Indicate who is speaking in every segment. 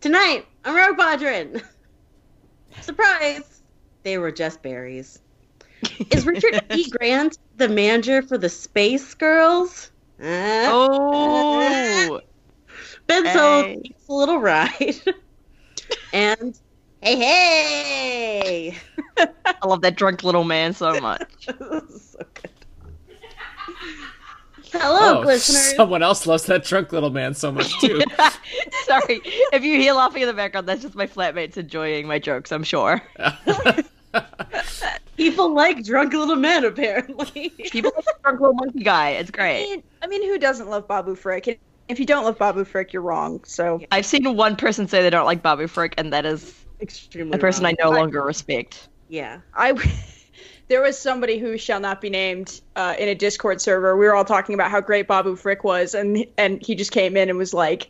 Speaker 1: Tonight, I'm Rogue Quadrant. Surprise! They were just berries. Is Richard E. Grant the manager for the Space Girls? Uh,
Speaker 2: Oh,
Speaker 1: Ben Solo
Speaker 2: hey.
Speaker 1: takes a little ride. and hey, hey!
Speaker 2: I love that drunk little man so much.
Speaker 1: This is so good.
Speaker 2: Oh,
Speaker 3: Oh,
Speaker 1: Hello, listeners.
Speaker 3: Someone else loves that drunk little man so much too.
Speaker 2: Sorry, if you hear laughing in the background, that's just my flatmates enjoying my jokes. I'm sure
Speaker 1: People like drunk little men, apparently.
Speaker 2: people like the drunk little monkey guy. It's
Speaker 4: I
Speaker 2: great.
Speaker 4: mean, I mean, who doesn't love Babu Frick? And if you don't love Babu Frick, you're wrong. So
Speaker 2: I've seen one person say they don't like Bobby Frick, and that is
Speaker 1: Extremely.
Speaker 2: the person I no
Speaker 4: Right.
Speaker 2: longer respect.
Speaker 1: Yeah.
Speaker 4: I, there was somebody who shall not be named uh, in a Discord server. We were all talking about how great Babu Frick was, and and he just came in and was like,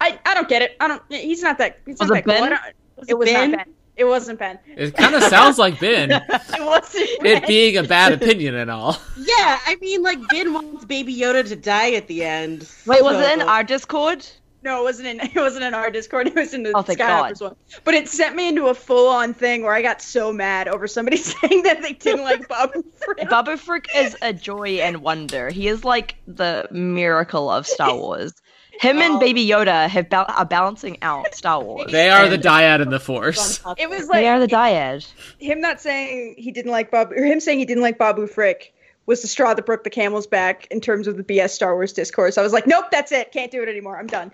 Speaker 4: "I, I don't get it. I don't. He's not that. He's
Speaker 2: Was
Speaker 4: not
Speaker 2: it
Speaker 4: that cool. I
Speaker 2: Ben?
Speaker 4: don't- it was
Speaker 1: Ben?
Speaker 4: not Ben. It wasn't Ben.
Speaker 3: it kind of sounds like Ben,
Speaker 4: It wasn't. Ben.
Speaker 3: it being a bad opinion and all.
Speaker 1: Yeah, I mean, like, Ben wants Baby Yoda to die at the end.
Speaker 2: Wait, was
Speaker 1: so-
Speaker 2: it in our Discord?
Speaker 4: No, it wasn't in it wasn't in our Discord. It was in the
Speaker 2: Oh, thank
Speaker 4: Skyhoppers one. But it sent me into a full on thing where I got so mad over somebody saying that they didn't like Babu Frick.
Speaker 2: Babu Frick is a joy and wonder. He is like the miracle of Star Wars. Him
Speaker 4: Oh.
Speaker 2: and Baby Yoda have bal- are balancing out Star Wars.
Speaker 3: They are the
Speaker 2: And
Speaker 3: dyad and the force.
Speaker 4: It was
Speaker 2: they are
Speaker 4: like
Speaker 2: the dyad.
Speaker 4: him not saying he didn't like Bob or him saying he didn't like Babu Frick was the straw that broke the camel's back in terms of the BS Star Wars discourse. I was like, nope, that's it. Can't do it anymore. I'm done.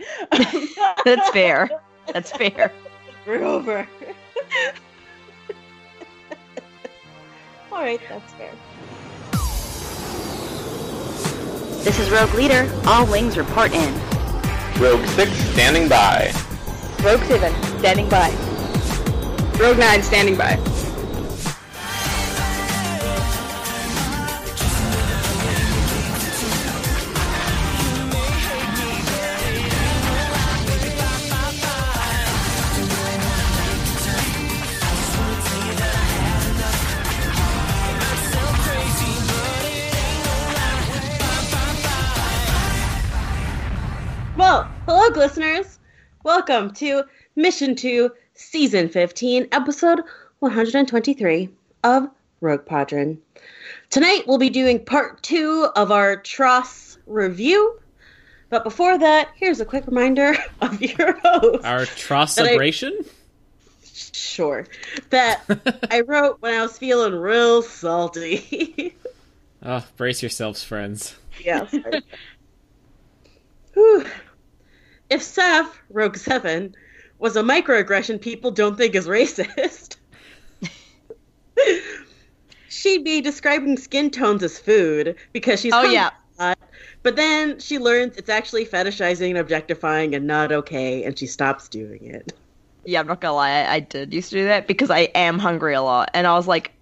Speaker 2: That's fair. That's fair.
Speaker 1: We're over. All right, that's fair.
Speaker 5: This is Rogue Leader. All wings report in.
Speaker 6: Rogue 6 standing by.
Speaker 5: Rogue 7, standing by.
Speaker 4: Rogue Nine standing by.
Speaker 1: Well, hello, listeners. Welcome to Mission 2, Season 15, Episode 123 of Rogue Padron. Tonight, we'll be doing part two of our Tross review. But before that, here's a quick reminder of your host.
Speaker 3: Our
Speaker 1: But I-
Speaker 3: trostibration?
Speaker 1: Sure. That I wrote when I was feeling real salty.
Speaker 3: Oh, brace yourselves, friends.
Speaker 1: yeah. sorry. Whew. if Seth, Rogue 7, was a microaggression people don't think is racist, she'd be describing skin tones as food because she's
Speaker 2: Oh,
Speaker 1: hungry
Speaker 2: yeah.
Speaker 1: a lot. But then she learns it's actually fetishizing and objectifying and not okay, and she stops doing it.
Speaker 2: Yeah, I'm not gonna lie. I, I did used to do that because I am hungry a lot, and I was like,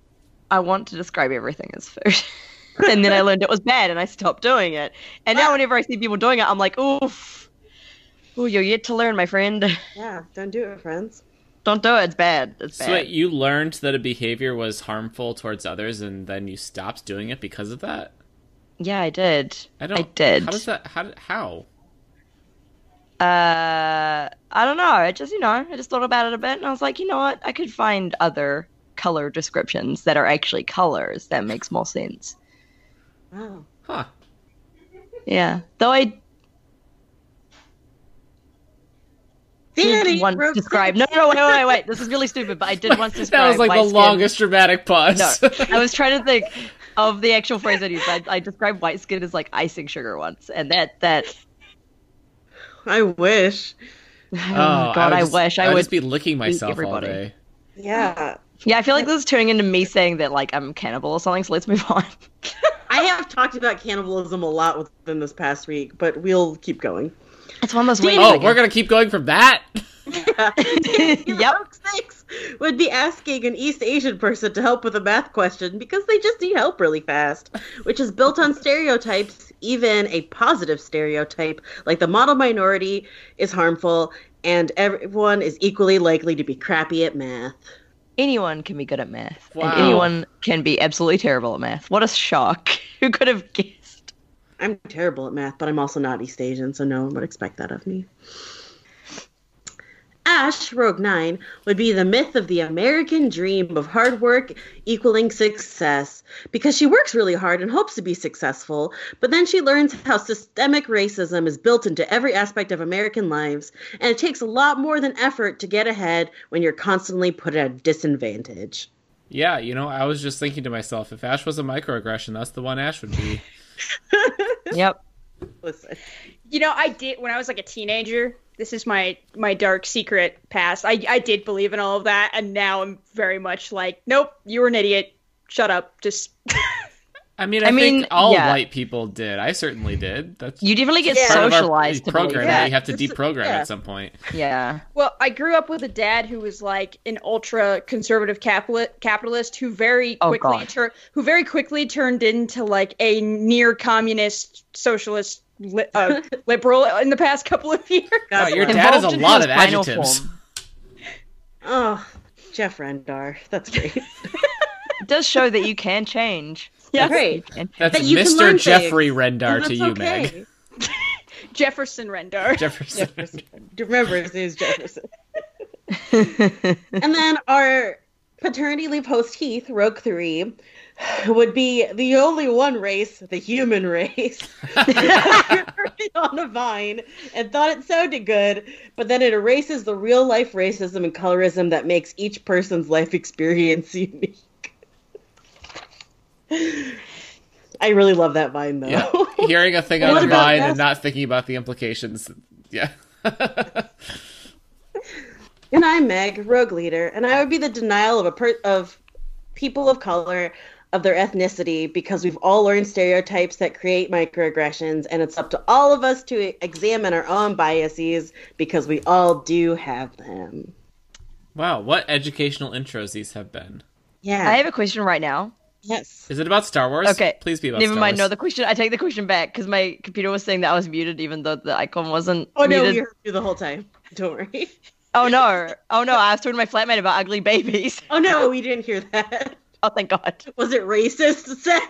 Speaker 2: I want to describe everything as food. and then I learned it was bad, and I stopped doing it. And now whenever I see people doing it, I'm like, oof. Ooh, you're yet to learn, my friend.
Speaker 1: Yeah, don't do it, friends.
Speaker 2: Don't do it. It's bad. It's
Speaker 3: So
Speaker 2: bad.
Speaker 3: wait, you learned that a behavior was harmful towards others and then you stopped doing it because of that?
Speaker 2: Yeah, I did.
Speaker 3: I don't
Speaker 2: did.
Speaker 3: How does that how did- how?
Speaker 2: Uh, I don't know. I just, you know, I just thought about it a bit, and I was like, you know what? I could find other color descriptions that are actually colors. That makes more sense.
Speaker 1: Wow.
Speaker 3: Huh.
Speaker 2: Yeah. Though I
Speaker 1: Danny
Speaker 2: did once
Speaker 1: Rogue
Speaker 2: describe. No,
Speaker 1: Seven.
Speaker 2: no, wait, wait, wait, wait. This is really stupid, but I did once describe.
Speaker 3: That was like
Speaker 2: white
Speaker 3: the
Speaker 2: skin-
Speaker 3: longest dramatic pause. Oh,
Speaker 2: No, I was trying to think of the actual phrase I used. I, I described white skin as like icing sugar once, and that that.
Speaker 1: I wish.
Speaker 2: Oh, God, I,
Speaker 3: would just-
Speaker 2: wish I,
Speaker 3: would
Speaker 2: would.
Speaker 3: just be licking myself all
Speaker 2: everybody.
Speaker 3: day.
Speaker 1: Yeah.
Speaker 2: Yeah, I feel like this is turning into me saying that like I'm cannibal or something. So let's move on.
Speaker 1: I have talked about cannibalism a lot within this past week, but we'll keep going.
Speaker 2: It's one of those. weird
Speaker 3: Oh,
Speaker 2: things.
Speaker 3: we're gonna keep going from that.
Speaker 2: Yep.
Speaker 1: Rogue Six would be asking an East Asian person to help with a math question because they just need help really fast, which is built on stereotypes, even a positive stereotype, like the model minority is harmful and everyone is equally likely to be crappy at math.
Speaker 2: anyone can be good at math,
Speaker 3: Wow.
Speaker 2: and anyone can be absolutely terrible at math. What a shock! Who could have guessed?
Speaker 1: I'm terrible at math, but I'm also not East Asian, so no one would expect that of me. Slash Rogue Nine would be the myth of the American dream of hard work equaling success because she works really hard and hopes to be successful, but then she learns how systemic racism is built into every aspect of American lives, and it takes a lot more than effort to get ahead when you're constantly put at a disadvantage.
Speaker 3: Yeah, you know, I was just thinking to myself, if Ash was a microaggression, that's the one Ash would be.
Speaker 2: Yep.
Speaker 1: Listen.
Speaker 4: You know, I did when I was like a teenager. This is my my dark secret past. I I did believe in all of that, and now I'm very much like, nope, you were an idiot. Shut up. Just
Speaker 3: I mean, I,
Speaker 2: I mean,
Speaker 3: think all
Speaker 2: yeah.
Speaker 3: white people did. I certainly did. That's
Speaker 2: You definitely get
Speaker 4: Yeah.
Speaker 3: part of our
Speaker 2: socialized to
Speaker 3: program
Speaker 2: believe
Speaker 3: that
Speaker 2: that.
Speaker 3: you have to
Speaker 4: This-
Speaker 3: deprogram
Speaker 4: yeah.
Speaker 3: at some point.
Speaker 2: Yeah.
Speaker 4: well, I grew up with a dad who was like an ultra conservative capital- capitalist who very
Speaker 2: Oh,
Speaker 4: quickly
Speaker 2: God.
Speaker 4: tur- who very quickly turned into like a near communist socialist li- uh, liberal in the past couple of years.
Speaker 3: Wow,
Speaker 1: God
Speaker 3: your
Speaker 1: bless.
Speaker 3: dad has
Speaker 2: Involved
Speaker 3: a
Speaker 2: in
Speaker 3: lot
Speaker 2: his
Speaker 3: of
Speaker 2: final
Speaker 3: adjectives.
Speaker 2: form.
Speaker 1: Oh, Jeff Rendar. That's great.
Speaker 2: It does show that you can change.
Speaker 4: Yes.
Speaker 1: Great.
Speaker 2: And
Speaker 3: That's
Speaker 1: That you can
Speaker 3: Mr.
Speaker 1: learn
Speaker 3: Jeffrey Rendar to
Speaker 1: Oh, That's
Speaker 3: you, Meg.
Speaker 1: okay.
Speaker 4: Jefferson Rendar.
Speaker 3: Jefferson.
Speaker 1: Jefferson. Remember, his name's Jefferson. and then our paternity leave host Heath, Rogue Three, would be the only one race, the human race, on a vine and thought it sounded good, but then it erases the real life racism and colorism that makes each person's life experience unique. I really love that vine though.
Speaker 3: Yeah. Hearing a thing
Speaker 1: What
Speaker 3: on a
Speaker 1: about
Speaker 3: mind and
Speaker 1: this?
Speaker 3: not thinking about the implications. Yeah.
Speaker 1: And I'm Meg, rogue leader, and I would be the denial of a per- of people of color of their ethnicity because we've all learned stereotypes that create microaggressions, and it's up to all of us to examine our own biases because we all do have them.
Speaker 3: wow, what educational intros these have been.
Speaker 1: Yeah.
Speaker 2: I have a question right now.
Speaker 1: yes.
Speaker 3: Is it about Star Wars?
Speaker 2: Okay.
Speaker 3: Please be about
Speaker 2: Never
Speaker 3: Star
Speaker 2: mind. No,
Speaker 3: Wars.
Speaker 2: the question. I take the question back because my computer was saying that I was muted, even though the icon wasn't.
Speaker 1: Oh no,
Speaker 2: muted.
Speaker 1: we heard you the whole time. Don't worry.
Speaker 2: Oh no! Oh no! I was talking to my flatmate about ugly babies.
Speaker 1: Oh no, we didn't hear that.
Speaker 2: Oh thank God!
Speaker 1: Was it racist, Sam?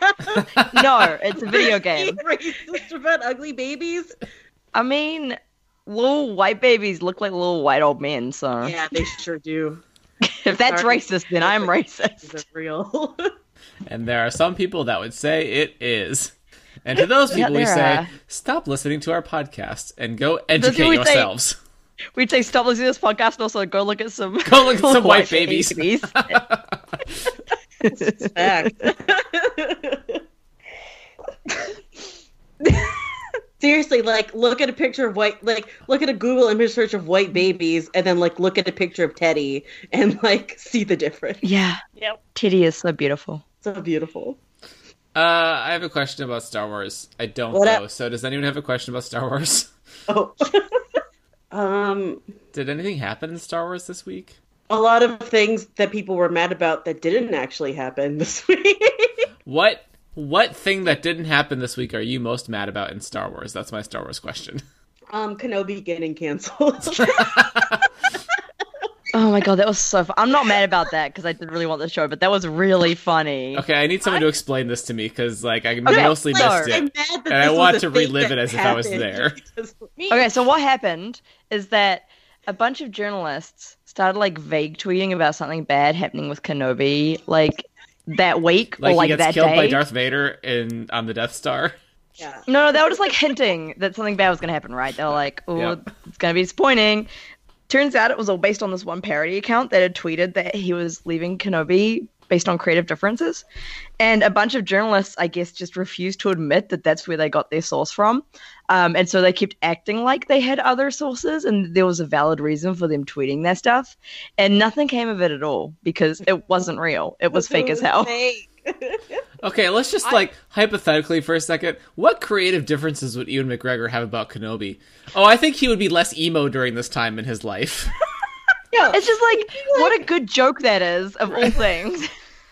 Speaker 2: No, it's a video game.
Speaker 1: racist about ugly babies?
Speaker 2: I mean, little white babies look like little white old men. So
Speaker 1: Yeah, they sure do.
Speaker 2: if that's
Speaker 1: Sorry.
Speaker 2: racist, then I'm
Speaker 1: These are
Speaker 2: racist.
Speaker 1: real.
Speaker 3: And there are some people that would say it is. And to those
Speaker 2: Yeah,
Speaker 3: people, we
Speaker 2: there
Speaker 3: say,
Speaker 2: are.
Speaker 3: stop listening to our podcast and go
Speaker 2: what
Speaker 3: educate
Speaker 2: we say.
Speaker 3: yourselves.
Speaker 2: We'd say stop listening to this podcast. And also, go look at some
Speaker 3: Go look at some white babies.
Speaker 2: babies.
Speaker 1: Fact. Seriously, like look at a picture of white like look at a Google image search of white babies and then like look at a picture of Teddy and like see the difference.
Speaker 2: yeah.
Speaker 4: Yep.
Speaker 2: Teddy is so beautiful.
Speaker 1: So beautiful.
Speaker 3: Uh, I have a question about Star Wars. I don't
Speaker 1: What
Speaker 3: know. So, does anyone have a question about Star Wars?
Speaker 1: Oh. um
Speaker 3: Did anything happen in Star Wars this week?
Speaker 1: a lot of things that people were mad about that didn't actually happen this week.
Speaker 3: What what thing that didn't happen this week are you most mad about in Star Wars? That's my Star Wars question.
Speaker 1: um Kenobi getting canceled.
Speaker 2: Oh my god, that was so. Fun. I'm not mad about that because I did really want the show, but that was really funny.
Speaker 3: Okay, I need someone to explain this to me because like I mostly
Speaker 1: Like,
Speaker 3: missed
Speaker 2: sorry.
Speaker 1: I'm
Speaker 3: it.
Speaker 1: mad that
Speaker 3: And I
Speaker 1: this was
Speaker 3: want
Speaker 1: a
Speaker 3: to
Speaker 1: thing
Speaker 3: relive
Speaker 1: that
Speaker 3: it as if I was
Speaker 1: happened
Speaker 3: there.
Speaker 1: because-
Speaker 2: Okay, so what happened is that a bunch of journalists started like vague tweeting about something bad happening with Kenobi, like that week
Speaker 3: Like,
Speaker 2: or like
Speaker 3: he
Speaker 2: that
Speaker 3: gets killed
Speaker 2: day.
Speaker 3: by Darth Vader in on the Death Star.
Speaker 1: Yeah.
Speaker 2: No, no, they were just like hinting that something bad was going to happen, right? They were like, oh,
Speaker 3: Yep.
Speaker 2: it's going to be disappointing. Turns out it was all based on this one parody account that had tweeted that he was leaving Kenobi based on creative differences. And a bunch of journalists, I guess, just refused to admit that that's where they got their source from. Um, and so they kept acting like they had other sources, and there was a valid reason for them tweeting that stuff. And nothing came of it at all because it wasn't real. It was fake as hell.
Speaker 1: Fake.
Speaker 3: Okay, let's just like hypothetically for a second, what creative differences would Ewan McGregor have about Kenobi? Oh, I think he would be less emo during this time in his life.
Speaker 2: It's just like, what a good joke that is, of all things.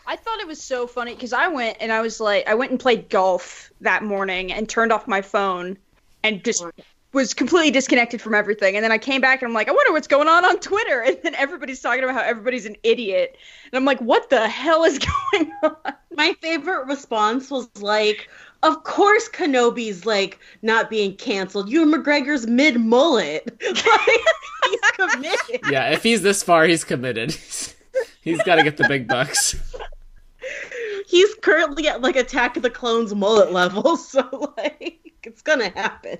Speaker 4: I thought it was so funny because I went and I was like, I went and played golf that morning and turned off my phone and just was completely disconnected from everything. And then I came back and I'm like, I wonder what's going on on Twitter. And then everybody's talking about how everybody's an idiot. And I'm like, what the hell is going on?
Speaker 1: My favorite response was like, "Of course, Kenobi's like not being canceled. You McGregor's mid mullet. Like he's committed."
Speaker 3: yeah, if he's this far, he's committed. he's got to get the big bucks.
Speaker 1: He's currently at like Attack of the Clones mullet level, so like it's gonna happen.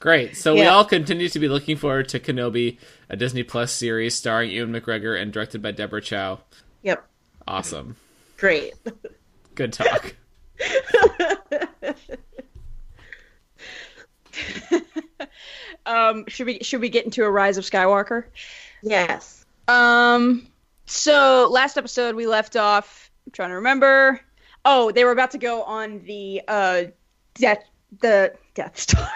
Speaker 3: Great. So we
Speaker 1: Yeah.
Speaker 3: all continue to be looking forward to Kenobi, a Disney Plus series starring Ewan McGregor and directed by Deborah Chow.
Speaker 1: Yep,
Speaker 3: Awesome.
Speaker 1: great.
Speaker 3: Good talk.
Speaker 4: Um, should we should we get into a Rise of Skywalker?
Speaker 1: Yes.
Speaker 4: Um, so last episode we left off. I'm trying to remember. Oh, they were about to go on the uh, death the Death Star,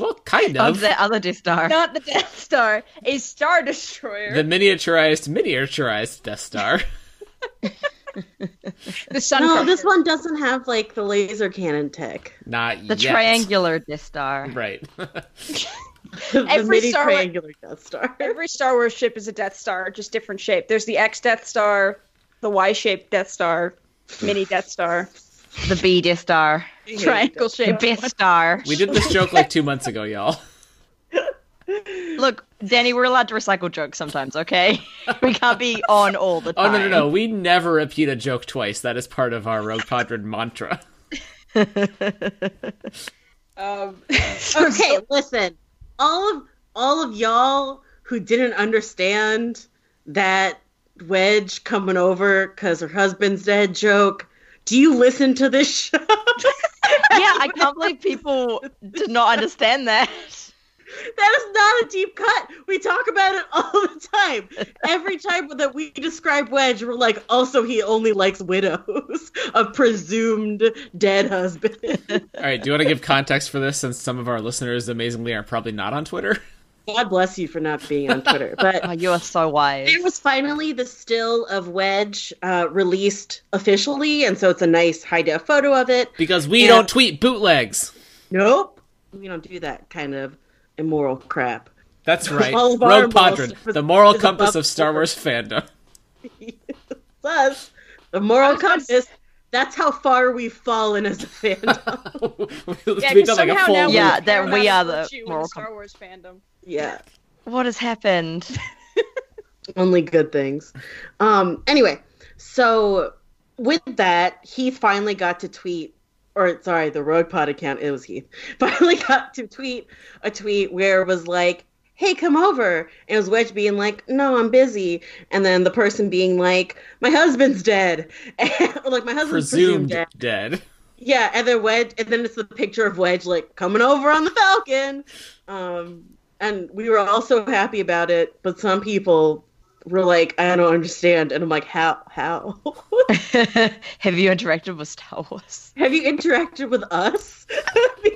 Speaker 3: Well, kind
Speaker 2: Of
Speaker 3: of.
Speaker 2: the other Death Star.
Speaker 4: not the Death Star, a Star Destroyer.
Speaker 3: The miniaturized, miniaturized Death Star.
Speaker 4: the Sun.
Speaker 1: no,
Speaker 4: Crusher.
Speaker 1: this one doesn't have like the laser cannon tech.
Speaker 3: Not
Speaker 2: The
Speaker 3: yet.
Speaker 2: triangular Death Star.
Speaker 3: Right.
Speaker 1: The
Speaker 4: Every
Speaker 1: mini
Speaker 4: Star Wars-
Speaker 1: triangular Death Star.
Speaker 4: Every Star Wars ship is a Death Star, just different shape. There's the X Death Star, the Y shaped Death Star, mini Death Star,
Speaker 2: The B Death Star.
Speaker 4: triangle
Speaker 2: The
Speaker 4: shaped.
Speaker 2: Best Star.
Speaker 3: we did this joke like two months ago, y'all.
Speaker 2: Look, Danny, we're allowed to recycle jokes sometimes, okay? we can't be on all the
Speaker 3: Oh,
Speaker 2: time.
Speaker 3: no, no, no. We never repeat a joke twice. That is part of our Rogue Padron mantra.
Speaker 4: Um,
Speaker 1: okay, listen. All of all of y'all who didn't understand that Wedge coming over because her husband's dead joke. Do you listen to this show?
Speaker 2: Yeah, I can't believe people did not understand that.
Speaker 1: that is not a deep cut. We talk about it all the time. Every time that we describe Wedge, we're like, also he only likes widows of presumed dead husband.
Speaker 3: All right. Do you want to give context for this since some of our listeners, amazingly, are probably not on Twitter?
Speaker 1: God bless you for not being on Twitter. But
Speaker 2: Oh, you are so wise.
Speaker 1: There was finally the still of Wedge uh, released officially, and so it's a nice high def photo of it.
Speaker 3: Because we
Speaker 1: Yeah.
Speaker 3: don't tweet bootlegs.
Speaker 1: Nope, we don't do that kind of immoral crap.
Speaker 3: That's right.
Speaker 1: All of our
Speaker 3: Rogue
Speaker 1: moral
Speaker 3: Padron,
Speaker 1: compass
Speaker 3: the moral
Speaker 1: is above
Speaker 3: compass of Star
Speaker 1: board.
Speaker 3: Wars fandom.
Speaker 1: Plus, the moral
Speaker 4: was gonna
Speaker 1: compass. That's how far we've fallen as a fandom.
Speaker 4: yeah,
Speaker 3: We've done
Speaker 4: 'cause
Speaker 3: like a
Speaker 4: somehow
Speaker 3: full
Speaker 4: now
Speaker 3: loop.
Speaker 2: Yeah,
Speaker 4: we're
Speaker 2: that
Speaker 4: paramount
Speaker 2: we are the
Speaker 4: virtue in
Speaker 2: moral
Speaker 4: Star Wars fandom.
Speaker 1: yeah.
Speaker 2: What has happened?
Speaker 1: only good things. Um, anyway, so with that, Heath finally got to tweet, or sorry, the Rogue Pod account, it was Heath, finally got to tweet a tweet where it was like, hey, come over. And it was Wedge being like, no, I'm busy. And then the person being like, my husband's dead. or like, my husband's presumed
Speaker 3: presumed
Speaker 1: dead.
Speaker 3: dead.
Speaker 1: Yeah, and then Wedge, and then it's the picture of Wedge like coming over on the Falcon. Um, and we were all so happy about it, but some people were like, "I don't understand," and I'm like, "How? How?
Speaker 2: Have you interacted with Star Wars?
Speaker 1: Have you interacted with us?"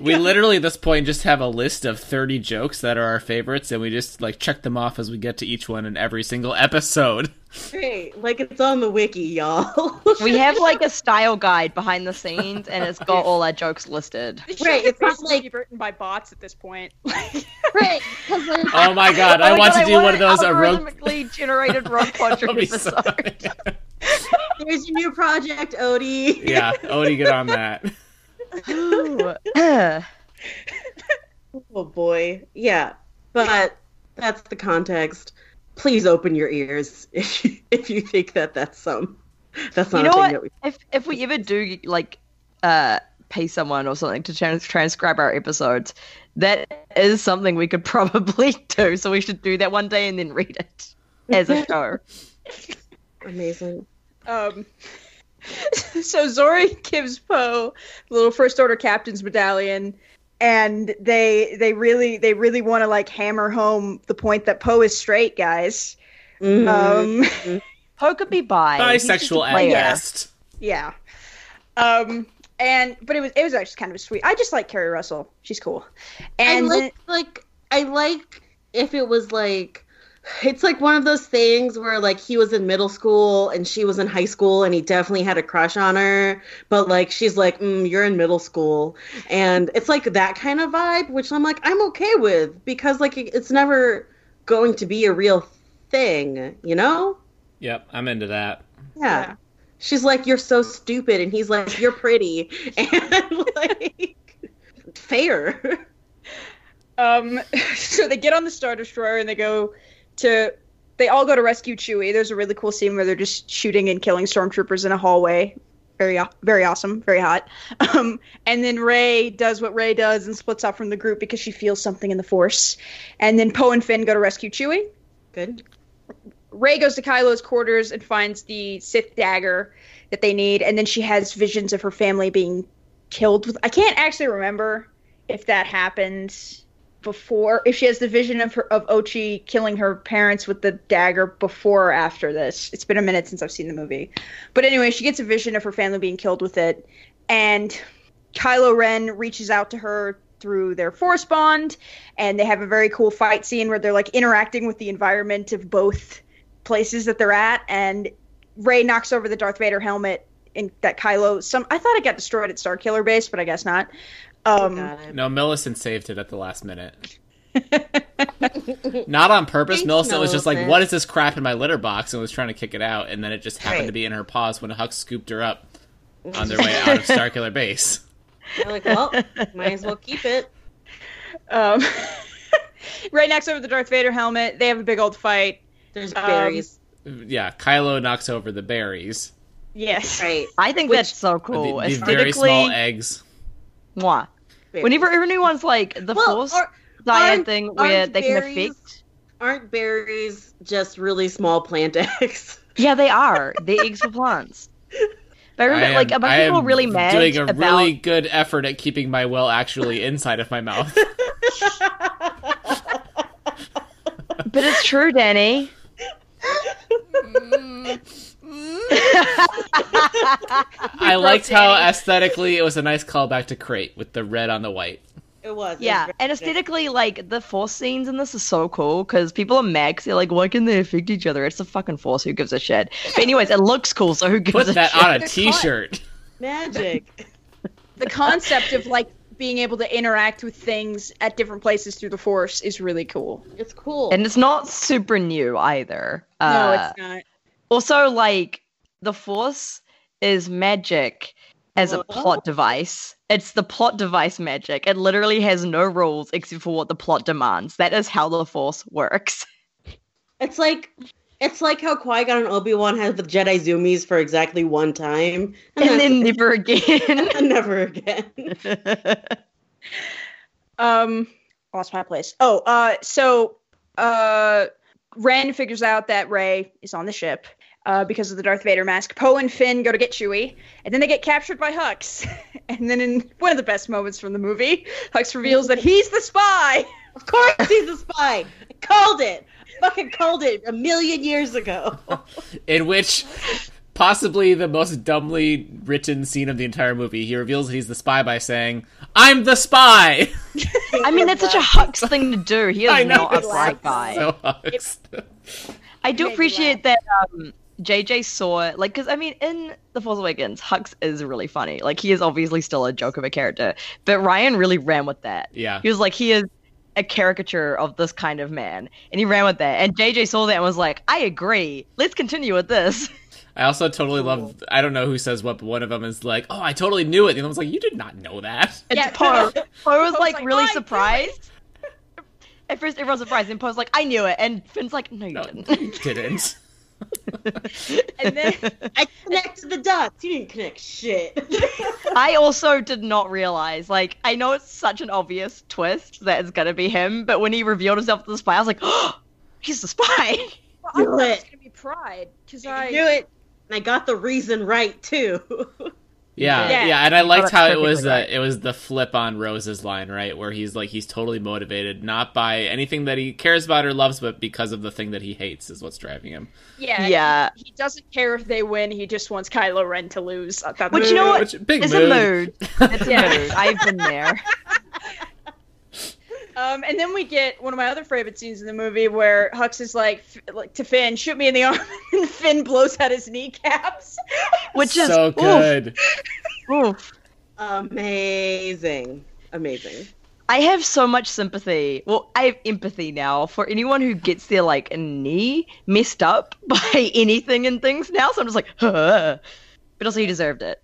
Speaker 3: We literally at this point just have a list of 30 jokes that are our favorites and we just like check them off as we get to each one in every single episode.
Speaker 1: Great, like it's on the wiki, y'all.
Speaker 2: We have like a style guide behind the scenes, and it's got all our jokes listed.
Speaker 4: This
Speaker 1: Right,
Speaker 4: should
Speaker 1: it's not
Speaker 4: basically
Speaker 1: like-
Speaker 4: be written by bots at this point.
Speaker 1: Great.
Speaker 3: Oh my god,
Speaker 2: Oh
Speaker 3: I
Speaker 2: my
Speaker 3: want
Speaker 2: God,
Speaker 3: to do one
Speaker 2: an
Speaker 3: of those a rogue
Speaker 2: algorithmically generated Rogue
Speaker 3: That'll
Speaker 2: Quadrant
Speaker 3: be so-
Speaker 2: episode.
Speaker 1: There's your new project, Odie.
Speaker 3: Yeah, Odie get on that.
Speaker 2: Ugh.
Speaker 1: Oh boy, yeah, but that's the context. Please open your ears if you, if you think that that's some that's not
Speaker 2: You know
Speaker 1: a thing
Speaker 2: what?
Speaker 1: that we
Speaker 2: if if we ever do like uh pay someone or something to trans- transcribe our episodes, that is something we could probably do. So we should do that one day and then read it as a show.
Speaker 1: amazing.
Speaker 4: Um, so Zori gives Poe the little first order captain's medallion, and they they really they really want to like hammer home the point that Poe is straight, guys.
Speaker 1: Hmm.
Speaker 4: Um,
Speaker 2: Poe could be bi. He's just a
Speaker 3: Bisexual at
Speaker 2: player.
Speaker 3: best.
Speaker 4: yeah. Um, and but it was it was actually kind of sweet. I just like Carrie Russell; she's cool. And
Speaker 1: I like like I like if it was like it's like one of those things where like he was in middle school and she was in high school and he definitely had a crush on her but like she's like mm, you're in middle school and it's like that kind of vibe which i'm like i'm okay with because like it- it's never going to be a real thing you know
Speaker 3: Yep, I'm into that.
Speaker 1: yeah,
Speaker 4: Yeah.
Speaker 1: she's like you're so stupid and he's like you're pretty and like fair
Speaker 4: Um, so they get on the Star Destroyer and they go to. They all go to rescue Chewie. There's a really cool scene where they're just shooting and killing stormtroopers in a hallway. Very, aw- very awesome, very hot. Um, and then Ray does what Ray does and splits off from the group because she feels something in the Force. And then Poe and Finn go to rescue Chewie.
Speaker 1: Good.
Speaker 4: Ray goes to Kylo's quarters and finds the Sith dagger that they need, and then she has visions of her family being killed. With I can't actually remember if that happened before, if she has the vision of her of Ochi killing her parents with the dagger before or after this. It's been a minute since I've seen the movie, but anyway, she gets a vision of her family being killed with it, and Kylo Ren reaches out to her through their force bond, and they have a very cool fight scene where they're like interacting with the environment of both places that they're at, and Ray knocks over the Darth Vader helmet in that Kylo. Some I thought it got destroyed at Star Killer Base, but I guess not.
Speaker 2: Mm.
Speaker 4: Um,
Speaker 1: Got it.
Speaker 3: No, Millicent saved it at the last minute. Not on purpose.
Speaker 1: Thanks,
Speaker 3: Millicent was just like,
Speaker 1: Millicent.
Speaker 3: "What is this crap in my litter box?" and was trying to kick it out, and then it just happened
Speaker 1: Right.
Speaker 3: to be in her paws when Huck scooped her up on their way out of Starkiller Base.
Speaker 1: I'm like, well, might as well keep it.
Speaker 4: um, Ray knocks over the Darth Vader helmet. They have a big old fight.
Speaker 1: There's
Speaker 4: Um,
Speaker 1: berries.
Speaker 3: Yeah, Kylo knocks over the berries,
Speaker 4: Yes.
Speaker 1: right.
Speaker 2: I think
Speaker 1: Which-
Speaker 2: that's so
Speaker 3: the-
Speaker 2: cool.
Speaker 3: the, very small
Speaker 2: Oh, Aesthetically,
Speaker 3: eggs.
Speaker 2: mwah. Whenever anyone's like the
Speaker 1: Well,
Speaker 2: force
Speaker 1: or-
Speaker 2: dyad
Speaker 1: aren't-
Speaker 2: thing where
Speaker 1: aren't
Speaker 2: they can
Speaker 1: berries-
Speaker 2: affect.
Speaker 1: Aren't berries just really small plant eggs?
Speaker 2: Yeah, they are. They eggs for plants. But I remember,
Speaker 3: I am-
Speaker 2: like, a bunch
Speaker 3: I
Speaker 2: of people
Speaker 3: am
Speaker 2: were really mad
Speaker 3: Doing a
Speaker 2: about.
Speaker 3: really good effort at keeping my well actually inside of my mouth.
Speaker 2: But it's true, Danny.
Speaker 3: I liked how aesthetically it was a nice callback to Crate with the red on the white.
Speaker 1: It was.
Speaker 2: yeah, and aesthetically, like the force scenes in this is so cool because people are mad 'cause they're like, why can they affect each other? It's the fucking force. Who gives a shit? But anyways, it looks cool, so who gives
Speaker 3: Put
Speaker 2: a
Speaker 3: that
Speaker 2: shit?
Speaker 3: on a T-shirt.
Speaker 1: Magic.
Speaker 4: The concept of like being able to interact with things at different places through the Force is really cool.
Speaker 1: It's cool.
Speaker 2: and it's not super new either.
Speaker 4: no,
Speaker 2: Uh,
Speaker 4: it's not.
Speaker 2: also like the force is magic as a
Speaker 1: Whoa.
Speaker 2: plot device it's the plot device magic it literally has no rules except for what the plot demands that is how the force works
Speaker 1: It's like it's like how Qui Gon and Obi Wan had the Jedi zoomies for exactly one time, and,
Speaker 2: and
Speaker 1: then
Speaker 2: then never again
Speaker 1: never again.
Speaker 4: Um, lost my place. Oh, uh, so uh, Ren figures out that Ray is on the ship uh, because of the Darth Vader mask. Poe and Finn go to get Chewie, and then they get captured by Hux. and then, in one of the best moments from the movie, Hux reveals that he's the spy.
Speaker 1: of course, he's a spy. I called it. Fucking called it a million years ago.
Speaker 3: in which possibly the most dumbly written scene of the entire movie he reveals that he's the spy by saying i'm the spy
Speaker 2: i mean that's such a hux thing to do he
Speaker 3: I
Speaker 2: is
Speaker 3: know,
Speaker 2: not a
Speaker 3: it's
Speaker 2: bright guy
Speaker 3: so Hux.
Speaker 2: i do
Speaker 4: made me
Speaker 2: appreciate that um JJ saw it, like, because I mean, in The Force Awakens, Hux is really funny. Like, he is obviously still a joke of a character, but Ryan really ran with that.
Speaker 3: yeah
Speaker 2: He was like, he is a caricature of this kind of man. And he ran with that. And JJ saw that and was like, I agree. Let's continue with this.
Speaker 3: i also totally love
Speaker 2: Oh.
Speaker 3: i don't know who says what but one of them is like oh i totally knew it the other one's like you did not know that
Speaker 2: And
Speaker 4: Yeah.
Speaker 2: Poe Poe was
Speaker 4: Poe's
Speaker 2: like
Speaker 4: like,
Speaker 2: really
Speaker 4: "I knew it."
Speaker 2: surprised. At first, everyone's surprised, and Poe's like, "I knew it," and Finn's like, "No, you
Speaker 3: no
Speaker 2: didn't."
Speaker 3: you didn't
Speaker 4: And then,
Speaker 1: I connected the dots. You didn't connect shit.
Speaker 2: I also did not realize. Like, I know it's such an obvious twist that it's gonna be him, but when he revealed himself to the spy, I was like, "Oh, he's the spy."
Speaker 4: well, I thought
Speaker 1: it.
Speaker 4: it was gonna be Pride because
Speaker 1: I
Speaker 4: I
Speaker 1: knew it, and I got the reason right too.
Speaker 3: yeah, yeah
Speaker 4: Yeah.
Speaker 3: and i liked
Speaker 2: that's
Speaker 3: how it
Speaker 2: perfectly
Speaker 3: was uh,
Speaker 2: right.
Speaker 3: it was the flip on rose's line right where he's like he's totally motivated not by anything that he cares about or loves but because of the thing that he hates is what's driving him
Speaker 4: yeah,
Speaker 2: Yeah.
Speaker 4: He, he doesn't care if they win. He just wants Kylo Ren to lose. I thought that
Speaker 2: Which,
Speaker 4: was
Speaker 2: you know what?
Speaker 3: Which, big
Speaker 2: It's
Speaker 3: mood.
Speaker 2: a mood. It's a
Speaker 4: Yeah.
Speaker 2: mood. I've been there.
Speaker 4: Um, and then we get one of my other favorite scenes in the movie where Hux is like, f- like to Finn, shoot me in the arm, and Finn blows out his kneecaps.
Speaker 2: Which is
Speaker 3: so
Speaker 2: oof,
Speaker 3: good
Speaker 2: oof.
Speaker 1: Amazing. Amazing.
Speaker 2: I have so much sympathy. Well, I have empathy now for anyone who gets their like knee messed up by anything and things now. So I'm just like, huh. but also he deserved it.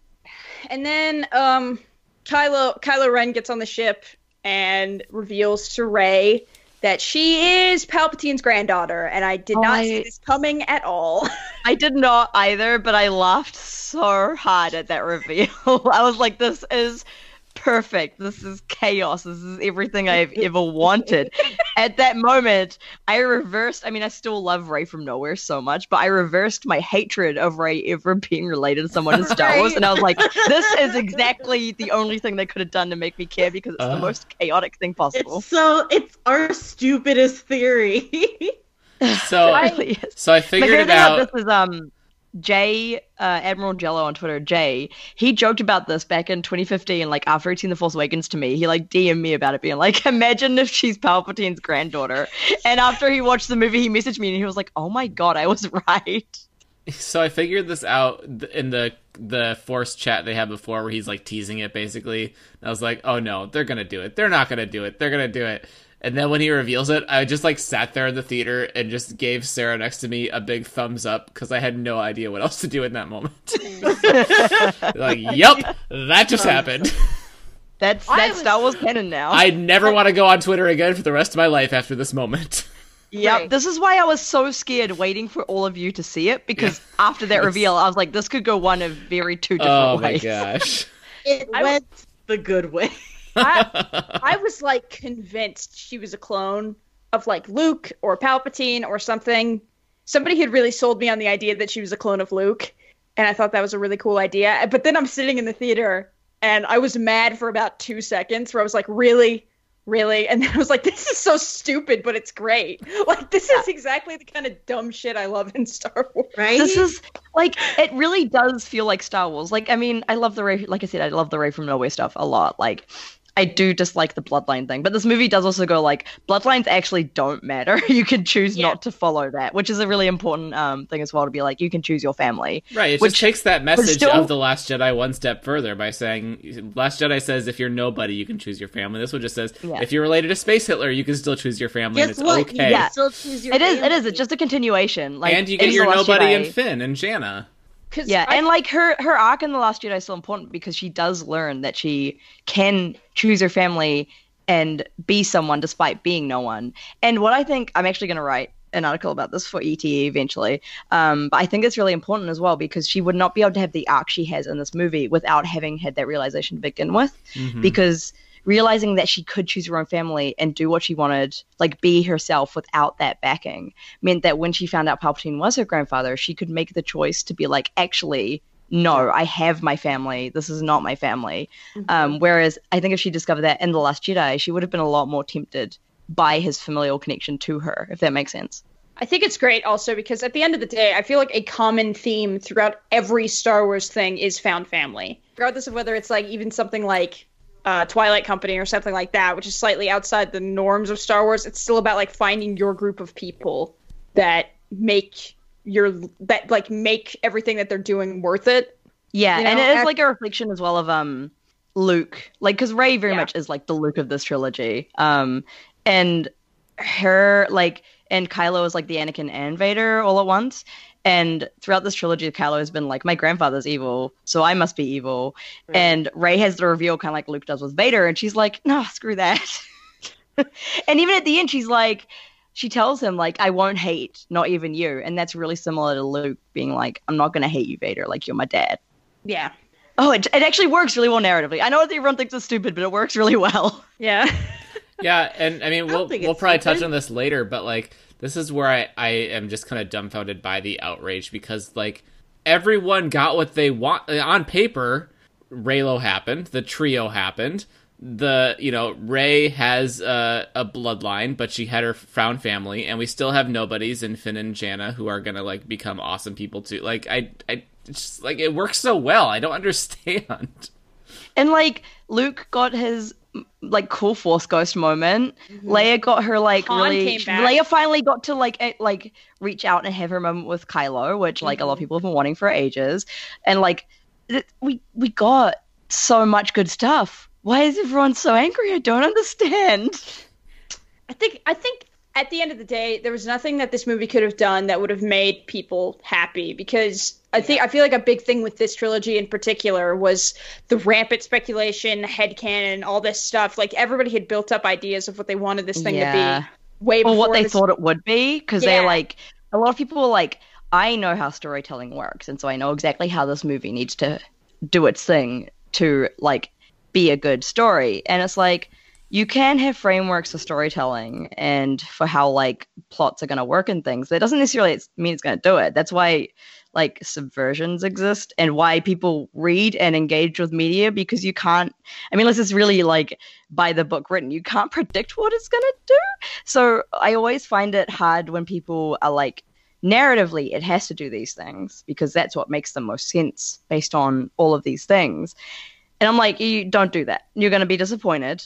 Speaker 4: And then um, Kylo Kylo Ren gets on the ship and reveals to Ray that she is Palpatine's granddaughter, and I did not
Speaker 2: I-
Speaker 4: see this coming at all.
Speaker 2: I did not either, but I laughed so hard at that reveal. I was like, this is perfect. This is chaos. This is everything I've ever wanted. at that moment, I reversed. I mean, I still love Ray from Nowhere so much, but I reversed my hatred of Ray ever being related to someone in Star Wars. And I was like, this is exactly the only thing they could have done to make me care because it's
Speaker 3: Uh.
Speaker 2: the most chaotic thing possible.
Speaker 1: It's so it's our stupidest theory.
Speaker 3: So,
Speaker 2: It really is.
Speaker 3: so
Speaker 2: My
Speaker 3: I figured
Speaker 2: favorite
Speaker 3: it
Speaker 2: thing
Speaker 3: out.
Speaker 2: about this is um Jay uh, Admiral Jello on Twitter. Jay he joked about this back in 2015, like after he'd seen The Force Awakens to me, he like DM'd me about it, being like, "Imagine if she's Palpatine's granddaughter." And after he watched the movie, he messaged me and he was like, "Oh my god, I was right."
Speaker 3: So I figured this out th- in the the force chat they had before, where he's like teasing it basically. And I was like, "Oh no, they're gonna do it. They're not gonna do it. They're gonna do it." And then when he reveals it, I just like sat there in the theater and just gave Sarah next to me a big thumbs up because I had no idea what else to do in that moment. like, yep, that just happened.
Speaker 2: That's
Speaker 4: I
Speaker 2: that's
Speaker 4: was-
Speaker 2: Star Wars canon now.
Speaker 3: I never want to go on Twitter again for the rest of my life after this moment.
Speaker 2: Yep.
Speaker 4: Right.
Speaker 2: This is why I was so scared waiting for all of you to see it because after that reveal, I was like, this could go one of very two different
Speaker 3: Oh my
Speaker 2: ways.
Speaker 3: gosh.
Speaker 1: it
Speaker 4: I-
Speaker 1: went the good way.
Speaker 4: I, I was like convinced she was a clone of like Luke or Palpatine or something. Somebody had really sold me on the idea that she was a clone of Luke, and I thought that was a really cool idea. But then I'm sitting in the theater and I was mad for about two seconds where I was like, really? Really? And then I was like, this is so stupid, but it's great. Like, this is exactly the kind of dumb shit I love in Star Wars.
Speaker 1: Right?
Speaker 2: This is like it really does feel like Star Wars. Like I mean, I love the Ray. Like I said, I love the Ray from Nowhere stuff a lot. Like I do dislike the Bloodline thing, but this movie does also go like Bloodlines actually don't matter. You can choose
Speaker 4: Yeah.
Speaker 2: not to follow that, which is a really important um, thing as well to be like you can choose your family.
Speaker 3: Right, it
Speaker 2: Which
Speaker 3: just takes that message
Speaker 2: still-
Speaker 3: of the Last Jedi one step further by saying, "Last Jedi says if you're nobody, you can choose your family." This one just says,
Speaker 2: Yeah.
Speaker 3: "If you're related to Space Hitler, you can still choose your family, and
Speaker 1: Guess
Speaker 3: it's
Speaker 1: what? You
Speaker 3: okay."
Speaker 1: can
Speaker 2: Yeah.
Speaker 1: still choose your
Speaker 2: It is. It
Speaker 1: family.
Speaker 2: is. It's just a continuation. Like
Speaker 3: and you get
Speaker 2: in
Speaker 3: your
Speaker 2: The Last
Speaker 3: nobody
Speaker 2: Jedi-
Speaker 3: and Finn and Janna.
Speaker 4: Cause
Speaker 2: Yeah,
Speaker 4: I-
Speaker 2: and like her her arc in the Last Jedi is so important because she does learn that she can choose her family and be someone despite being no one. And what I think I'm actually going to write an article about this for ETE eventually, um, but I think it's really important as well because she would not be able to have the arc she has in this movie without having had that realization to begin with
Speaker 3: Mhm.
Speaker 2: because realizing that she could choose her own family and do what she wanted, like be herself without that backing, meant that when she found out Palpatine was her grandfather, she could make the choice to be like, actually, no, I have my family. This is not my family. Um, whereas I think if she discovered that in The Last Jedi, she would have been a lot more tempted by his familial connection to her, if that makes sense.
Speaker 4: I think it's great also because at the end of the day, I feel like a common theme throughout every Star Wars thing is found family. Regardless of whether it's like even something like uh, Twilight Company or something like that, which is slightly outside the norms of Star Wars, it's still about like finding your group of people that make your that like make everything that they're doing worth it.
Speaker 2: Yeah,
Speaker 4: You
Speaker 2: and
Speaker 4: know,
Speaker 2: it is
Speaker 4: and-
Speaker 2: like a reflection as well of um Luke, like because Ray very
Speaker 4: Yeah.
Speaker 2: much is like the Luke of this trilogy, um, and her like and Kylo is like the Anakin and Vader all at once. And throughout this trilogy, Kylo has been like, "My grandfather's evil, so I must be evil." And Ray has the reveal, kind of like Luke does with Vader, and she's like, "No, screw that." and even at the end, she's like, she tells him like i won't hate not even you and that's really similar to luke being like i'm not going to hate you vader like you're my dad
Speaker 4: Yeah.
Speaker 2: oh it, it actually works really well narratively i know that everyone thinks it's stupid but it works really well
Speaker 4: Yeah.
Speaker 3: yeah, and I mean, we'll
Speaker 1: think
Speaker 3: we'll
Speaker 1: it's
Speaker 3: probably touch
Speaker 1: stupid.
Speaker 3: on this later, but like, this is where I I am just kind of dumbfounded by the outrage because like everyone got what they want uh, on paper. Raylo happened, the trio happened. The you know Ray has a, a bloodline, but she had her found family, and we still have nobodies in Finn and Janna who are gonna like become awesome people too. Like I I it's just like it works so well. I don't understand.
Speaker 2: and like luke got his m- like cool force ghost moment leia got her like
Speaker 4: Mm-hmm. Han
Speaker 2: really
Speaker 4: came
Speaker 2: she-
Speaker 4: back.
Speaker 2: leia finally got to like eh, like reach out and have her moment with kylo which like a
Speaker 4: Mm-hmm.
Speaker 2: lot of people have been wanting for ages and like th- we we got so much good stuff why is everyone so angry i don't understand
Speaker 4: I think I think at the end of the day, there was nothing that this movie could have done that would have made people happy because I think I feel like a big thing with this trilogy in particular was the rampant speculation, headcanon, all this stuff. Like everybody had built up ideas of what they wanted this thing
Speaker 2: Yeah.
Speaker 4: to be way
Speaker 2: or
Speaker 4: before
Speaker 2: what they
Speaker 4: this-
Speaker 2: thought it would be because
Speaker 4: Yeah.
Speaker 2: they're like a lot of people were like i know how storytelling works and so i know exactly how this movie needs to do its thing to like be a good story and it's like you can have frameworks for storytelling and for how like plots are going to work and things that doesn't necessarily mean it's going to do it that's why like subversions exist and why people read and engage with media because you can't i mean unless it's really like by the book written you can't predict what it's going to do so I always find it hard when people are like, narratively, it has to do these things because that's what makes the most sense based on all of these things. And I'm like, you don't do that. You're going to be disappointed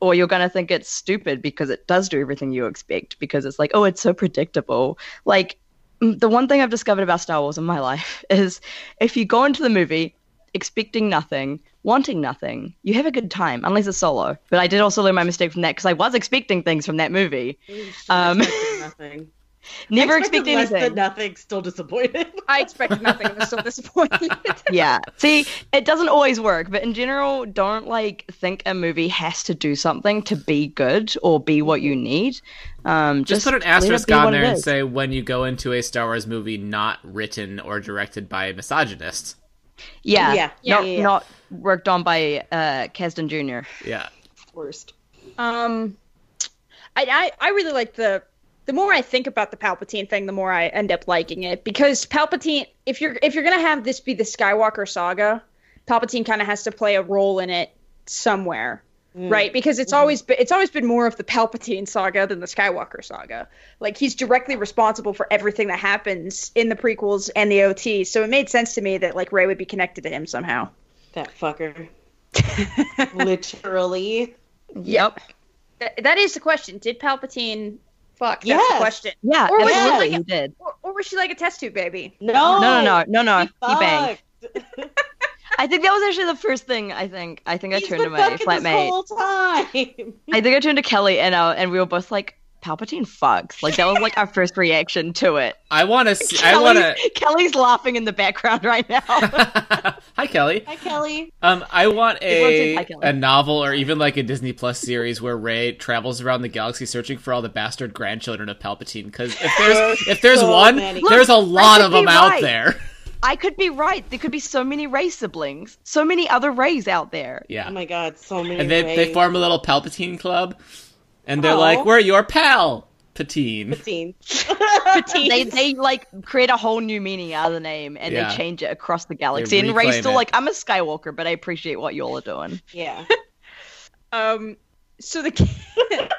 Speaker 2: or you're going to think it's stupid because it does do everything you expect because it's like, oh, it's so predictable. Like, m- the one thing I've discovered about Star Wars in my life is if you go into the movie expecting nothing, wanting nothing, you have a good time, unless it's solo. But I did also learn my mistake from that because I was expecting things from that movie. Um,
Speaker 1: nothing.
Speaker 2: Never
Speaker 1: I
Speaker 2: expect
Speaker 1: expected less than
Speaker 2: anything.
Speaker 1: nothing. Still disappointed.
Speaker 4: I expected nothing. and was still disappointed.
Speaker 2: Yeah. See, it doesn't always work, but in general, don't like think a movie has to do something to be good or be what you need. Um, just,
Speaker 3: Just, put an
Speaker 2: let it
Speaker 3: asterisk
Speaker 2: be
Speaker 3: on
Speaker 2: what
Speaker 3: there
Speaker 2: it
Speaker 3: and
Speaker 2: is.
Speaker 3: say when you go into a Star Wars movie not written or directed by a misogynist.
Speaker 2: yeah,
Speaker 1: Yeah.
Speaker 2: not,
Speaker 1: Yeah, yeah, yeah.
Speaker 2: not worked on by uh, Kasdan Jr.
Speaker 3: Yeah.
Speaker 1: Worst.
Speaker 4: Um, I, I I really like the the more I think about the Palpatine thing, the more I end up liking it because Palpatine. If you're if you're gonna have this be the Skywalker saga, Palpatine kind of has to play a role in it somewhere, right? Because it's always been it's always been more of the Palpatine saga than the Skywalker saga. Like he's directly responsible for everything that happens in the prequels and the OT. So it made sense to me that like Ray would be connected to him somehow.
Speaker 1: That fucker. Literally.
Speaker 2: Yep.
Speaker 4: That, that is the question. Did Palpatine? Fuck. That's the
Speaker 1: Yes.
Speaker 4: question.
Speaker 2: Yeah,
Speaker 4: Or was it
Speaker 2: absolutely.
Speaker 4: like-
Speaker 2: he did.
Speaker 4: Or, or was she like a test tube baby?
Speaker 1: No.
Speaker 2: no, no, no, no, no. He,
Speaker 1: Fuck.
Speaker 2: banged. I think that was actually the first thing. I think. I think I
Speaker 1: He's
Speaker 2: turned to
Speaker 1: been
Speaker 2: my
Speaker 1: fucking
Speaker 2: flatmate.
Speaker 1: this whole time.
Speaker 2: I think I turned to Kelly and uh, and we were both like, Palpatine fucks. Like that was like our first reaction to it.
Speaker 3: I want to. I
Speaker 2: Kelly's,
Speaker 3: want to.
Speaker 2: Kelly's laughing in the background right now.
Speaker 3: Hi, Kelly.
Speaker 1: Hi, Kelly.
Speaker 3: Um, I want
Speaker 2: Everyone say
Speaker 3: a
Speaker 2: hi, Kelly.
Speaker 3: a novel or even like a Disney Plus series where Ray travels around the galaxy searching for all the bastard grandchildren of Palpatine. Because if there's if there's
Speaker 1: So
Speaker 3: one,
Speaker 1: many.
Speaker 3: there's a lot
Speaker 2: could
Speaker 3: of them
Speaker 2: be
Speaker 3: out
Speaker 2: right.
Speaker 3: there.
Speaker 2: I could be right. There could be so many Ray siblings, so many other Rays out there.
Speaker 3: Yeah,
Speaker 1: Oh my god, so many.
Speaker 3: and they they
Speaker 1: ways.
Speaker 3: form a little Palpatine club, and they're
Speaker 1: Oh.
Speaker 3: like, "We're your pal, Patine."
Speaker 1: Scene.
Speaker 2: They they like create a whole new meaning out of the name and
Speaker 3: Yeah.
Speaker 2: they change it across the galaxy. And Ray's
Speaker 3: reclaim
Speaker 2: still
Speaker 3: it.
Speaker 2: like, I'm a Skywalker, but I appreciate what y'all are doing.
Speaker 1: Yeah.
Speaker 4: Um, so the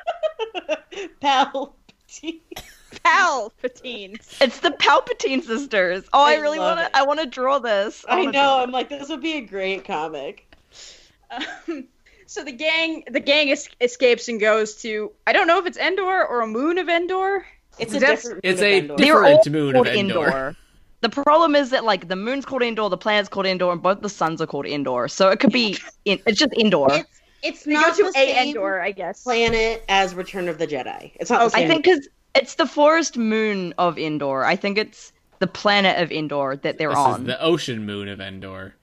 Speaker 1: Palpatine.
Speaker 4: Palpatine.
Speaker 2: It's the Palpatine sisters. Oh, I,
Speaker 1: I
Speaker 2: really
Speaker 1: love
Speaker 2: want
Speaker 1: it.
Speaker 2: to. I want to draw this.
Speaker 1: I
Speaker 2: wanna
Speaker 1: know.
Speaker 2: draw
Speaker 1: I'm like, this would be a great comic.
Speaker 4: Um, so the gang, the gang es- escapes and goes to I don't know if it's Endor or a moon of Endor.
Speaker 1: It's a
Speaker 4: That's-
Speaker 1: different.
Speaker 3: It's
Speaker 1: moon of
Speaker 3: a
Speaker 1: Endor.
Speaker 2: They're
Speaker 3: different
Speaker 2: all
Speaker 3: moon of
Speaker 2: called
Speaker 3: Endor.
Speaker 2: The problem is that like the moon's called Endor, the planet's called Endor, and both the suns are called Endor. So it could be in, it's just Endor.
Speaker 1: It's, it's
Speaker 4: They
Speaker 1: not
Speaker 4: go to
Speaker 1: the
Speaker 4: a
Speaker 1: same
Speaker 4: Endor, I guess.
Speaker 1: planet as Return of the Jedi. It's not. the
Speaker 2: I
Speaker 1: same.
Speaker 2: think because it's the forest moon of Endor. I think it's the planet of Endor that they're
Speaker 3: This is
Speaker 2: on.
Speaker 3: the ocean moon of Endor,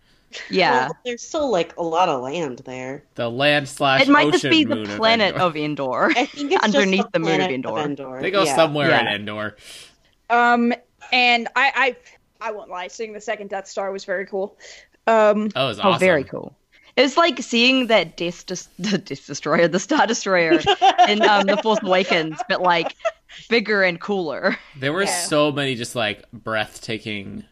Speaker 2: yeah.
Speaker 1: Well, there's still like a lot of land there.
Speaker 3: the land slash
Speaker 2: it might
Speaker 3: ocean
Speaker 2: just be the
Speaker 3: moon
Speaker 2: planet
Speaker 3: of.
Speaker 2: of Endor.
Speaker 1: I think it's
Speaker 2: Underneath
Speaker 1: just
Speaker 2: the moon of
Speaker 1: planet
Speaker 2: Endor.
Speaker 3: Endor. They go somewhere
Speaker 2: Yeah.
Speaker 3: in Endor.
Speaker 4: Um, and I, I, I won't lie. Seeing the second Death Star was very cool. Um,
Speaker 3: Oh, it's
Speaker 2: Oh,
Speaker 3: awesome.
Speaker 2: very cool. It was like seeing that Death, Des- the Death Destroyer, the Star Destroyer in um, The Force Awakens, but like bigger and cooler.
Speaker 3: There were
Speaker 4: Yeah.
Speaker 3: so many just like breathtaking,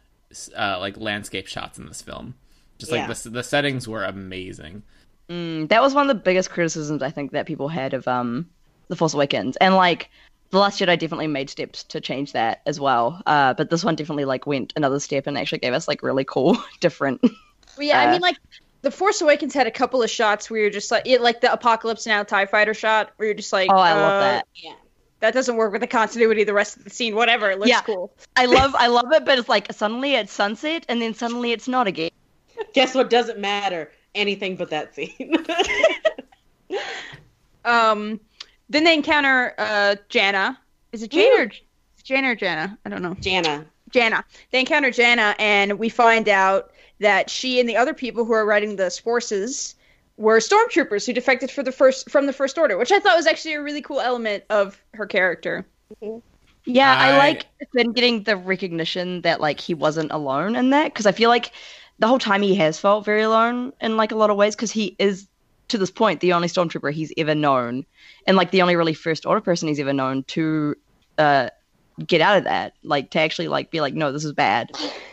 Speaker 3: uh, like landscape shots in this film. Just like
Speaker 1: Yeah.
Speaker 3: the, the settings were amazing.
Speaker 2: Mm, that was one of the biggest criticisms I think that people had of um The Force Awakens. And like The Last Jedi definitely made steps to change that as well. Uh, but this one definitely like went another step and actually gave us like really cool different
Speaker 4: well, yeah, I
Speaker 2: Uh,
Speaker 4: mean, like the Force Awakens had a couple of shots where you're just like, it, like the Apocalypse Now Tie Fighter shot, where you're just like,
Speaker 2: Oh, I
Speaker 4: uh,
Speaker 2: love that.
Speaker 1: Yeah.
Speaker 4: That doesn't work with the continuity of the rest of the scene. Whatever, it looks
Speaker 2: Yeah.
Speaker 4: cool.
Speaker 2: I love I love it, but it's like suddenly it's sunset and then suddenly it's not again.
Speaker 1: Guess what doesn't matter? Anything but that scene.
Speaker 4: Um, then they encounter uh Janna. Is it Jana or Jana or Janna? I don't know.
Speaker 1: Jana.
Speaker 4: Jana. They encounter Jana, and we find out that she and the other people who are riding the forces were stormtroopers who defected for the first from the First Order, which I thought was actually a really cool element of her character.
Speaker 2: Yeah, I,
Speaker 3: I-
Speaker 2: like Finn getting the recognition that like he wasn't alone in that because I feel like the whole time he has felt very alone in like a lot of ways because he is to this point the only stormtrooper he's ever known and like the only really first order person he's ever known to uh get out of that like to actually like be like no this is bad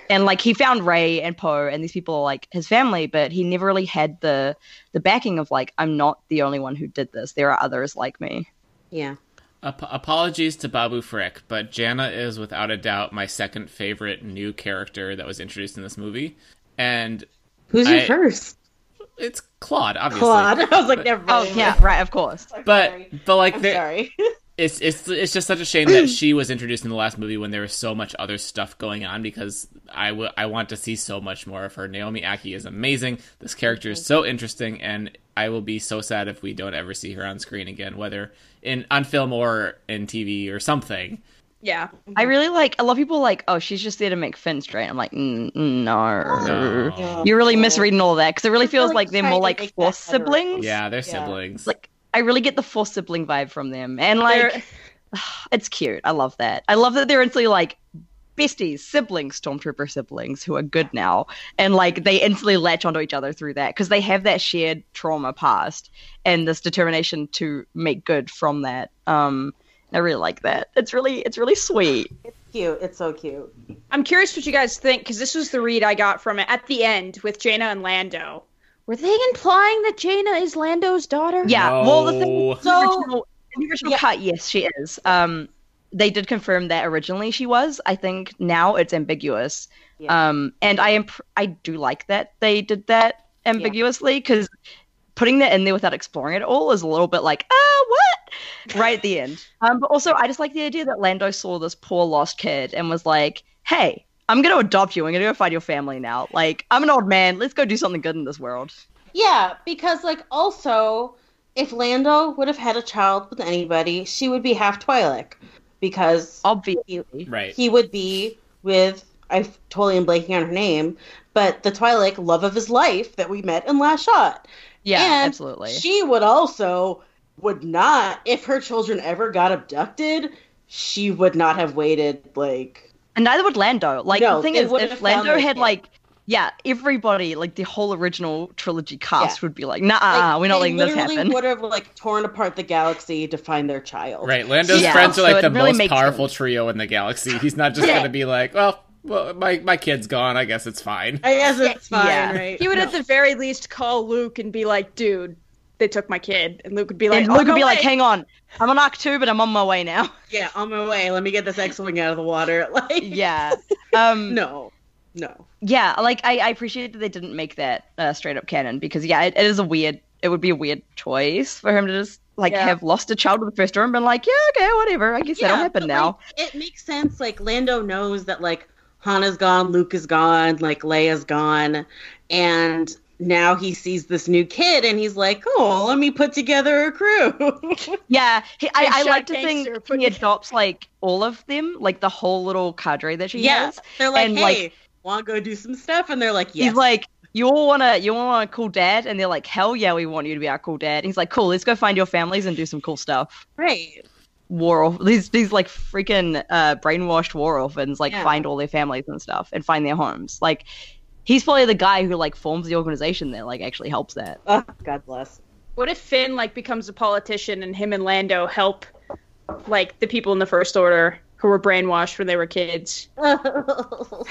Speaker 2: and like he found ray and poe and these people are like his family but he never really had the the backing of like i'm not the only one who did this there are others like me
Speaker 1: Yeah.
Speaker 3: Ap- apologies to Babu Frick, but Jana is without a doubt my second favorite new character that was introduced in this movie, and
Speaker 1: Who's your
Speaker 3: I-
Speaker 1: first?
Speaker 3: it's Claude, obviously.
Speaker 1: Claude. I was like, never
Speaker 2: oh
Speaker 1: mind.
Speaker 2: yeah right of course
Speaker 3: But but like
Speaker 1: I'm
Speaker 3: there-
Speaker 1: sorry.
Speaker 3: it's it's it's just such a shame that she was introduced in the last movie when there was so much other stuff going on because I wa- I want to see so much more of her. Naomi Aki is amazing. This character is so interesting, and I will be so sad if we don't ever see her on screen again, whether in on film or in TV or something.
Speaker 4: Yeah,
Speaker 2: I really like a lot of people are like, oh, she's just there to make Finn straight. I'm like, "Mm, no.
Speaker 3: No.
Speaker 2: You're really misreading all that because it really
Speaker 1: feel
Speaker 2: feels
Speaker 1: like
Speaker 2: like they're
Speaker 1: trying
Speaker 2: more
Speaker 1: to
Speaker 2: like
Speaker 1: make that
Speaker 2: force
Speaker 1: better.
Speaker 2: siblings.
Speaker 3: Yeah, they're
Speaker 1: Yeah.
Speaker 3: siblings.
Speaker 2: Like I really get the force sibling vibe from them, and like
Speaker 4: They're-
Speaker 2: it's cute. I love that. I love that they're instantly like besties, siblings, stormtrooper siblings who are good now, and like they instantly latch onto each other through that because they have that shared trauma past and this determination to make good from that. Um, I really like that. It's really it's really sweet.
Speaker 1: Cute. It's so cute.
Speaker 4: I'm curious what you guys think because this was the read I got from it at the end with Jaina and Lando. Were they implying that Jaina is Lando's daughter?
Speaker 2: Yeah. Well, the thing
Speaker 3: No.
Speaker 2: the
Speaker 1: So-
Speaker 2: original, in the original
Speaker 1: Yeah.
Speaker 2: cut, yes, she is. Um, they did confirm that originally she was. I think now it's ambiguous.
Speaker 1: Yeah.
Speaker 2: Um, and I am pr- I do like that they did that ambiguously because putting that in there without exploring it all is a little bit like ah what right at the end. Um, but also I just like the idea that Lando saw this poor lost kid and was like, hey. I'm gonna adopt you. I'm gonna go find your family now. Like I'm an old man. Let's go do something good in this world.
Speaker 1: Yeah, because like also, if Lando would have had a child with anybody, she would be half Twi'lek because
Speaker 2: Obviously.
Speaker 3: Right.
Speaker 1: he would be with I totally am blanking on her name, but the Twi'lek love of his life that we met in Last Shot.
Speaker 2: Yeah.
Speaker 1: And
Speaker 2: absolutely.
Speaker 1: She would also would not if her children ever got abducted. She would not have waited like
Speaker 2: And neither would Lando. Like
Speaker 1: No,
Speaker 2: the thing
Speaker 1: they
Speaker 2: is,
Speaker 1: wouldn't
Speaker 2: if
Speaker 1: have found
Speaker 2: Lando
Speaker 1: the
Speaker 2: had
Speaker 1: kid.
Speaker 2: like, yeah, everybody, like the whole original trilogy cast would be Ah, like, nah,
Speaker 1: like,
Speaker 2: we're not
Speaker 1: they
Speaker 2: letting this
Speaker 1: literally
Speaker 2: happen.
Speaker 1: Would have like torn apart the galaxy to find their child.
Speaker 3: Right, Lando's
Speaker 2: Yeah,
Speaker 3: friends are
Speaker 2: so
Speaker 3: like
Speaker 2: it
Speaker 3: the
Speaker 2: really
Speaker 3: most
Speaker 2: makes
Speaker 3: powerful trio in the galaxy. He's not just
Speaker 1: Yeah.
Speaker 3: gonna be like, well, well, my my kid's gone. I guess it's fine.
Speaker 1: I guess it's fine.
Speaker 2: Yeah.
Speaker 1: Right.
Speaker 4: He would
Speaker 1: No.
Speaker 4: at the very least call Luke and be like, dude, they took my kid. And Luke would be like,
Speaker 2: And
Speaker 4: "Oh,
Speaker 2: Luke would
Speaker 4: no
Speaker 2: be like,
Speaker 4: way."
Speaker 2: hang on, I'm on Arc 2, but I'm on my way now.
Speaker 1: Yeah, on my way. Let me get this X-wing out of the water. Like,
Speaker 2: yeah. Um,
Speaker 1: no, no.
Speaker 2: Yeah, like I, I appreciate that they didn't make that uh, straight up canon because, yeah, it, it is a weird, it would be a weird choice for him to just like
Speaker 4: Yeah.
Speaker 2: have lost a child with the first door and been like, yeah, okay, whatever. I guess that'll
Speaker 1: Yeah,
Speaker 2: happen
Speaker 1: but,
Speaker 2: now.
Speaker 1: like, it makes sense. Like Lando knows that like Hana's gone, Luke is gone, like Leia's gone, and now he sees this new kid and he's like, "Oh, let me put together a crew."
Speaker 2: Yeah, he,
Speaker 4: Big
Speaker 2: I, I
Speaker 4: shot
Speaker 2: like to think
Speaker 4: gangster,
Speaker 2: he
Speaker 4: put-
Speaker 2: adopts like all of them, like the whole little cadre that she
Speaker 1: yeah,
Speaker 2: has.
Speaker 1: they're like,
Speaker 2: And, like-
Speaker 1: "Hey, want to go do some stuff?" And they're like, "Yes."
Speaker 2: He's like, you all wanna, you all want a cool dad, and they're like, hell yeah, we want you to be our cool dad. And he's like, cool, let's go find your families and do some cool stuff.
Speaker 1: "Great."
Speaker 2: War orph- these these like freaking uh, brainwashed war orphans like
Speaker 1: Yeah.
Speaker 2: find all their families and stuff and find their homes. Like, he's probably the guy who like forms the organization that like actually helps that.
Speaker 1: Oh, God bless.
Speaker 4: What if Finn like becomes a politician and him and Lando help like the people in the First Order who were brainwashed when they were kids?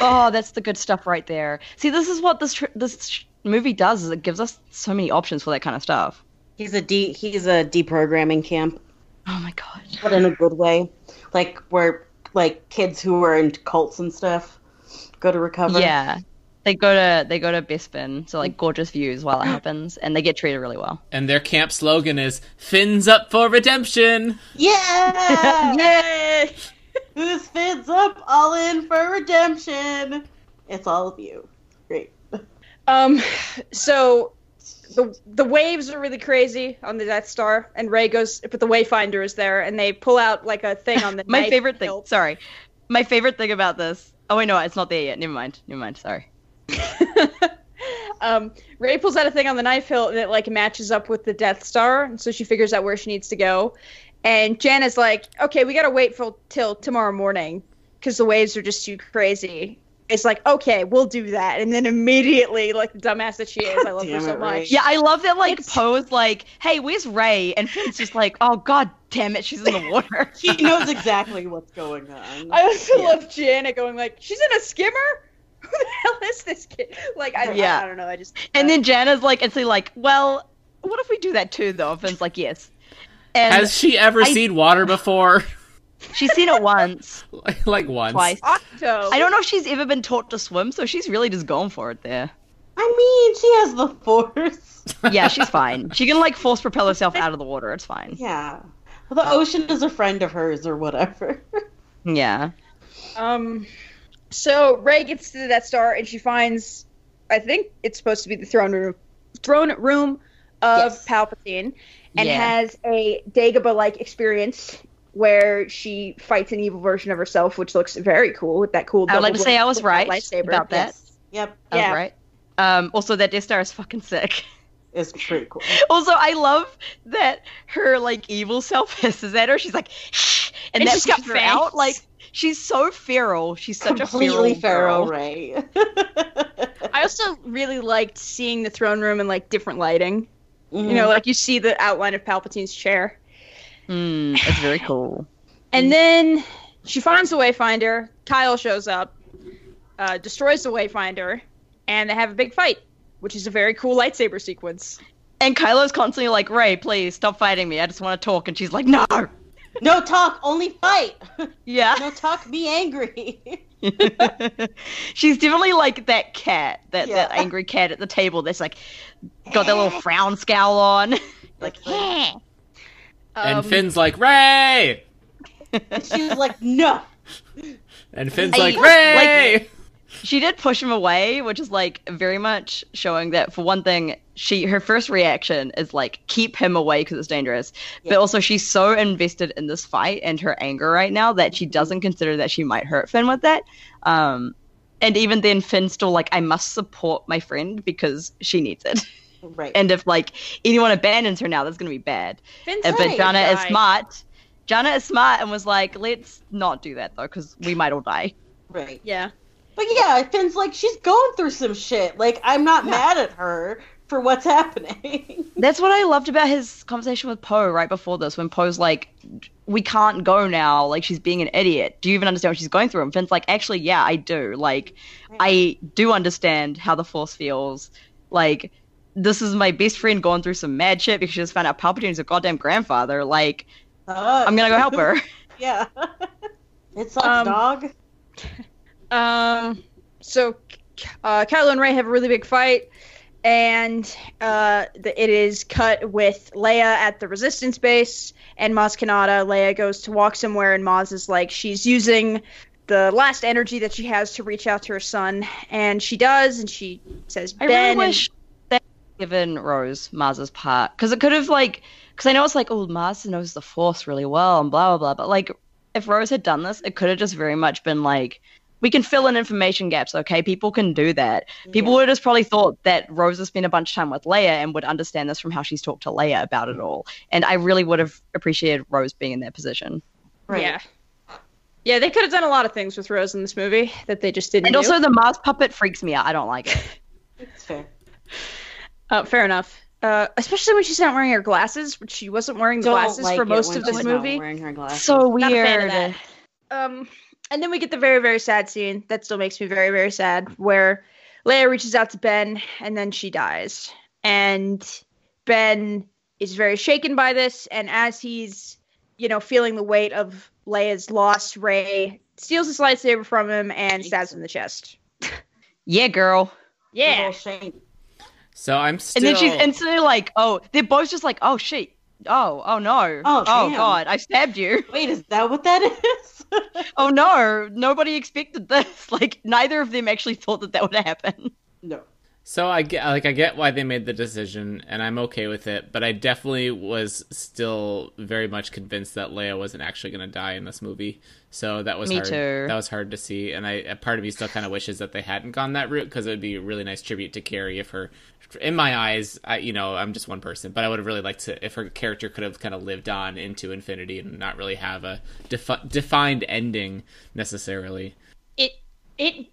Speaker 2: Oh, that's the good stuff right there. See, this is what this tr- this sh- movie does is it gives us so many options for that kind of stuff.
Speaker 1: he's a de- he's a deprogramming camp,
Speaker 2: Oh my god.
Speaker 1: but in a good way, like where like kids who are in cults and stuff go to recover.
Speaker 2: Yeah. They go to they go to Bespin, so like gorgeous views while it happens, and they get treated really well.
Speaker 3: And their camp slogan is "Fins up for redemption."
Speaker 1: Yeah.
Speaker 4: Yay!
Speaker 1: Who's fits up all in for redemption? It's all of you. Great.
Speaker 4: Um, so the the waves are really crazy on the Death Star, and Ray goes, but the Wayfinder is there, and they pull out like a thing on the
Speaker 2: My
Speaker 4: knife
Speaker 2: favorite thing
Speaker 4: hilt.
Speaker 2: sorry. My favorite thing about this Oh wait, no, it's not there yet. Never mind. Never mind. Sorry.
Speaker 4: um, Ray pulls out a thing on the knife hilt that like matches up with the Death Star, and so she figures out where she needs to go. And Jan is like, "Okay, we gotta wait for till tomorrow morning because the waves are just too crazy." It's like, "Okay, we'll do that," and then immediately, like the dumbass that she is, I love her
Speaker 1: Damn
Speaker 4: so
Speaker 1: it, Ray.
Speaker 4: much.
Speaker 2: Yeah, I love that. Like
Speaker 4: It's-
Speaker 2: Poe is like, "Hey, where's Ray?" And Finn's just like, "Oh God, damn it, she's in the water."
Speaker 1: She knows exactly what's going on.
Speaker 4: I also love Janet going like, "She's in a skimmer." Who the hell is this kid? Like, I,
Speaker 2: Yeah.
Speaker 4: I, I don't know. I just
Speaker 2: and then Jana's like, "It's like, well, what if we do that too?" Though And Finn's like, "Yes." And
Speaker 3: Has she ever
Speaker 2: I-
Speaker 3: seen water before?
Speaker 2: she's seen it once,
Speaker 3: like once.
Speaker 2: twice.
Speaker 4: Octo.
Speaker 2: I don't know if she's ever been taught to swim, so she's really just going for it there.
Speaker 1: I mean, she has the force.
Speaker 2: Yeah, she's fine. She can like force propel herself out of the water. It's fine.
Speaker 1: Yeah. Well, the ocean is a friend of hers or whatever.
Speaker 2: Yeah.
Speaker 4: Um, so Ray gets to that star and she finds, I think it's supposed to be the throne room, throne room of
Speaker 1: Yes.
Speaker 4: Palpatine, and
Speaker 2: Yeah.
Speaker 4: has a Dagobah-like experience where she fights an evil version of herself, which looks very cool with that cool.
Speaker 2: I would like to
Speaker 4: double
Speaker 2: say I was right
Speaker 4: blade lightsaber.
Speaker 2: about that.
Speaker 1: Yep.
Speaker 2: I was
Speaker 4: Yeah.
Speaker 2: right. Um, also, that Death Star is fucking sick.
Speaker 1: It's pretty cool.
Speaker 2: Also, I love that her like evil self hisses at her. She's like, "Shh," and,
Speaker 4: And
Speaker 2: that
Speaker 4: she's got
Speaker 2: freaks her out.
Speaker 4: fangs.
Speaker 2: Like she's so feral. She's such
Speaker 1: Completely
Speaker 2: a
Speaker 1: feral,
Speaker 2: feral, girl.
Speaker 1: Ray.
Speaker 4: I also really liked seeing the throne room in like different lighting.
Speaker 1: Mhm.
Speaker 4: You know, like you see the outline of Palpatine's chair.
Speaker 2: Mm, it's very cool.
Speaker 4: And then she finds the Wayfinder. Kyle shows up, uh, destroys the Wayfinder, and they have a big fight, which is a very cool lightsaber sequence.
Speaker 2: And Kylo's constantly like, Ray, please stop fighting me. I just want to talk. And she's like, No.
Speaker 1: no talk, only fight.
Speaker 2: Yeah.
Speaker 1: No talk, be angry.
Speaker 2: she's definitely like that cat, that, that
Speaker 1: Yeah.
Speaker 2: angry cat at the table that's like got that little frown scowl on. like,
Speaker 3: and
Speaker 4: Um,
Speaker 3: Finn's like, Ray!
Speaker 1: She's like, no.
Speaker 3: And Finn's
Speaker 2: I-
Speaker 3: like, Ray!
Speaker 2: she did push him away, which is like very much showing that for one thing, she her first reaction is like keep him away because it's dangerous.
Speaker 1: Yeah.
Speaker 2: But also she's so invested in this fight and her anger right now that she doesn't consider that she might hurt Finn with that. Um, and even then, Finn's still like, I must support my friend because she needs it.
Speaker 1: Right.
Speaker 2: And if like anyone abandons her now, that's gonna be bad.
Speaker 4: Finn's
Speaker 2: Uh, but
Speaker 1: Right.
Speaker 2: Jana is
Speaker 4: Right.
Speaker 2: smart. Jana is smart and was like, let's not do that though because we might all die.
Speaker 1: right.
Speaker 4: Yeah.
Speaker 1: But yeah, Finn's like, she's going through some shit. Like, I'm not mad at her for what's happening.
Speaker 2: That's what I loved about his conversation with Poe right before this, when Poe's like, "We can't go now. Like she's being an idiot. Do you even understand what she's going through?" And Finn's like, "Actually, yeah, I do. Like, I do understand how the Force feels. Like, this is my best friend going through some mad shit because she just found out Palpatine's her goddamn grandfather. Like, I'm gonna go help her."
Speaker 1: Uh, yeah. it sucks,
Speaker 4: Um,
Speaker 1: dog.
Speaker 4: Um, so uh, Kylo and Ray have a really big fight, and uh, the, it is cut with Leia at the Resistance base, and Maz Kanata. Leia goes to walk somewhere, and Maz is like, she's using the last energy that she has to reach out to her son, and she does, and she says,
Speaker 2: I
Speaker 4: "Ben."
Speaker 2: really
Speaker 4: and-
Speaker 2: wish that given Rose Mars's part because it could have like because I know it's like oh Mars knows the Force really well and blah blah blah, but like if Rose had done this, it could have just very much been like we can fill in information gaps. Okay, people can do that. People would have just probably thought that Rose has spent a bunch of time with Leia and would understand this from how she's talked to Leia about it all. And I really would have appreciated Rose being in that position.
Speaker 1: Right.
Speaker 4: Yeah. Yeah, they could have done a lot of things with Rose in this movie that they just didn't.
Speaker 2: And
Speaker 4: do.
Speaker 2: also the Mars puppet freaks me out. I don't like it.
Speaker 1: It's fair.
Speaker 4: Uh, fair enough. Uh, especially when she's not wearing her glasses, which she wasn't wearing the
Speaker 1: Don't
Speaker 4: glasses
Speaker 1: like
Speaker 4: for
Speaker 1: it
Speaker 4: most
Speaker 1: when
Speaker 4: of this
Speaker 1: she's not
Speaker 4: movie.
Speaker 1: wearing her glasses.
Speaker 2: so
Speaker 4: Not a fan
Speaker 2: weird.
Speaker 4: of that. Um, and then we get the very, very sad scene that still makes me very, very sad, where Leia reaches out to Ben and then she dies. And Ben is very shaken by this, and as he's, you know, feeling the weight of Leia's loss, Ray steals his lightsaber from him and stabs him in the chest.
Speaker 2: Yeah, girl.
Speaker 4: Yeah.
Speaker 1: Little Shane.
Speaker 3: So I'm still.
Speaker 2: And then she's instantly like, "Oh, they're both just like, oh shit, oh, oh no,
Speaker 1: Oh, damn.
Speaker 2: god, I stabbed you.
Speaker 1: Wait, is that what that is?
Speaker 2: Oh no, nobody expected this. Like neither of them actually thought that that would happen.
Speaker 1: no.
Speaker 3: So I get like I get why they made the decision, and I'm okay with it. But I definitely was still very much convinced that Leia wasn't actually going to die in this movie. So that was
Speaker 2: Me
Speaker 3: hard.
Speaker 2: too.
Speaker 3: That was hard to see, and I a part of me still kind of wishes that they hadn't gone that route because it would be a really nice tribute to Carrie if her. In my eyes, I you know I'm just one person, but I would have really liked to if her character could have kind of lived on into infinity and not really have a defi- defined ending necessarily.
Speaker 4: it it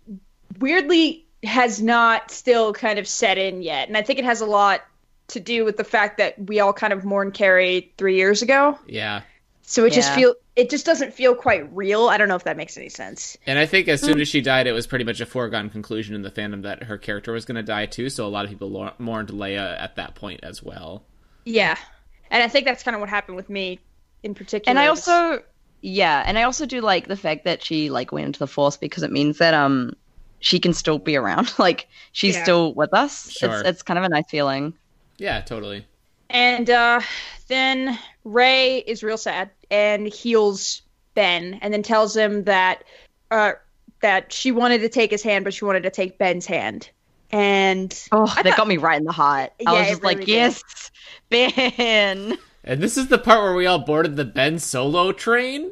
Speaker 4: weirdly has not still kind of set in yet, and I think it has a lot to do with the fact that we all kind of mourned Carrie three years ago.
Speaker 3: Yeah,
Speaker 4: So it just
Speaker 2: Yeah.
Speaker 4: feel it just doesn't feel quite real. I don't know if that makes any sense.
Speaker 3: And I think as soon as she died, it was pretty much a foregone conclusion in the fandom that her character was going to die too. So a lot of people lo- mourned Leia at that point as well.
Speaker 4: Yeah, and I think that's kind of what happened with me in particular.
Speaker 2: and I also yeah, and I also do like the fact that she like went into the force because it means that um she can still be around. Like she's
Speaker 4: Yeah.
Speaker 2: still with us.
Speaker 3: Sure.
Speaker 2: It's it's kind of a nice feeling.
Speaker 3: Yeah, totally.
Speaker 4: and uh, then Ray is real sad and heals Ben, and then tells him that uh, that she wanted to take his hand, but she wanted to take Ben's hand, and.
Speaker 2: Oh, that
Speaker 4: thought-
Speaker 2: got me right in the heart. I
Speaker 4: Yeah,
Speaker 2: was
Speaker 4: it
Speaker 2: just like,
Speaker 4: really did.
Speaker 2: yes, Ben.
Speaker 3: And this is the part where we all boarded the Ben Solo train,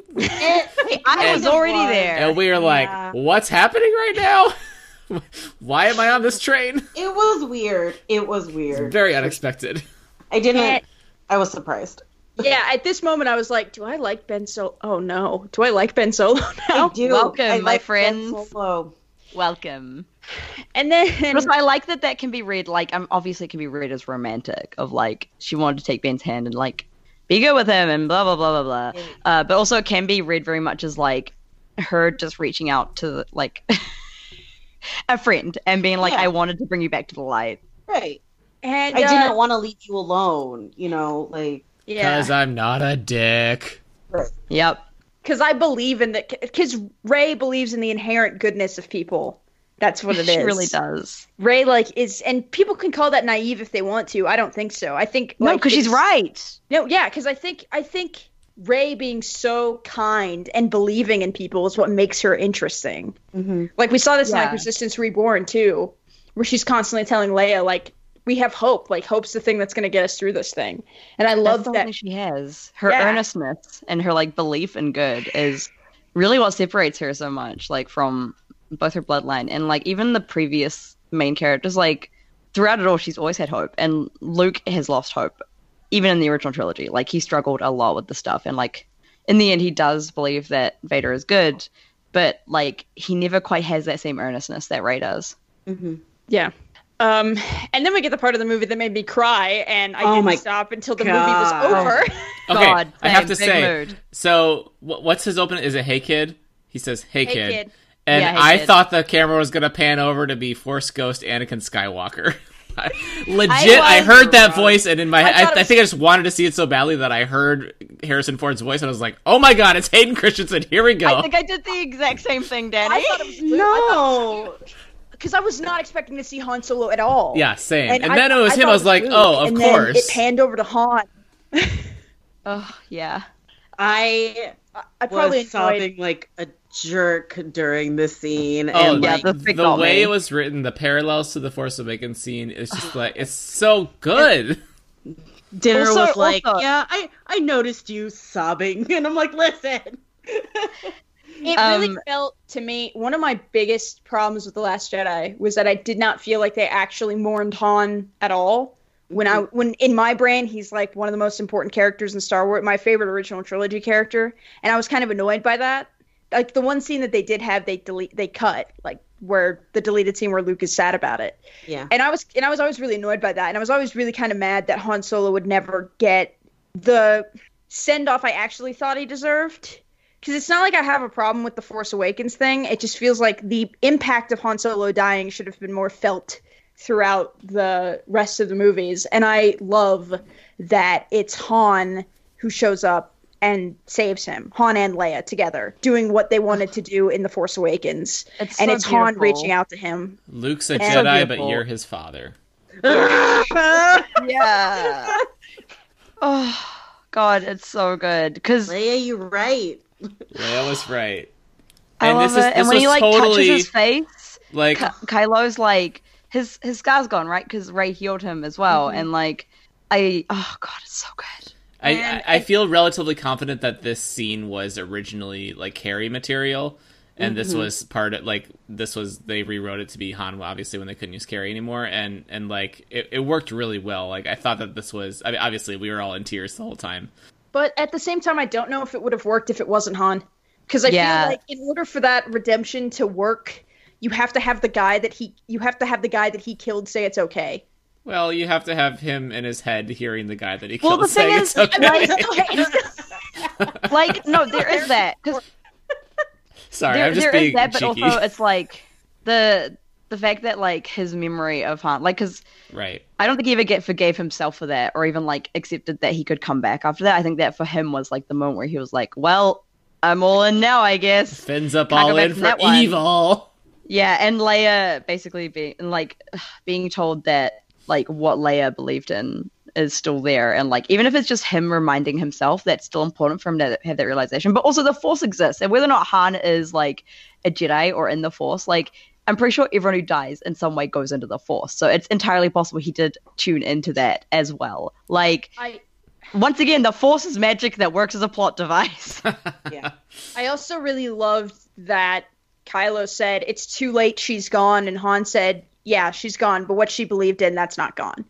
Speaker 2: I was already there.
Speaker 3: and we are like,
Speaker 4: Yeah.
Speaker 3: "What's happening right now? Why am I on this train?"
Speaker 1: It was weird. It was weird.
Speaker 3: Very unexpected.
Speaker 1: I didn't.
Speaker 4: It-
Speaker 1: I was surprised.
Speaker 4: yeah, at this moment I was like, do I like Ben Solo? Oh no, do I like Ben Solo now?
Speaker 1: I do.
Speaker 2: welcome,
Speaker 1: I
Speaker 2: my
Speaker 1: like Ben
Speaker 2: friends.
Speaker 1: Solo.
Speaker 2: Welcome.
Speaker 4: And then
Speaker 2: Also, I like that that can be read like um, obviously it can be read as romantic of like she wanted to take Ben's hand and like be good with him and blah blah blah blah blah. Uh, but also it can be read very much as like her just reaching out to the, like a friend and being like
Speaker 1: Yeah.
Speaker 2: I wanted to bring you back to the light.
Speaker 1: Right.
Speaker 4: and
Speaker 1: I
Speaker 4: uh,
Speaker 1: didn't want to leave you alone. You know, like
Speaker 4: yeah,
Speaker 3: Because I'm not a dick.
Speaker 2: Yep.
Speaker 4: because I believe in the because Ray believes in the inherent goodness of people. That's what it is.
Speaker 2: she really does.
Speaker 4: Ray like is, and people can call that naive if they want to. I don't think so. I think
Speaker 2: No,
Speaker 4: like,
Speaker 2: because she's
Speaker 4: it's-
Speaker 2: right.
Speaker 4: No, yeah, because I think I think Ray being so kind and believing in people is what makes her interesting.
Speaker 1: mhm.
Speaker 4: Like we saw this in like
Speaker 2: Yeah.
Speaker 4: Resistance Reborn too, where she's constantly telling Leia like we have hope. Like hope's the thing that's going to get us through this thing. And I
Speaker 2: That's
Speaker 4: love
Speaker 2: the
Speaker 4: that.
Speaker 2: thing she has. Her
Speaker 4: Yeah.
Speaker 2: earnestness and her like belief in good is really what separates her so much, like from both her bloodline and like even the previous main characters. Like throughout it all, she's always had hope, and Luke has lost hope, even in the original trilogy. Like he struggled a lot with the stuff, and like in the end, he does believe that Vader is good, but like he never quite has that same earnestness that Ray does.
Speaker 1: Mhm.
Speaker 4: Yeah. Um, and then we get the part of the movie that made me cry, and I
Speaker 1: Oh
Speaker 4: didn't
Speaker 1: my
Speaker 4: stop until the
Speaker 1: God.
Speaker 4: movie was over.
Speaker 3: Okay,
Speaker 2: God,
Speaker 3: I have
Speaker 2: same,
Speaker 3: to
Speaker 2: big
Speaker 3: say.
Speaker 2: mood.
Speaker 3: So, wh- what's his open? Is it "Hey Kid"? He says, "Hey,
Speaker 4: Hey,
Speaker 3: kid.
Speaker 4: kid.
Speaker 3: and
Speaker 2: Yeah, Hey
Speaker 3: I
Speaker 2: Kid.
Speaker 3: thought the camera was gonna pan over to be Force Ghost Anakin Skywalker. I- Legit,
Speaker 2: was
Speaker 3: I, heard that
Speaker 2: wrong.
Speaker 3: voice, and in my head,
Speaker 4: thought
Speaker 3: I,
Speaker 4: it
Speaker 3: I
Speaker 4: was-
Speaker 3: think I just wanted to see it so badly that I heard Harrison Ford's voice, and I was like, "Oh my god, it's Hayden Christensen! Here we
Speaker 2: I
Speaker 3: go!"
Speaker 2: think I did the exact same thing, Danny.
Speaker 4: I thought it was
Speaker 1: No.
Speaker 4: because I was not expecting to see Han Solo at all.
Speaker 3: yeah, same. And,
Speaker 4: I-
Speaker 3: then it was
Speaker 4: I
Speaker 3: him.
Speaker 4: thought
Speaker 3: I was like,
Speaker 4: Luke,
Speaker 3: "Oh, of
Speaker 4: and then
Speaker 3: course."
Speaker 4: it panned over to Han.
Speaker 2: Oh yeah.
Speaker 1: I
Speaker 4: I
Speaker 1: was
Speaker 4: probably enjoyed.
Speaker 1: sobbing like a jerk during this scene.
Speaker 3: Oh,
Speaker 1: and
Speaker 2: yeah,
Speaker 1: like,
Speaker 2: the
Speaker 3: the,
Speaker 2: freak
Speaker 3: the
Speaker 2: got
Speaker 3: way
Speaker 2: me.
Speaker 3: it was written, the parallels to the Force Awakens scene, it's just like it's so good.
Speaker 1: dinner
Speaker 2: Also-
Speaker 1: was like,
Speaker 2: also-
Speaker 1: yeah, I I noticed you sobbing, and I'm like, listen.
Speaker 4: It really
Speaker 2: Um,
Speaker 4: felt to me one of my biggest problems with the Last Jedi was that I did not feel like they actually mourned Han at all. When I when in my brain he's like one of the most important characters in Star Wars, my favorite original trilogy character, and I was kind of annoyed by that. Like the one scene that they did have, they delete they cut like where the deleted scene where Luke is sad about it.
Speaker 1: Yeah.
Speaker 4: and I was and I was always really annoyed by that, and I was always really kind of mad that Han Solo would never get the send off I actually thought he deserved. Because it's not like I have a problem with the Force Awakens thing. It just feels like the impact of Han Solo dying should have been more felt throughout the rest of the movies, and I love that it's Han who shows up and saves him, Han and Leia together, doing what they wanted to do in the Force Awakens,
Speaker 2: It's
Speaker 4: and
Speaker 2: so
Speaker 4: it's Han
Speaker 2: beautiful.
Speaker 4: reaching out to him.
Speaker 3: Luke's a
Speaker 4: It's
Speaker 2: so
Speaker 3: Jedi, but
Speaker 2: beautiful.
Speaker 3: you're his father.
Speaker 2: Yeah. oh God, it's so good because
Speaker 1: Leia, you're right.
Speaker 3: Leia was right.
Speaker 2: I
Speaker 3: And
Speaker 2: love
Speaker 3: this is
Speaker 2: it. and
Speaker 3: this
Speaker 2: when he like
Speaker 3: was totally
Speaker 2: touches his face,
Speaker 3: like
Speaker 2: Ky- Kylo's like his his scar's gone, right? Because Ray healed him as well, and like I oh god, it's so good.
Speaker 3: I, I,
Speaker 4: And
Speaker 3: I feel relatively confident that this scene was originally like Harry material, and
Speaker 2: Mm-hmm.
Speaker 3: this was part of like this was they rewrote it to be Han, obviously when they couldn't use Carrie anymore, and and like it, it worked really well. Like I thought that this was I mean, obviously we were all in tears the whole time.
Speaker 4: But at the same time, I don't know if it would have worked if it wasn't Han. Because I
Speaker 2: Yeah.
Speaker 4: feel like in order for that redemption to work, you have to have the guy that he you have to have the guy that he killed say it's okay.
Speaker 3: Well, you have to have him in his head hearing the guy that he
Speaker 2: Well,
Speaker 3: killed.
Speaker 2: the thing
Speaker 3: saying
Speaker 2: is,
Speaker 3: it's okay.
Speaker 2: like, like no, there is that because
Speaker 3: sorry,
Speaker 2: there,
Speaker 3: I'm just
Speaker 2: there
Speaker 3: being
Speaker 2: is that, but
Speaker 3: cheeky.
Speaker 2: also it's like the the fact that like his memory of Han, like because
Speaker 3: right.
Speaker 2: I don't think he ever get forgave himself for that, or even like accepted that he could come back after that. I think that for him was like the moment where he was like, "Well, I'm all in now, I guess."
Speaker 3: Fins up
Speaker 2: Can't go
Speaker 3: all
Speaker 2: back
Speaker 3: in
Speaker 2: from
Speaker 3: for
Speaker 2: that one.
Speaker 3: evil.
Speaker 2: Yeah, and Leia basically being and, like being told that like what Leia believed in is still there, and like even if it's just him reminding himself, that's still important for him to have that realization. But also, the Force exists, and whether or not Han is like a Jedi or in the Force, like. I'm pretty sure everyone who dies in some way goes into the force. So it's entirely possible he did tune into that as well. Like
Speaker 4: I
Speaker 2: once again, the force is magic that works as a plot device.
Speaker 1: Yeah.
Speaker 4: I also really loved that Kylo said it's too late, she's gone, and Han said, Yeah, she's gone, but what she believed in, that's not gone.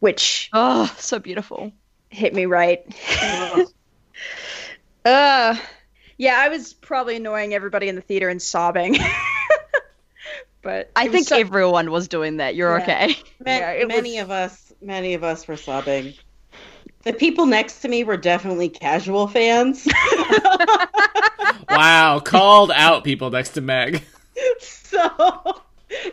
Speaker 4: Which
Speaker 2: oh, so beautiful.
Speaker 4: hit me right. uh, yeah, I was probably annoying everybody in the theater and sobbing. but
Speaker 2: I
Speaker 4: it was
Speaker 2: think
Speaker 4: so-
Speaker 2: everyone was doing that. You're
Speaker 4: Yeah.
Speaker 2: okay.
Speaker 1: Ma-
Speaker 4: Yeah, it
Speaker 1: many
Speaker 4: was-
Speaker 1: of us, many of us were sobbing. The people next to me were definitely casual fans.
Speaker 3: Wow, called out people next to Meg.
Speaker 1: so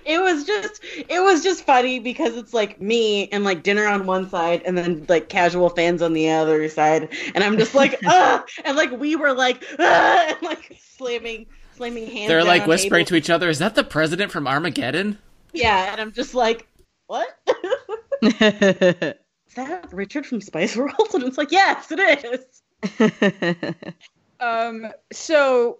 Speaker 1: it was just it was just funny because it's like me and like dinner on one side and then like casual fans on the other side and I'm just like ah and like we were like ah and like slamming slamming hands
Speaker 3: They're
Speaker 1: down
Speaker 3: like
Speaker 1: on
Speaker 3: whispering
Speaker 1: tables.
Speaker 3: to each other, "Is that the president from Armageddon?"
Speaker 1: yeah and I'm just like what is that Richard from Spice World and it's like yes it is
Speaker 4: Um, so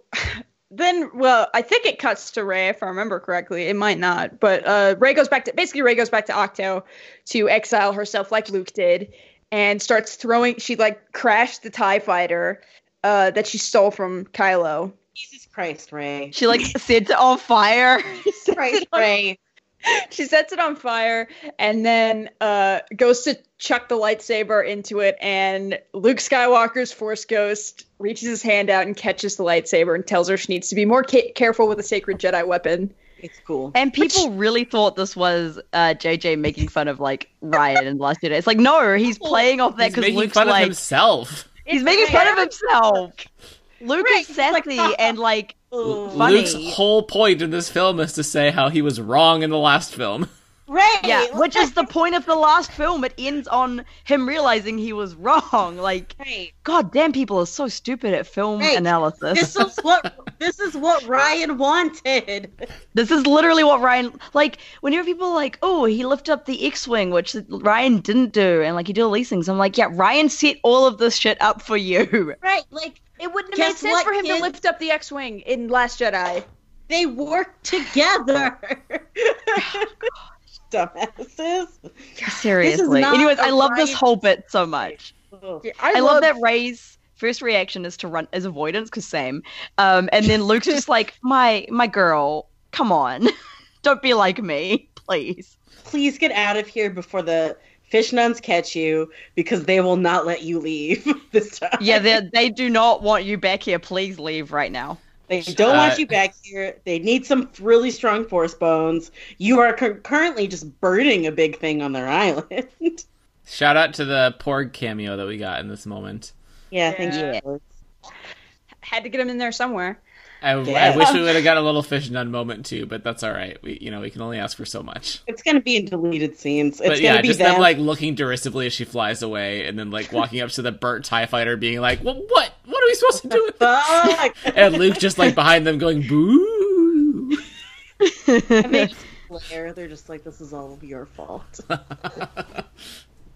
Speaker 4: then, well, I think it cuts to Ray if I remember correctly. It might not, but uh, Ray goes back to basically Ray goes back to Octo to exile herself like Luke did, and starts throwing. She like crashed the Tie Fighter uh, that she stole from Kylo.
Speaker 1: Jesus Christ Ray
Speaker 2: she like sets it on fire.
Speaker 1: Jesus Christ Ray
Speaker 4: she sets it on fire and then uh, goes to chuck the lightsaber into it. And Luke Skywalker's Force Ghost reaches his hand out and catches the lightsaber and tells her she needs to be more ca- careful with the sacred Jedi weapon.
Speaker 1: it's cool
Speaker 2: And people really thought this was uh, JJ making fun of like Ryan and Last Jedi. It's like no, he's playing off that
Speaker 3: He's
Speaker 2: because
Speaker 3: making
Speaker 2: Luke's
Speaker 3: fun of
Speaker 2: like
Speaker 3: himself.
Speaker 2: he's making fun of himself. Luke
Speaker 1: Right,
Speaker 2: is
Speaker 1: he's like,
Speaker 2: sassy and like
Speaker 1: Ooh.
Speaker 2: funny.
Speaker 3: Luke's whole point in this film is to say how he was wrong in the last film.
Speaker 1: Ray
Speaker 2: yeah, which is the point of the last film. It ends on him realizing he was wrong. Like
Speaker 1: Ray
Speaker 2: God damn, people are so stupid at film
Speaker 1: Hey,
Speaker 2: analysis. This,
Speaker 1: this is what this is what Ryan wanted.
Speaker 2: is literally what Ryan like. Whenever people are like, oh, he lifted up the X-wing, which Ryan didn't do, and like he did all these things. I'm like, yeah, Ryan set all of this shit up for you.
Speaker 1: Right, like
Speaker 4: It wouldn't
Speaker 1: Guess
Speaker 4: have made sense
Speaker 1: what,
Speaker 4: for him
Speaker 1: kids?
Speaker 4: to lift up the X-wing in Last Jedi.
Speaker 1: they work together. Dumbasses.
Speaker 2: Seriously.
Speaker 1: not
Speaker 2: Anyways, I
Speaker 1: a
Speaker 2: love this
Speaker 1: Ryan-
Speaker 2: whole bit so much.
Speaker 1: Ugh.
Speaker 2: I love that Ray's first reaction is to run is avoidance because same, um, and then Luke's just like, my my girl, come on, don't be like me, please.
Speaker 1: Please get out of here before the fish nuns catch you because they will not let you leave this time.
Speaker 2: Yeah, they they do not want you back here. Please leave right now.
Speaker 1: they don't want
Speaker 3: Uh,
Speaker 1: you back here. They need some really strong force bones. You are cur- currently just burning a big thing on their island.
Speaker 3: Shout out to the Porg cameo that we got in this moment.
Speaker 1: yeah, thank
Speaker 4: Yeah.
Speaker 1: you.
Speaker 4: had to get him in there somewhere.
Speaker 3: I, I
Speaker 1: Yeah.
Speaker 3: wish we would have got a little fish nun moment too, but that's all right. We you know we can only ask for so much.
Speaker 1: It's gonna be in deleted scenes. It's
Speaker 3: But
Speaker 1: gonna
Speaker 3: yeah,
Speaker 1: be
Speaker 3: just
Speaker 1: them.
Speaker 3: them like looking derisively as she flies away, and then like walking up to the burnt Tie Fighter, being like, "Well, what? What are we supposed to do with this?"
Speaker 1: Fuck!
Speaker 3: And Luke just like behind them, going, "Boo."
Speaker 1: And they just glare. They're just like, this is all your fault.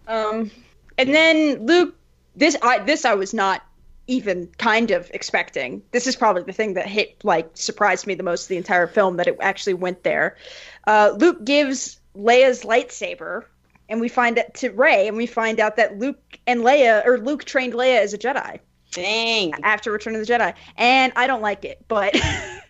Speaker 4: Um, and then Luke, this I this I was not even kind of expecting. This is probably the thing that hit like surprised me the most of the entire film that it actually went there. Uh, Luke gives Leia's lightsaber, and we find that to Ray, and we find out that Luke and Leia, or Luke trained Leia as a Jedi
Speaker 1: Dang.
Speaker 4: after Return of the Jedi, and I don't like it, but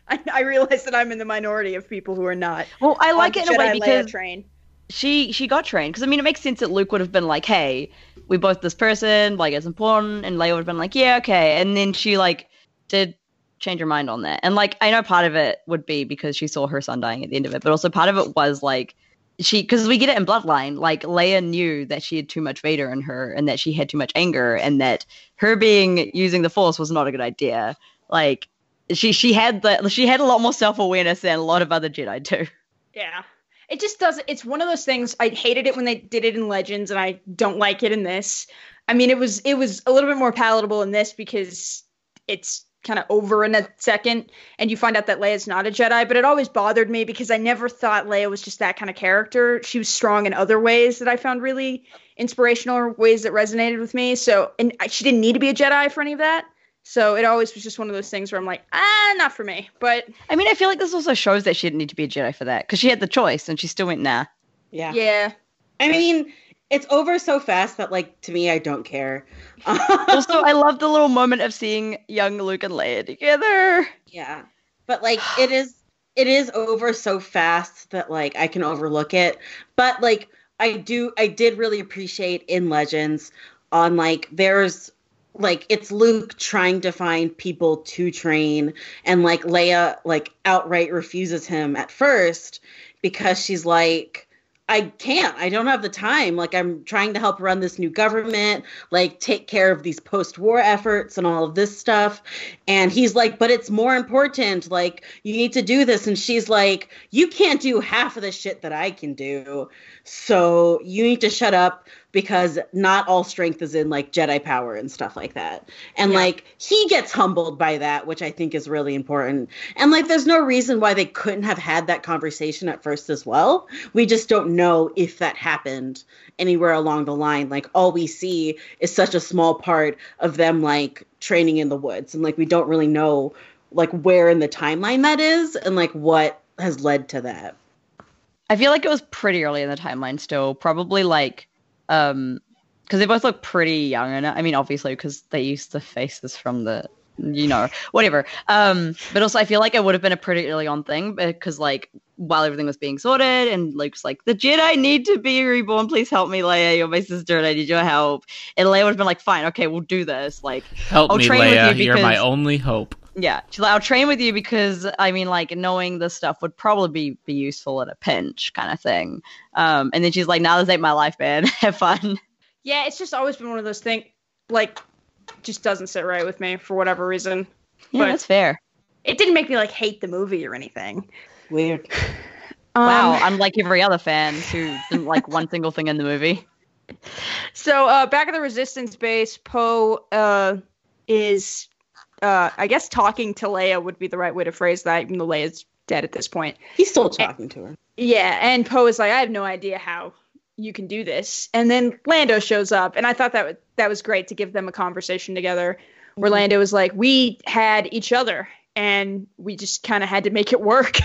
Speaker 4: I, I realize that I'm in the minority of people who are not.
Speaker 2: Well, I like
Speaker 4: on
Speaker 2: it
Speaker 4: the
Speaker 2: in a way
Speaker 4: Jedi
Speaker 2: because
Speaker 4: Leia train.
Speaker 2: she she got trained because I mean it makes sense that Luke would have been like, hey, we both this person, like it's important, and Leia would have been like, yeah, okay, and then she like did change her mind on that, and like I know part of it would be because she saw her son dying at the end of it, but also part of it was like she because we get it in Bloodline, like Leia knew that she had too much Vader in her and that she had too much anger and that her being using the Force was not a good idea, like. She she had the she had a lot more self awareness than a lot of other Jedi do.
Speaker 4: Yeah. It just doesn't it's one of those things I hated it when they did it in Legends and I don't like it in this. I mean it was it was a little bit more palatable in this because it's kind of over in a second and you find out that Leia's not a Jedi, but it always bothered me because I never thought Leia was just that kind of character. She was strong in other ways that I found really inspirational or ways that resonated with me. So and I- she didn't need to be a Jedi for any of that. So it always was just one of those things where I'm like, ah, not for me. But
Speaker 2: I mean, I feel like this also shows that she didn't need to be a Jedi for that because she had the choice and she still went nah.
Speaker 1: Yeah.
Speaker 4: yeah.
Speaker 1: I mean, it's over so fast that, like, to me, I don't care.
Speaker 2: Also, I love the little moment of seeing young Luke and Leia together.
Speaker 1: yeah. But like, it is it is over so fast that like I can overlook it. But like, I do I did really appreciate in Legends on like there's like it's Luke trying to find people to train and like Leia like outright refuses him at first because she's like I can't. I don't have the time. Like I'm trying to help run this new government, like take care of these post-war efforts and all of this stuff. And he's like, "But it's more important. Like you need to do this." And she's like, "You can't do half of the shit that I can do. So you need to shut up because not all strength is in like Jedi power and stuff like that." And like he gets humbled by that, which I think is really important. And like there's no reason why they couldn't have had that conversation at first as well we just don't know if that happened anywhere along the line like all we see is such a small part of them like training in the woods and like we don't really know like where in the timeline that is and like what has led to that
Speaker 2: I feel like it was pretty early in the timeline still, probably like, um, because they both look pretty young. And I mean, obviously, because they used the faces from the, you know, whatever. Um, but also, I feel like it would have been a pretty early on thing because like while everything was being sorted and Luke's like, the Jedi need to be reborn. Please help me, Leia. You're my sister and I need your help. And Leia would have been like, fine, okay, we'll do this. Like,
Speaker 3: Help
Speaker 2: I'll
Speaker 3: me,
Speaker 2: train with
Speaker 3: Leia.
Speaker 2: you
Speaker 3: You are my
Speaker 2: because-
Speaker 3: only hope.
Speaker 2: yeah, she's like, I'll train with you because I mean, like, knowing this stuff would probably be, be useful at a pinch, kind of thing. Um, and then she's like, "Now nah, this ain't my life, man. Have fun."
Speaker 4: Yeah, it's just always been one of those things, like, just doesn't sit right with me for whatever reason.
Speaker 2: Yeah,
Speaker 4: Right.
Speaker 2: that's fair.
Speaker 4: It didn't make me, like, hate the movie or anything.
Speaker 1: weird
Speaker 2: wow,
Speaker 4: Um,
Speaker 2: unlike every other fan who didn't like one single thing in the movie.
Speaker 4: So, uh, back at the Resistance base, Poe uh, is, uh, I guess, talking to Leia would be the right way to phrase that, even though Leia's dead at this point.
Speaker 1: he's still talking to her
Speaker 4: Yeah, and Poe is like, I have no idea how you can do this. And then Lando shows up, and I thought that was, that was great to give them a conversation together. Where Lando was like, we had each other, and we just kind of had to make it work,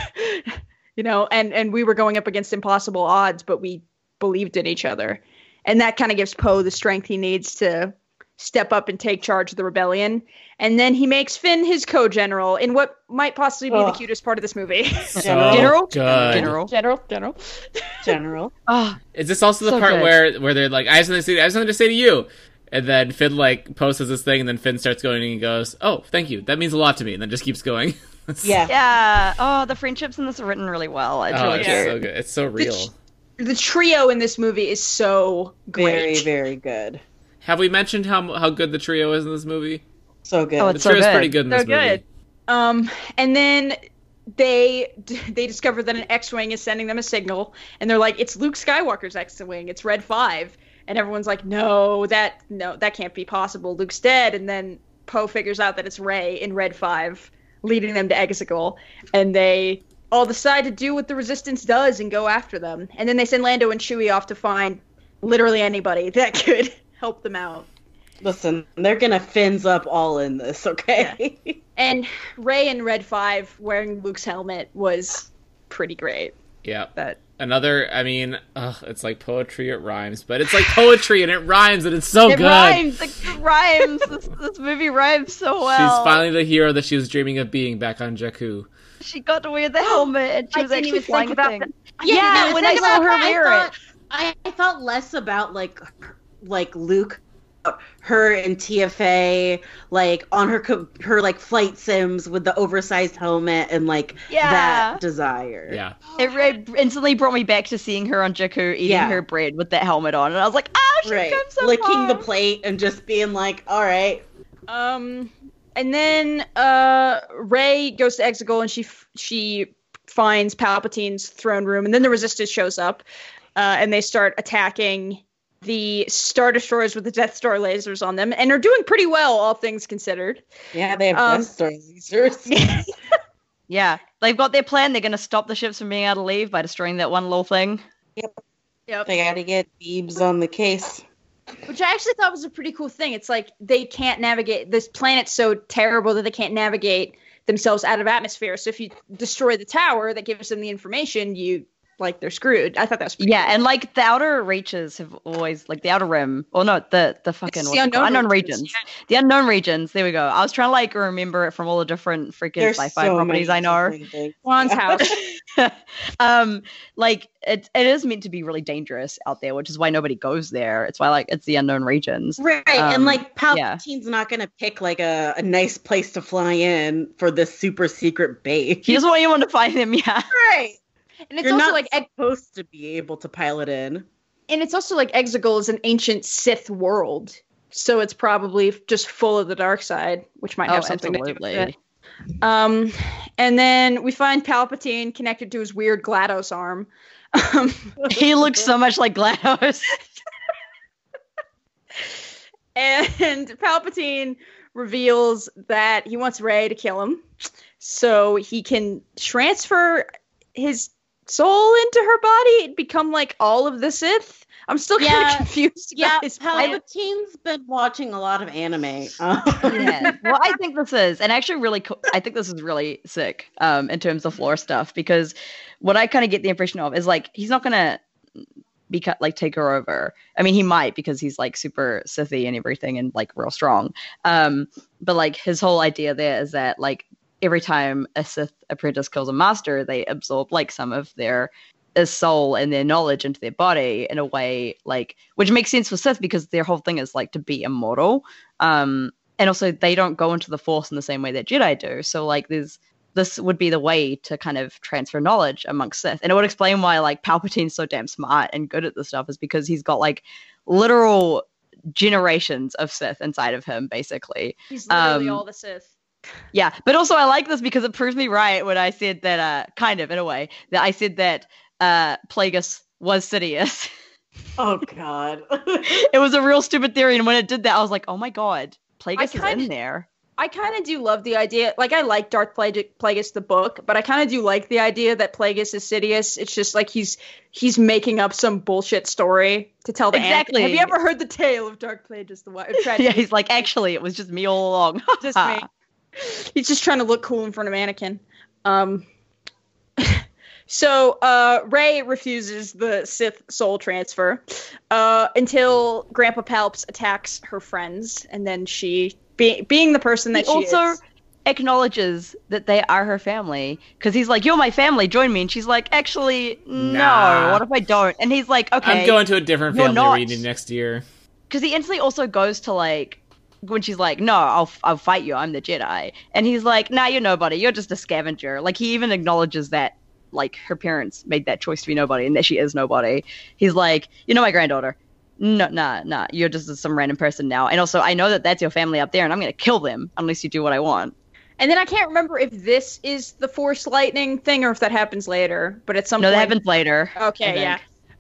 Speaker 4: you know. And and we were going up against impossible odds, but we believed in each other, and that kind of gives Poe the strength he needs to step up and take charge of the rebellion. And then he makes Finn his co-general in what might possibly be the
Speaker 1: Ugh.
Speaker 4: cutest part of this movie.
Speaker 3: So
Speaker 2: General?
Speaker 3: good.
Speaker 2: General.
Speaker 4: general, general.
Speaker 1: general
Speaker 2: Oh,
Speaker 3: Is this also the
Speaker 2: So
Speaker 3: part
Speaker 2: good.
Speaker 3: where where they're like, I have something to say, I have something to say to you, and then Finn like posts this thing, and then Finn starts going and he goes, Oh, thank you, that means a lot to me, and then just keeps going.
Speaker 1: yeah
Speaker 2: yeah. Oh, the friendships in this are written really well. It's
Speaker 3: oh,
Speaker 2: really
Speaker 3: it's
Speaker 2: cute.
Speaker 3: so good. It's so real.
Speaker 4: the trio in this movie is so
Speaker 1: very
Speaker 4: great.
Speaker 1: very good
Speaker 3: Have we mentioned how how good the trio is in this movie?
Speaker 1: so good
Speaker 2: Oh,
Speaker 3: The
Speaker 2: it's so
Speaker 3: trio's
Speaker 2: good.
Speaker 3: pretty good in
Speaker 4: So
Speaker 3: this movie.
Speaker 4: good. Um, and then they they discover that an X-wing is sending them a signal, and they're like, "It's Luke Skywalker's X-wing. It's Red 5. And everyone's like, "No, that no, that can't be possible. Luke's dead." And then Poe figures out that it's Ray in Red Five, leading them to Exegol, and they all decide to do what the Resistance does and go after them. And then they send Lando and Chewie off to find literally anybody that could help them out.
Speaker 1: listen they're gonna fins up all in this okay
Speaker 4: And Ray in Red Five wearing Luke's helmet was pretty great.
Speaker 3: Yeah,
Speaker 4: That
Speaker 3: Another, I mean, ugh, it's like poetry. It rhymes, but it's like poetry and it rhymes and it's so
Speaker 2: it
Speaker 3: good.
Speaker 2: rhymes. It, it rhymes. this, this movie rhymes so well.
Speaker 3: She's finally the hero that she was dreaming of being back on Jakku.
Speaker 2: She got to wear the helmet and she
Speaker 1: I
Speaker 2: was
Speaker 1: didn't
Speaker 2: actually
Speaker 1: even
Speaker 2: flying
Speaker 1: think
Speaker 2: a
Speaker 1: about
Speaker 2: thing.
Speaker 1: that.
Speaker 2: Yeah, when I
Speaker 1: think
Speaker 2: saw
Speaker 1: about
Speaker 2: her
Speaker 1: that, I
Speaker 2: wear
Speaker 1: thought- I, I felt less about like her- like Luke, uh, her and TFA like on her co- her like flight sims with the oversized helmet and like
Speaker 2: Yeah.
Speaker 1: that desire.
Speaker 3: Yeah,
Speaker 2: It
Speaker 4: Oh,
Speaker 2: re- instantly brought me back to seeing her on Jakku eating
Speaker 1: Oh, Yeah.
Speaker 2: her bread with that helmet on, and I was like, "Oh, she's
Speaker 1: Right,
Speaker 2: come so
Speaker 1: licking
Speaker 2: far."
Speaker 1: the plate and just being like, "All right,
Speaker 4: Um, and then uh, Ray goes to Exegol and she f- she finds Palpatine's throne room, and then the Resistance shows up, uh, and they start attacking the Star Destroyers with the Death Star lasers on them, and are doing pretty well, all things considered.
Speaker 1: yeah, they have
Speaker 4: Um,
Speaker 1: Death Star lasers."
Speaker 2: Yeah, they've got their plan. They're going to stop the ships from being able to leave by destroying that one little thing.
Speaker 1: they got to get Beebs on the case.
Speaker 4: Which I actually thought was a pretty cool thing. It's like they can't navigate this planet's so terrible that they can't navigate themselves out of atmosphere. So if you destroy the tower that gives them the information, you like they're screwed. I thought that was pretty
Speaker 2: Yeah, and like the outer reaches have always like the outer rim, or no, the the fucking
Speaker 4: the
Speaker 2: what's it called?
Speaker 4: unknown
Speaker 2: unknown
Speaker 4: regions.
Speaker 2: regions. The unknown regions. There we go. I was trying to like remember it from all the different freaking
Speaker 1: There's
Speaker 2: sci-fi
Speaker 1: so
Speaker 2: properties I
Speaker 1: many
Speaker 2: know.
Speaker 1: different things.
Speaker 4: Juan's
Speaker 1: Yeah.
Speaker 4: house.
Speaker 2: um like it, it is meant to be really dangerous out there which is why nobody goes there it's why like it's the unknown regions
Speaker 1: Right, and
Speaker 2: Um,
Speaker 1: like
Speaker 2: yeah.
Speaker 1: Palpatine's not gonna pick like a, a nice place to fly in for this super secret base.
Speaker 2: he doesn't want anyone to find them yeah
Speaker 1: right.
Speaker 4: And it's
Speaker 1: You're
Speaker 4: also
Speaker 1: not
Speaker 4: like Ex-
Speaker 1: supposed to be able to pilot in.
Speaker 4: and it's also like Exegol is an ancient Sith world, so it's probably f- just full of the dark side, which might
Speaker 2: oh
Speaker 4: have something
Speaker 2: absolutely
Speaker 4: to do with it. Um, and then we find Palpatine connected to his weird Glados arm. Um,
Speaker 2: he looks so much like glados
Speaker 4: and Palpatine reveals that he wants Rey to kill him, so he can transfer his soul into her body and become like all of the Sith. I'm still kind of
Speaker 1: Yeah.
Speaker 4: confused. about
Speaker 1: Yeah,
Speaker 4: his plan.
Speaker 1: Palpatine's been watching a lot of anime. Um,
Speaker 2: yeah. Well, I think this is, and actually, really, co- I think this is really sick um, in terms of lore stuff because what I kind of get the impression of is like he's not gonna be cut like take her over. I mean, he might because he's like super Sithy and everything, and like real strong. Um, but like his whole idea there is that like every time a Sith apprentice kills a master, they absorb like some of their uh, soul and their knowledge into their body in a way like which makes sense for Sith because their whole thing is like to be immortal. Um, and also they don't go into the force in the same way that jedi do so like there's this would be the way to kind of transfer knowledge amongst sith and it would explain why like palpatine's so damn smart and good at this stuff is because he's got like literal generations of sith inside of him basically
Speaker 4: He's literally
Speaker 2: Um,
Speaker 4: all the Sith.
Speaker 2: yeah but also i like this because it proves me right when i said that uh kind of in a way that i said that uh plagueis was sidious
Speaker 1: oh god.
Speaker 2: it was a real stupid theory and when it did that i was like oh my god plagueis is
Speaker 4: kinda-
Speaker 2: in there
Speaker 4: I kind of do love the idea. Like, I like Darth Plague- Plagueis the book, but I kind of do like the idea that Plagueis is Sidious. It's just like he's he's making up some bullshit story to tell the Anakin-
Speaker 2: Exactly.
Speaker 4: Have you ever heard the tale of Dark Plagueis the Wise?
Speaker 2: yeah he's like actually it was just me all along
Speaker 4: just me. He's just trying to look cool in front of Anakin. Um, so uh, Ray refuses the Sith soul transfer uh, until Grandpa Palps attacks her friends, and then she, be- being the person that
Speaker 2: he
Speaker 4: she
Speaker 2: also
Speaker 4: is,
Speaker 2: acknowledges that they are her family because he's like, "You're my family, join me," and she's like, "Actually,
Speaker 3: Nah.
Speaker 2: no. What if I don't?" And he's like, "Okay,"
Speaker 3: I'm going to a different
Speaker 2: You're
Speaker 3: family
Speaker 2: not.
Speaker 3: reunion next year.
Speaker 2: because he instantly also goes to like when she's like, "No, I'll I'll fight you. I'm the Jedi," and he's like, "Nah, you're nobody. You're just a scavenger." Like he even acknowledges that. Like her parents made that choice to be nobody, and that she is nobody. He's like, you know, my granddaughter. No, nah, nah. You're just some random person now. And also, I know that that's your family up there, and I'm gonna kill them unless you do what I want.
Speaker 4: And then I can't remember if this is the Force lightning thing or if that happens later, but at some
Speaker 2: No, that
Speaker 4: point.
Speaker 2: happens later.
Speaker 4: Okay, yeah.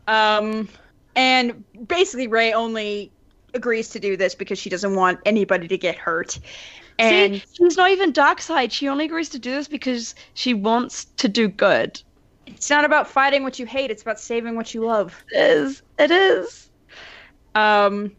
Speaker 2: I
Speaker 4: Um, and basically, Ray only agrees to do this because she doesn't want anybody to get hurt. And
Speaker 2: See, she's not even dark side. She only agrees to do this because she wants to do good.
Speaker 4: it's not about fighting what you hate; it's about saving what you love.
Speaker 2: It is. It is.
Speaker 4: Um,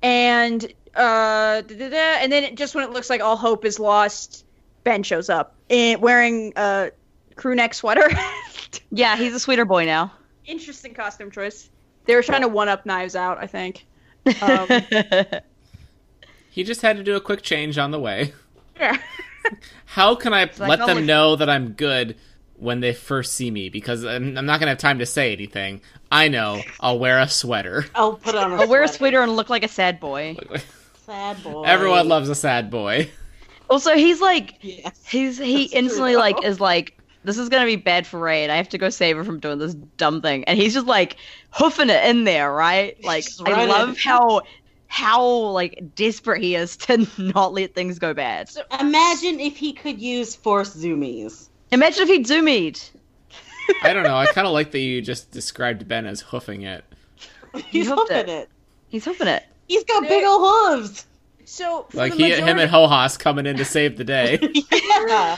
Speaker 4: and uh, da-da-da, and then it, just when it looks like all hope is lost, Ben shows up in, wearing a crew neck sweater.
Speaker 2: Yeah, he's a sweeter boy now.
Speaker 4: Interesting costume choice. They were trying to one up Knives Out, I think. Um,
Speaker 3: He just had to do a quick change on the way.
Speaker 4: yeah.
Speaker 3: How can I
Speaker 2: like,
Speaker 3: let
Speaker 2: oh,
Speaker 3: them
Speaker 2: look-
Speaker 3: know that I'm good when they first see me? Because I'm, I'm not gonna have time to say anything. I know. I'll wear a sweater.
Speaker 1: I'll put on a
Speaker 2: I'll wear a sweater and look like a sad boy.
Speaker 1: Sad boy.
Speaker 3: Everyone loves a sad boy.
Speaker 2: Also, he's like
Speaker 1: Yes.
Speaker 2: he's he
Speaker 1: That's true,
Speaker 2: instantly
Speaker 1: though.
Speaker 2: like is like this is gonna be bad for Ray, and I have to go save her from doing this dumb thing. And he's just like hoofing it in there, right? Like
Speaker 1: Just
Speaker 2: I
Speaker 1: running.
Speaker 2: love how how like desperate he is to not let things go bad.
Speaker 1: Imagine if he could use force zoomies.
Speaker 2: Imagine if he zoomed.
Speaker 3: I don't know. I kind of like that you just described Ben as hoofing it.
Speaker 1: He's
Speaker 2: hooked
Speaker 1: hoofing
Speaker 2: it.
Speaker 1: it.
Speaker 2: He's hoofing it.
Speaker 1: He's got
Speaker 4: There-
Speaker 1: big ol' hooves.
Speaker 4: So for
Speaker 3: Like
Speaker 4: the
Speaker 3: he,
Speaker 4: majority,
Speaker 3: him and Hohas coming in to save the day.
Speaker 1: Yeah.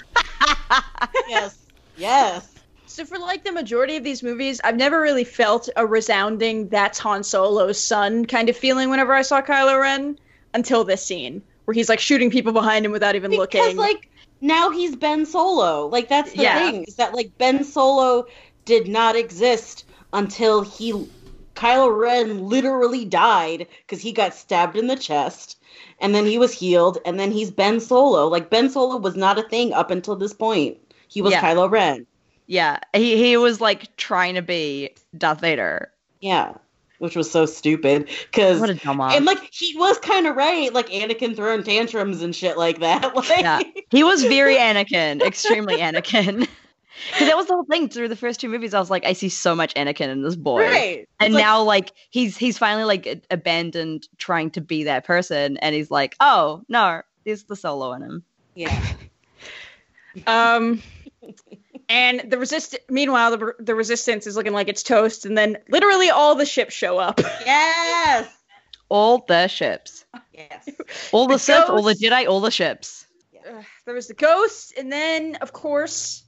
Speaker 1: yes. Yes.
Speaker 4: so for like the majority of these movies, I've never really felt a resounding "that's Han Solo's son" kind of feeling whenever I saw Kylo Ren until this scene where he's like shooting people behind him without even
Speaker 1: Because
Speaker 4: looking.
Speaker 1: like now he's Ben Solo. Like that's the
Speaker 2: Yeah.
Speaker 1: thing is that like Ben Solo did not exist until he Kylo Ren literally died because he got stabbed in the chest, and then he was healed, and then he's Ben Solo. Like Ben Solo was not a thing up until this point. He was
Speaker 2: Yeah.
Speaker 1: Kylo Ren.
Speaker 2: Yeah, he he was like trying to be Darth Vader.
Speaker 1: Yeah, which was so stupid because
Speaker 2: What a dumbass.
Speaker 1: and like he was kind of right. Like Anakin throwing tantrums and shit like that. Like
Speaker 2: Yeah. He was very Anakin, extremely Anakin. Because that was the whole thing through the first two movies. I was like, I see so much Anakin in this boy,
Speaker 1: right.
Speaker 2: and
Speaker 1: It's like-
Speaker 2: now like he's he's finally like a- abandoned trying to be that person, and he's like, oh no, there's the solo in him.
Speaker 1: yeah.
Speaker 4: Um, and the resist. Meanwhile, the the resistance is looking like it's toast, and then literally all the ships show up.
Speaker 1: Yes.
Speaker 2: All the ships,
Speaker 1: Yes.
Speaker 2: all the
Speaker 4: The
Speaker 2: Sith, all the
Speaker 4: ghosts.
Speaker 2: Jedi, all the ships.
Speaker 4: Ugh, there was the ghost, and then of course,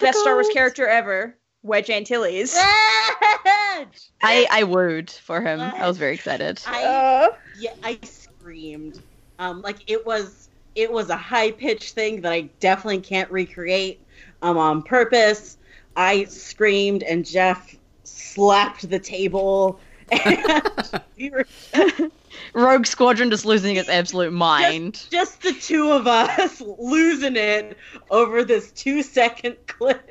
Speaker 4: best Star Wars
Speaker 1: ghost.
Speaker 4: character ever, Wedge Antilles.
Speaker 1: Wedge!
Speaker 2: I I wooed for him. I was very excited.
Speaker 1: I
Speaker 4: Uh,
Speaker 1: yeah, I screamed. Um, like it was it was a high pitched thing that I definitely can't recreate. Um, on purpose. I screamed and Jeff slapped the table. And we were
Speaker 2: Rogue Squadron just losing its absolute mind.
Speaker 1: just the two of us losing it over this two second clip.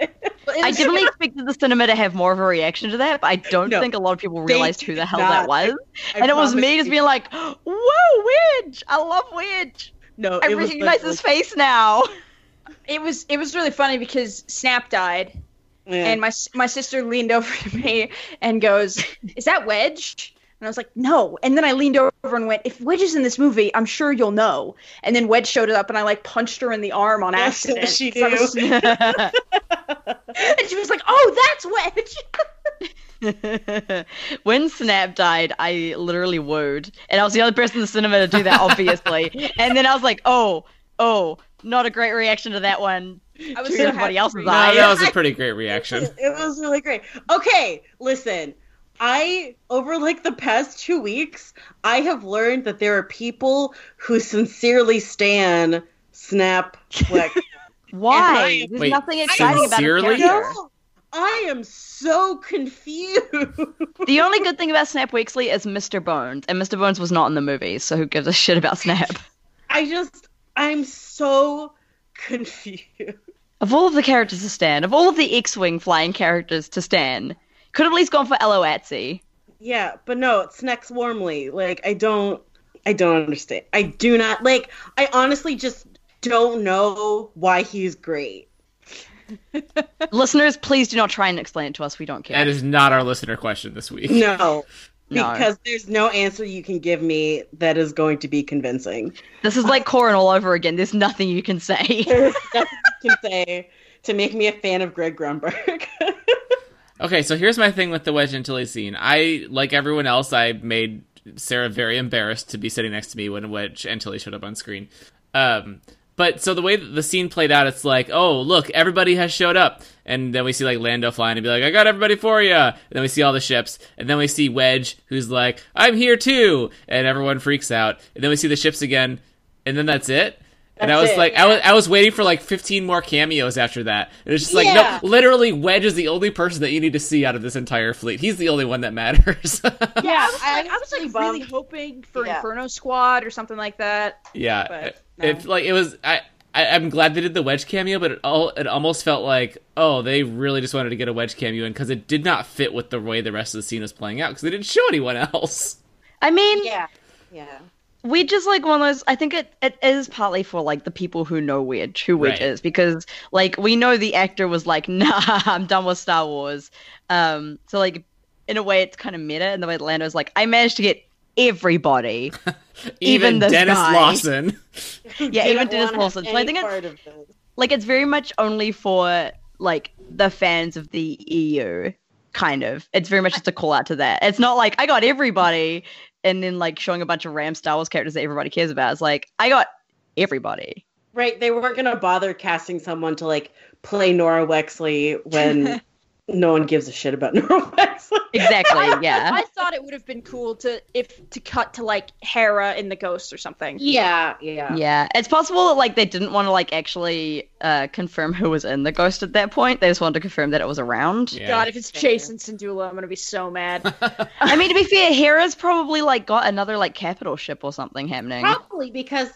Speaker 2: I definitely expected the cinema to have more of a reaction to that, but I don't
Speaker 1: No,
Speaker 2: think a lot of people
Speaker 1: they
Speaker 2: realized who the
Speaker 1: did
Speaker 2: hell
Speaker 1: not.
Speaker 2: that was. and it was me just being like, "Whoa, Wedge! I love Wedge.
Speaker 1: no,
Speaker 2: I
Speaker 1: it was
Speaker 2: recognize
Speaker 1: literally-
Speaker 2: his face now."
Speaker 4: it was it was really funny because Snap died,
Speaker 1: Yeah.
Speaker 4: and my s- my sister leaned over to me and goes, "Is that Wedge?" And I was like, "No." And then I leaned over and went, "If Wedge is in this movie, I'm sure you'll know." And then Wedge showed up, and I like punched her in the arm on
Speaker 1: Yes,
Speaker 4: accident.
Speaker 1: she
Speaker 4: 'cause I was- and she was like, "Oh, that's Wedge."
Speaker 2: when Snap died, I literally wooed, and I was the only person in the cinema to do that, obviously. and then I was like, "Oh, oh, not a great reaction to that one."
Speaker 4: I was
Speaker 2: To
Speaker 4: so
Speaker 2: everybody
Speaker 4: happy
Speaker 2: else's
Speaker 4: for you.
Speaker 3: No,
Speaker 2: I-
Speaker 3: that was a pretty great reaction.
Speaker 1: It, it was really great. Okay, listen. I over like the past two weeks, I have learned that there are people who sincerely stan Snap Fleck.
Speaker 2: Why? There's
Speaker 3: Wait,
Speaker 2: nothing exciting about
Speaker 3: sincerely?
Speaker 2: his character.
Speaker 1: no, I am so confused.
Speaker 2: The only good thing about Snap Weeksley is Mr. Bones, and Mr. Bones was not in the movie, so who gives a shit about Snap?
Speaker 1: I just, I'm so confused.
Speaker 2: Of all of the characters to Stan, of all of the X-wing flying characters to Stan, could have at least gone for Eloatsi.
Speaker 1: Yeah, but no, it snacks warmly. Like I don't I don't understand. I do not like I honestly just don't know why he's great.
Speaker 2: Listeners, please do not try and explain it to us. We don't care.
Speaker 3: That is not our listener question this week.
Speaker 1: No.
Speaker 2: No.
Speaker 1: Because there's no answer you can give me that is going to be convincing.
Speaker 2: This is like Corin all over again. There's nothing you can say.
Speaker 1: There's nothing you can say to make me a fan of Greg Grumberg.
Speaker 3: Okay, so here's my thing with the Wedge Antilles scene. I, like everyone else, I made Sarah very embarrassed to be sitting next to me when Wedge Antilles showed up on screen. Um, but so the way that the scene played out, it's like, oh, look, everybody has showed up. And then we see like Lando flying and be like, I got everybody for you. And then we see all the ships. And then we see Wedge, who's like, I'm here too. And everyone freaks out. And then we see the ships again. And then that's it. and I was
Speaker 4: it.
Speaker 3: like, I was I was waiting for like 15 more cameos after that, and it's just like,
Speaker 4: Yeah.
Speaker 3: no, literally Wedge is the only person that you need to see out of this entire fleet. He's the only one that matters.
Speaker 4: Yeah, I was like, I was
Speaker 7: pretty
Speaker 4: like really
Speaker 7: bummed.
Speaker 4: hoping for
Speaker 7: Yeah.
Speaker 4: Inferno Squad or something like that.
Speaker 3: yeah,
Speaker 4: But,
Speaker 3: it- it's like it was. I, I I'm glad they did the Wedge cameo, but it all it almost felt like, oh, they really just wanted to get a Wedge cameo in because it did not fit with the way the rest of the scene was playing out because they didn't show anyone else.
Speaker 2: I mean,
Speaker 7: Yeah. Yeah.
Speaker 2: we just like one of those i think it, it is partly for like the people who know wedge who wedge
Speaker 3: Right.
Speaker 2: is because like we know the actor was like nah i'm done with star wars um so like in a way it's kind of meta in the way that lando's like i managed to get everybody Even
Speaker 3: Even,
Speaker 2: this
Speaker 3: Dennis
Speaker 2: guy.
Speaker 3: Lawson.
Speaker 2: yeah even
Speaker 7: Didn't
Speaker 2: dennis
Speaker 7: wanna
Speaker 2: wilson so
Speaker 7: have
Speaker 2: i think
Speaker 7: any
Speaker 2: it's
Speaker 7: part of this.
Speaker 2: like it's very much only for like the fans of the eu kind of it's very much just a call out to that it's not like i got everybody and then like showing a bunch of ram star wars characters that everybody cares about it's like i got everybody
Speaker 7: Right, they weren't going to bother casting someone to like play Nora Wexley when no one gives a shit about Nora Wexley.
Speaker 2: exactly Uh, yeah
Speaker 4: I thought it would have been cool to if to cut to like Hera in the Ghost or something.
Speaker 7: Yeah, yeah.
Speaker 2: Yeah, it's possible that like they didn't want to like actually uh, confirm who was in the ghost at that point. They just wanted to confirm that it was around.
Speaker 3: Yeah.
Speaker 4: God, if it's Jason Sindula, I'm gonna be so mad.
Speaker 2: I mean, to be fair, Hera's probably like got another like capital ship or something happening.
Speaker 7: Probably because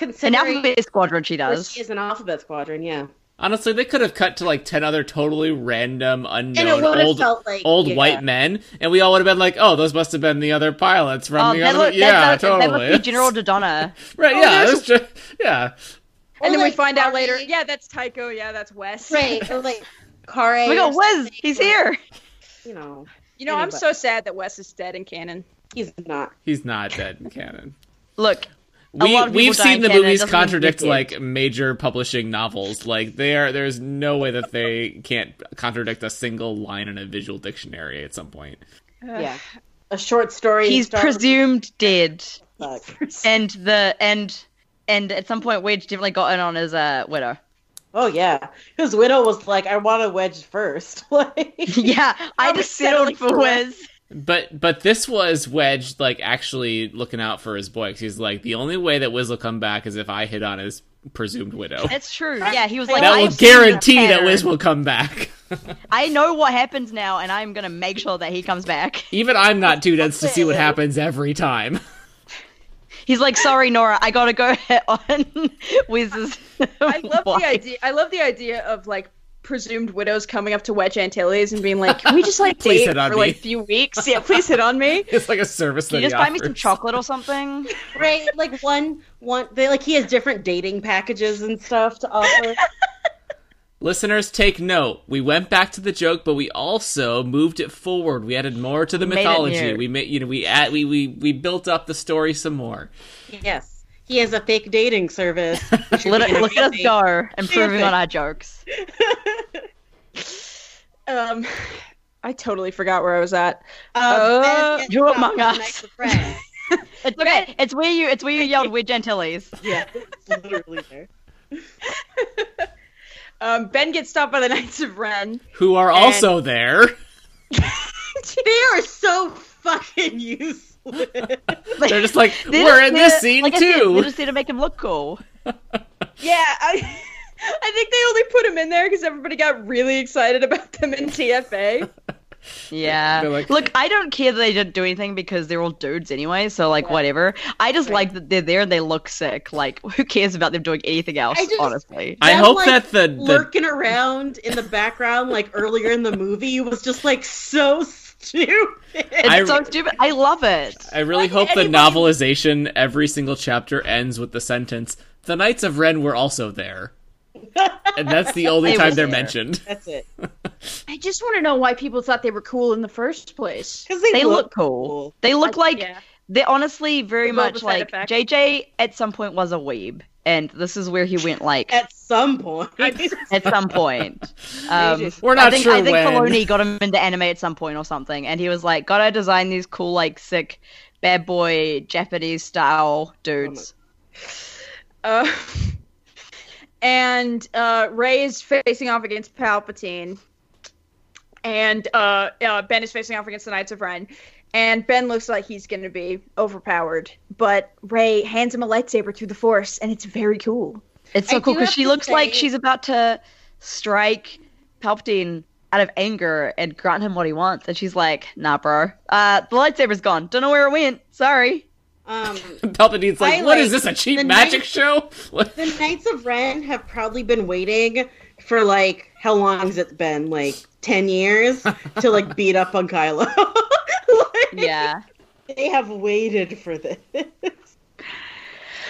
Speaker 2: An
Speaker 7: considering
Speaker 2: alphabet squadron she
Speaker 7: where
Speaker 2: does.
Speaker 7: she is an alphabet squadron, yeah.
Speaker 3: Honestly, they could have cut to like ten other totally random,
Speaker 7: And it
Speaker 3: unknown
Speaker 7: would have
Speaker 3: old
Speaker 7: felt like
Speaker 3: old
Speaker 7: yeah.
Speaker 3: white men, and we all would have been like, "Oh, those must have been the other pilots from
Speaker 2: Oh,
Speaker 3: the
Speaker 2: that
Speaker 3: other."
Speaker 2: look-
Speaker 3: yeah,
Speaker 2: that, look-
Speaker 3: totally.
Speaker 2: That must be General Dodonna.
Speaker 3: right?
Speaker 7: Oh,
Speaker 3: yeah,
Speaker 7: there's-
Speaker 3: that's just, yeah.
Speaker 4: and
Speaker 7: Or,
Speaker 4: then we
Speaker 7: like,
Speaker 4: find out
Speaker 7: Kari-
Speaker 4: later, yeah, that's Tycho, yeah, that's Wes.
Speaker 7: Right, or like Kare.
Speaker 2: we
Speaker 7: or
Speaker 2: got Oh Wiz.
Speaker 7: something,
Speaker 2: He's
Speaker 7: or,
Speaker 2: here.
Speaker 7: You know,
Speaker 4: You know, I'm
Speaker 7: Anyway.
Speaker 4: so sad that Wes is dead in canon.
Speaker 7: he's not.
Speaker 3: He's not dead in canon.
Speaker 2: Look, A
Speaker 3: We
Speaker 2: lot of people
Speaker 3: we've
Speaker 2: die
Speaker 3: seen
Speaker 2: in
Speaker 3: the
Speaker 2: canon, it
Speaker 3: movies
Speaker 2: doesn't mean he's
Speaker 3: contradict
Speaker 2: dead.
Speaker 3: like major publishing novels. Like they are, there's no way that they can't contradict a single line in a visual dictionary at some point.
Speaker 7: Yeah. A short story.
Speaker 2: he's
Speaker 7: Star-
Speaker 2: presumed dead,
Speaker 7: Fuck.
Speaker 2: and the and and at some point Wedge definitely got in on his uh widow.
Speaker 7: Oh yeah, his widow was like, "I want a wedge first. like,
Speaker 2: yeah, I just settled for Wiz.
Speaker 3: But but this was Wedge like actually looking out for his boy 'cause he's like the only way that Wiz will come back is if I hit on his presumed widow.
Speaker 2: That's true. Yeah, he was
Speaker 7: That
Speaker 2: like,
Speaker 3: that
Speaker 2: I
Speaker 3: will
Speaker 2: have seen the
Speaker 3: guarantee that
Speaker 2: pattern.
Speaker 3: Wiz will come back.
Speaker 2: I know what happens now, and I'm gonna make sure that he comes back.
Speaker 3: Even I'm not too dense to see what happens every time.
Speaker 2: He's like, sorry, Nora, I gotta go hit on Wiz's.
Speaker 4: I love the idea. I love the idea of like presumed widows coming up to Wedge Antilles and being like, "Can we just like
Speaker 3: Please
Speaker 4: date
Speaker 3: hit on
Speaker 4: for like
Speaker 3: me."
Speaker 4: a few weeks? Yeah, please hit on me."
Speaker 3: It's like a service
Speaker 2: Can
Speaker 3: that
Speaker 2: you just
Speaker 3: he
Speaker 2: buy me some
Speaker 3: offers.
Speaker 2: chocolate or something?
Speaker 7: right? Like one, one. They like he has different dating packages and stuff to offer.
Speaker 3: Listeners, take note. We went back to the joke, but we also moved it forward. We added more to the
Speaker 2: We made it
Speaker 3: mythology.
Speaker 2: new.
Speaker 3: We made you know we add, we, we we built up the story some more.
Speaker 7: yes, he has a fake dating service.
Speaker 2: Let, it- let us go, improving
Speaker 7: Seriously.
Speaker 2: on our jokes.
Speaker 4: Um, I totally forgot where I was at.
Speaker 7: Uh,
Speaker 4: Uh,
Speaker 7: Ben
Speaker 2: you're
Speaker 7: gets
Speaker 2: among us.
Speaker 7: dropped nice with friends.
Speaker 2: It's okay. It's where you. It's where you yelled, "We're Gentiles."
Speaker 7: yeah, it's literally there.
Speaker 4: Um, ben gets stopped by the Knights of Ren.
Speaker 3: Who are
Speaker 4: And-
Speaker 3: also there?
Speaker 7: They are so fucking useless.
Speaker 3: They're just like we're in this scene
Speaker 2: like I said,
Speaker 3: too.
Speaker 2: they're just there to make him look cool.
Speaker 4: Yeah, I, I think they only put him in there because everybody got really excited about them in TFA.
Speaker 2: Yeah.
Speaker 3: They're like-
Speaker 2: Look, I don't care that they didn't do anything because they're all dudes anyway, so like whatever. I just like that they're there and they look sick. Like who cares about them doing anything else,
Speaker 7: I just-
Speaker 2: honestly.
Speaker 3: I
Speaker 7: them,
Speaker 3: hope
Speaker 7: like,
Speaker 3: that the, the
Speaker 7: lurking around in the background like earlier in the movie was just like so stupid.
Speaker 2: It's
Speaker 3: I-
Speaker 2: so stupid. I love it.
Speaker 3: I really
Speaker 4: Why
Speaker 3: hope
Speaker 4: did
Speaker 3: the
Speaker 4: anyone-
Speaker 3: novelization every single chapter ends with the sentence The Knights of Ren were also there. and that's the only
Speaker 2: They
Speaker 3: time
Speaker 2: were
Speaker 3: they're
Speaker 2: there.
Speaker 3: mentioned.
Speaker 7: That's it.
Speaker 4: I just want to know why people thought they were cool in the first place.
Speaker 7: Because they,
Speaker 2: They
Speaker 7: look,
Speaker 2: look cool. They look like
Speaker 4: yeah.
Speaker 2: they're honestly very
Speaker 4: Love the
Speaker 2: much
Speaker 4: side
Speaker 2: like
Speaker 4: effect.
Speaker 2: JJ at some point was a weeb and this is where he went like
Speaker 7: at some point.
Speaker 2: at some point. Um
Speaker 3: We're not
Speaker 2: I think,
Speaker 3: sure
Speaker 2: I think
Speaker 3: when.
Speaker 2: Filoni got him into anime at some point or something, and he was like, "Gotta design these cool, like, sick, bad boy Japanese style dudes."
Speaker 4: Uh, and uh, Ray is facing off against Palpatine, and uh, uh, Ben is facing off against the Knights of Ren. and Ben looks like he's going to be overpowered, but Ray hands him a lightsaber through the Force, and it's very cool.
Speaker 2: It's so
Speaker 8: I
Speaker 2: cool
Speaker 8: do
Speaker 2: because
Speaker 8: have
Speaker 2: she
Speaker 8: to
Speaker 2: looks like
Speaker 8: say-
Speaker 2: she's about to strike Palpatine out of anger and grant him what he wants, and she's like, "Nah, bro. Uh, the lightsaber's gone. Don't know where it went. Sorry."
Speaker 1: Um,
Speaker 3: Palpatine's like,
Speaker 1: I
Speaker 3: what
Speaker 1: like
Speaker 3: is this? A cheap
Speaker 1: the
Speaker 3: magic
Speaker 1: night-
Speaker 3: show? What?
Speaker 1: the Knights of Ren have probably been waiting for like how long has it been? Like ten years to like beat up on Kylo. Like,
Speaker 2: Yeah.
Speaker 1: they have waited for this.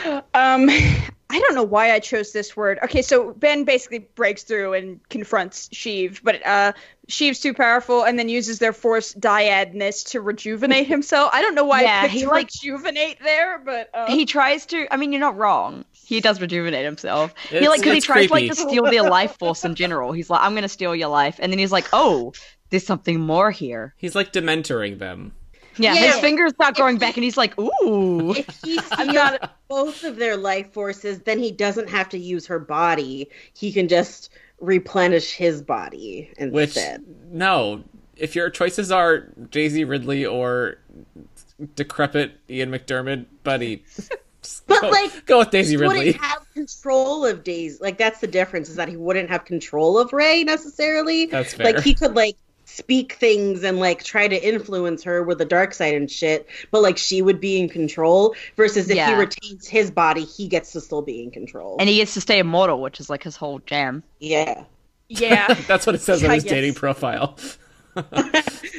Speaker 4: Um, I don't know why I chose this word. Okay, so Ben basically breaks through and confronts Sheev, but uh, Sheev's too powerful, and then uses their Force dyadness to rejuvenate himself. I don't know why
Speaker 2: Yeah,
Speaker 4: I picked
Speaker 2: he, like-
Speaker 4: rejuvenate there, but uh,
Speaker 2: he tries to. I mean, you're not wrong. He does rejuvenate himself. he
Speaker 3: It's-
Speaker 2: like because he
Speaker 3: it's
Speaker 2: tries
Speaker 3: creepy.
Speaker 2: like to steal their life force in general. He's like, "I'm gonna steal your life," and then he's like, "Oh, there's something more here."
Speaker 3: He's like dementoring them.
Speaker 2: Yeah, his
Speaker 1: Yeah.
Speaker 2: fingers start growing back, and he's like, "Ooh."
Speaker 1: If he steals both of their life forces, then he doesn't have to use her body. He can just replenish his body
Speaker 3: Which
Speaker 1: instead.
Speaker 3: no, if your choices are Daisy Ridley or decrepit Ian McDermott, buddy, just
Speaker 1: But,
Speaker 3: go,
Speaker 1: like,
Speaker 3: go with
Speaker 1: he
Speaker 3: Daisy Ridley.
Speaker 1: wouldn't have control of Daisy. Like that's the difference is that he wouldn't have control of Ray necessarily.
Speaker 3: That's fair.
Speaker 1: Like he could like speak things and like try to influence her with the dark side and shit, but like she would be in control. Versus if he
Speaker 2: Yeah.
Speaker 1: retains his body, he gets to still be in control.
Speaker 2: And he gets to stay immortal, which is like his whole jam.
Speaker 1: yeah.
Speaker 4: yeah.
Speaker 3: That's what it says on
Speaker 4: I
Speaker 3: his
Speaker 4: guess.
Speaker 3: dating profile.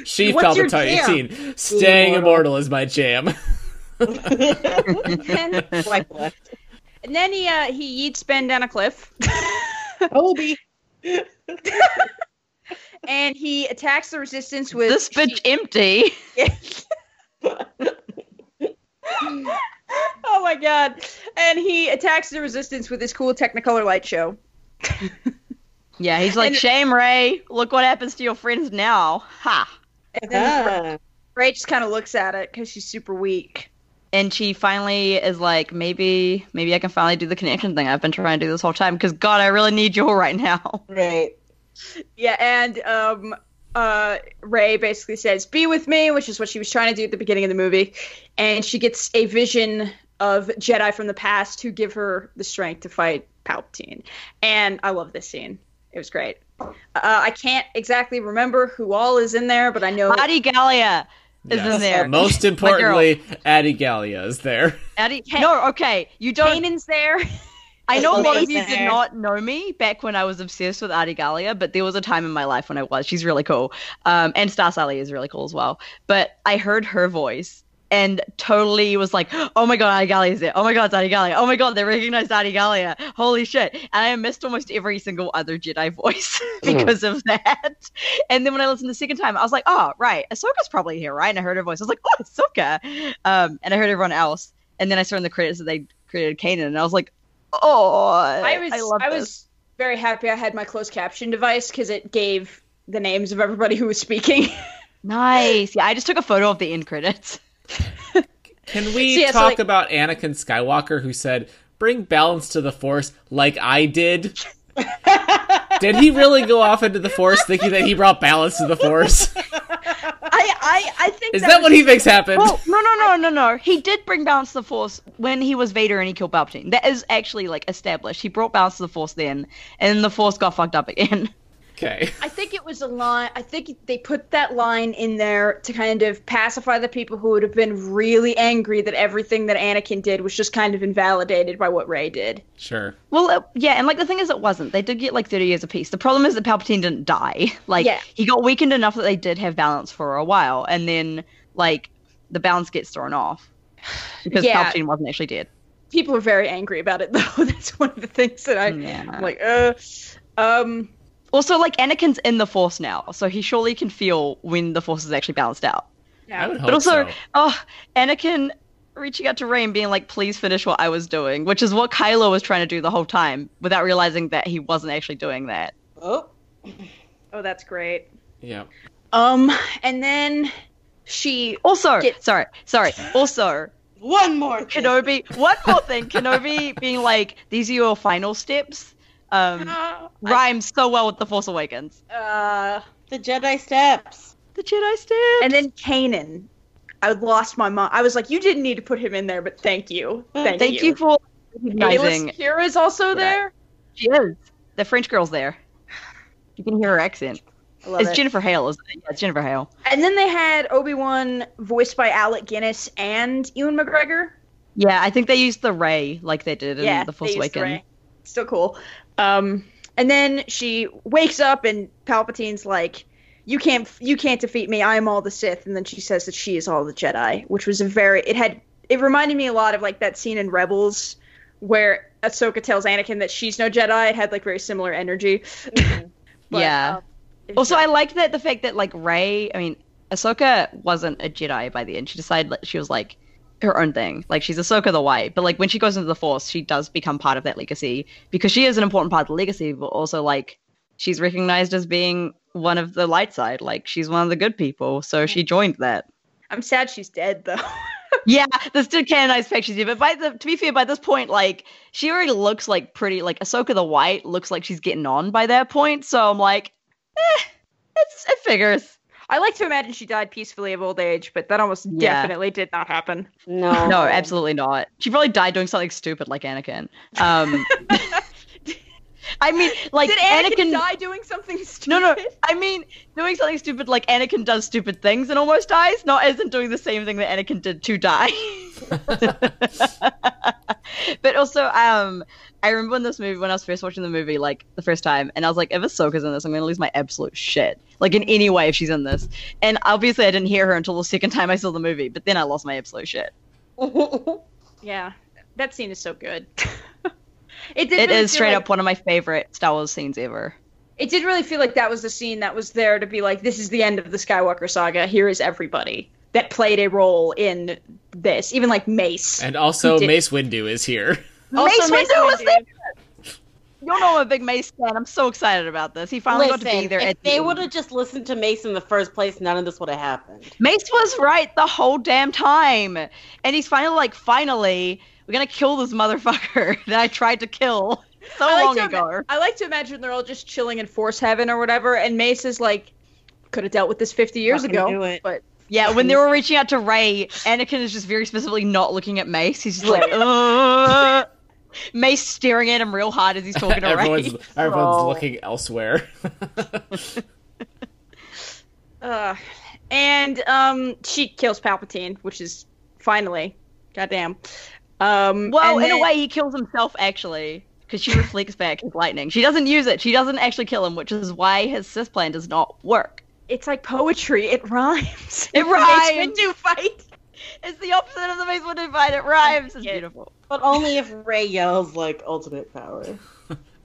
Speaker 3: she
Speaker 1: What's your
Speaker 3: Palpatine
Speaker 1: jam?
Speaker 3: 18. Staying
Speaker 1: immortal.
Speaker 3: immortal is my jam.
Speaker 4: and,
Speaker 1: Swipe left.
Speaker 4: and then he uh, he yeets Ben down a cliff.
Speaker 1: Obi.
Speaker 4: and he attacks the resistance with
Speaker 2: This bitch empty.
Speaker 4: oh my god and he attacks the resistance with his cool technicolor light show
Speaker 2: Yeah, he's like,
Speaker 4: And-
Speaker 2: shame, Ray. Look what happens to your friends now. Ha.
Speaker 4: and then
Speaker 1: Ah.
Speaker 4: ray just kind of looks at it because she's super weak
Speaker 2: And she finally is like, maybe, maybe I can finally do the connection thing I've been trying to do this whole time. Because God, I really need you all right now.
Speaker 1: Right.
Speaker 4: yeah and um uh ray basically says be with me which is what she was trying to do at the beginning of the movie and she gets a vision of jedi from the past who give her the strength to fight palpatine and i love this scene it was great uh, i can't exactly remember who all is in there but i know
Speaker 2: Marty Gallia is in there.
Speaker 3: Most importantly, Addie Gallia is there.
Speaker 2: Addie- no, okay, you don't.
Speaker 4: Kanan's there
Speaker 2: I know a lot of you
Speaker 1: Amazing.
Speaker 2: did not know me back when I was obsessed with Artie Gallia, but there was a time in my life when I was. She's really cool. Um, and Star Sally is really cool as well. But I heard her voice and totally was like, oh my God, Artie Gallia's there. Oh my God, it's Artie Gallia. Oh my God, they recognized Artie Gallia. Holy shit. And I missed almost every single other Jedi voice because of that. And then when I listened the second time, I was like, oh, right, Ahsoka's probably here, right? And I heard her voice. I was like, oh, Ahsoka. Um, and I heard everyone else. And then I saw in the credits that they created Kanan, and I was like, Oh,
Speaker 4: I was I,
Speaker 2: love this.
Speaker 4: was very happy I had my closed caption device because it gave the names of everybody who was speaking.
Speaker 2: nice. Yeah, I just took a photo of the end credits.
Speaker 3: Can we
Speaker 4: So, yeah, so,
Speaker 3: talk
Speaker 4: like-
Speaker 3: about Anakin Skywalker who said, "Bring balance to the Force like I did"? did he really go off into the Force thinking that he brought balance to the Force?
Speaker 4: I, I I think
Speaker 3: Is that what he thinks happened?
Speaker 2: Well, no, no, no, no, no. He did bring balance to the force when he was Vader and he killed Palpatine. That is actually like established. He brought balance to the force then, and the force got fucked up again.
Speaker 3: Okay.
Speaker 4: I think it was a line. I think they put that line in there to kind of pacify the people who would have been really angry that everything that Anakin did was just kind of invalidated by what Ray did.
Speaker 3: Sure.
Speaker 2: Well, uh, yeah, and like the thing is, it wasn't. They did get like 30 years apiece. The problem is that Palpatine didn't die. Like,
Speaker 4: Yeah.
Speaker 2: he got weakened enough that they did have balance for a while, and then like the balance gets thrown off because
Speaker 4: Yeah.
Speaker 2: Palpatine wasn't actually dead.
Speaker 4: People are very angry about it though. That's one of the things that I,
Speaker 2: Yeah.
Speaker 4: I'm like, uh, um.
Speaker 2: Also, like Anakin's in the Force now, so he surely can feel when the Force is actually balanced out.
Speaker 3: I would hope
Speaker 2: But also,
Speaker 3: so.
Speaker 2: oh, Anakin reaching out to Rey and being like, "Please finish what I was doing," which is what Kylo was trying to do the whole time, without realizing that he wasn't actually doing that.
Speaker 1: Oh.
Speaker 4: Oh, that's great.
Speaker 3: Yeah.
Speaker 4: Um, and then she
Speaker 2: Also,
Speaker 4: Get-
Speaker 2: sorry, sorry. Also,
Speaker 1: One more thing.
Speaker 2: Kenobi. One more thing, Kenobi being like, "These are your final steps." Um, rhymes so well with the Force Awakens.
Speaker 4: uh,
Speaker 1: the Jedi steps.
Speaker 2: The Jedi step.
Speaker 4: and then Kanan I lost my mind. I was like, you didn't need to put him in there, but thank you, thank,
Speaker 2: Thank you for recognizing.
Speaker 4: Ayla Secura is also there.
Speaker 2: She is. The French girl's there. You can hear her accent.
Speaker 4: I love
Speaker 2: it's
Speaker 4: it.
Speaker 2: Jennifer Hale, isn't it? Yeah, it's Jennifer Hale.
Speaker 4: and then they had Obi Wan voiced by Alec Guinness and Ewan McGregor.
Speaker 2: Yeah, I think they used the Ray like they did in
Speaker 4: yeah,
Speaker 2: The Force
Speaker 4: they used the
Speaker 2: Awakens.
Speaker 4: ray. Still cool. Um, and then she wakes up and Palpatine's like, "You can't, you can't defeat me. I am all the Sith." And then she says that she is all the Jedi, which was a very. It had. It reminded me a lot of like that scene in Rebels where Ahsoka tells Anakin that she's no Jedi. It had like very similar energy. But,
Speaker 2: yeah.
Speaker 4: um,
Speaker 2: also, I liked that the fact that like Ray, I mean, Ahsoka wasn't a Jedi by the end. She decided that she was like her own thing. Like she's Ahsoka the White, but like when she goes into the Force, she does become part of that legacy because she is an important part of the legacy, but also like she's recognized as being one of the light side. Like she's one of the good people, so she joined that.
Speaker 4: I'm sad she's dead though.
Speaker 2: Yeah, this did canonize pictures you, but by the to be fair, by this point, like she already looks like pretty like Ahsoka the White looks like she's getting on by that point. So I'm like, eh, it's it figures.
Speaker 4: I like to imagine she died peacefully of old age, but that almost
Speaker 2: Yeah.
Speaker 4: definitely did not happen.
Speaker 7: No.
Speaker 2: No, absolutely not. She probably died doing something stupid like Anakin. Um I mean like
Speaker 4: did
Speaker 2: Anakin
Speaker 4: Anakin, die doing something stupid?
Speaker 2: No, no. I mean, doing something stupid like Anakin does stupid things and almost dies, not isn't doing the same thing that Anakin did to die. but also, um, I remember in this movie when I was first watching the movie, like the first time, and I was like, if Ahsoka's in this, I'm gonna lose my absolute shit. Like in any way, if she's in this, and obviously I didn't hear her until the second time I saw the movie, but then I lost my absolute shit.
Speaker 4: Yeah, that scene is so good. it did
Speaker 2: It
Speaker 4: really
Speaker 2: is
Speaker 4: feel
Speaker 2: straight
Speaker 4: like-
Speaker 2: up one of my favorite Star Wars scenes ever.
Speaker 4: It did really feel like that was the scene that was there to be like, this is the end of the Skywalker saga. Here is everybody that played a role in this, even like Mace.
Speaker 3: And also,
Speaker 4: He did-
Speaker 3: Mace Windu is here.
Speaker 2: Mace Windu was
Speaker 4: Windu.
Speaker 2: there! Y'all know I'm a big Mace fan. I'm so excited about this. He finally got to be
Speaker 7: Listen,
Speaker 2: there.
Speaker 7: if
Speaker 2: at the
Speaker 7: they
Speaker 2: end.
Speaker 7: would have just listened to Mace in the first place, none of this would have happened.
Speaker 2: Mace was right the whole damn time. And he's finally like, finally, we're gonna kill this motherfucker that I tried to kill so
Speaker 4: I
Speaker 2: long
Speaker 4: like, to
Speaker 2: ago.
Speaker 4: ima- I like to imagine they're all just chilling in Force Heaven or whatever, and Mace is like, could have dealt with this 50 years
Speaker 7: Fucking
Speaker 4: ago.
Speaker 7: do it.
Speaker 4: But
Speaker 2: yeah, when they were reaching out to Ray, Anakin is just very specifically not looking at Mace. He's just like, "Uh." Mace staring at him real hard as he's talking to
Speaker 3: everyone's
Speaker 2: Ray.
Speaker 3: everyone's
Speaker 4: Oh.
Speaker 3: looking elsewhere.
Speaker 4: Uh, and um, she kills Palpatine, which is finally, goddamn. Um,
Speaker 2: Well,
Speaker 4: and
Speaker 2: in a
Speaker 4: then-
Speaker 2: way, he kills himself actually, because she reflects back his lightning. She doesn't use it. She doesn't actually kill him, which is why his Sith plan does not work.
Speaker 4: it's like poetry. It rhymes.
Speaker 2: It
Speaker 4: The Mace
Speaker 2: rhymes.
Speaker 4: Windu fight.
Speaker 2: It's the opposite of the Mace Windu fight. It rhymes. It's
Speaker 4: Yeah.
Speaker 2: beautiful.
Speaker 7: But only if Ray yells like ultimate power.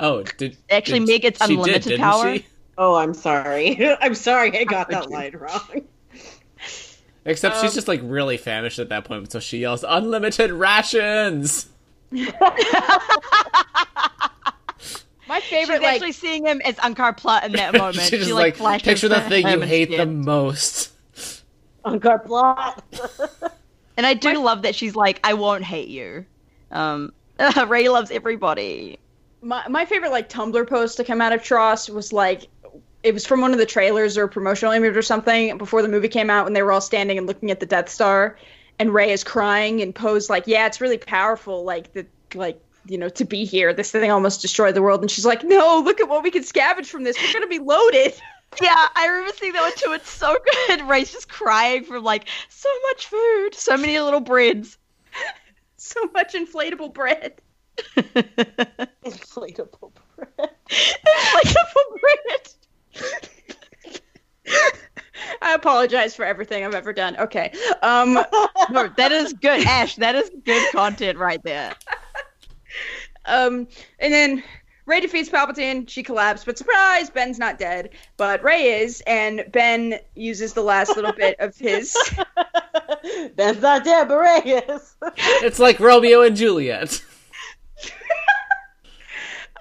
Speaker 3: oh, did
Speaker 2: Actually,
Speaker 3: did,
Speaker 2: Meg gets
Speaker 3: she did,
Speaker 2: unlimited
Speaker 3: didn't
Speaker 2: power.
Speaker 3: she?
Speaker 7: Oh, I'm sorry. I'm sorry I got that line wrong.
Speaker 3: Except
Speaker 4: Um,
Speaker 3: she's just like really famished at that point, so she yells, "Unlimited rations!"
Speaker 4: My
Speaker 2: She's
Speaker 4: favorite, like,
Speaker 2: actually seeing him as Ankar Plot in that moment.
Speaker 3: She's
Speaker 2: she,
Speaker 3: just
Speaker 2: like,
Speaker 3: like,
Speaker 2: flashes
Speaker 3: picture the
Speaker 2: to
Speaker 3: thing
Speaker 2: him
Speaker 3: you
Speaker 2: and
Speaker 3: hate
Speaker 2: shit.
Speaker 3: the most.
Speaker 7: On guard block.
Speaker 2: And I do love that she's like, I won't hate you. Um, Ray loves everybody.
Speaker 4: my, my favorite, like, Tumblr post to come out of Tross was like, it was from one of the trailers or promotional image or something before the movie came out when they were all standing and looking at the Death Star, and Ray is crying and Poe's like, yeah, it's really powerful, like the like you know to be here. This thing almost destroyed the world, and she's like, no, look at what we can scavenge from this. We're gonna be loaded.
Speaker 2: Yeah, I remember seeing that one too. It's so good. Ray's just crying from like so much food, so many little breads.
Speaker 4: so much inflatable bread.
Speaker 7: Inflatable bread.
Speaker 2: Like little bread.
Speaker 4: I apologize for everything I've ever done. Okay. Um
Speaker 2: No, that is good, Ash. That is good content right there.
Speaker 4: um and then Ray defeats Palpatine, she collapsed, but surprise, Ben's not dead, but Ray is, and Ben uses the last little bit of his
Speaker 7: Ben's not dead, but Ray is.
Speaker 3: It's like Romeo and Juliet.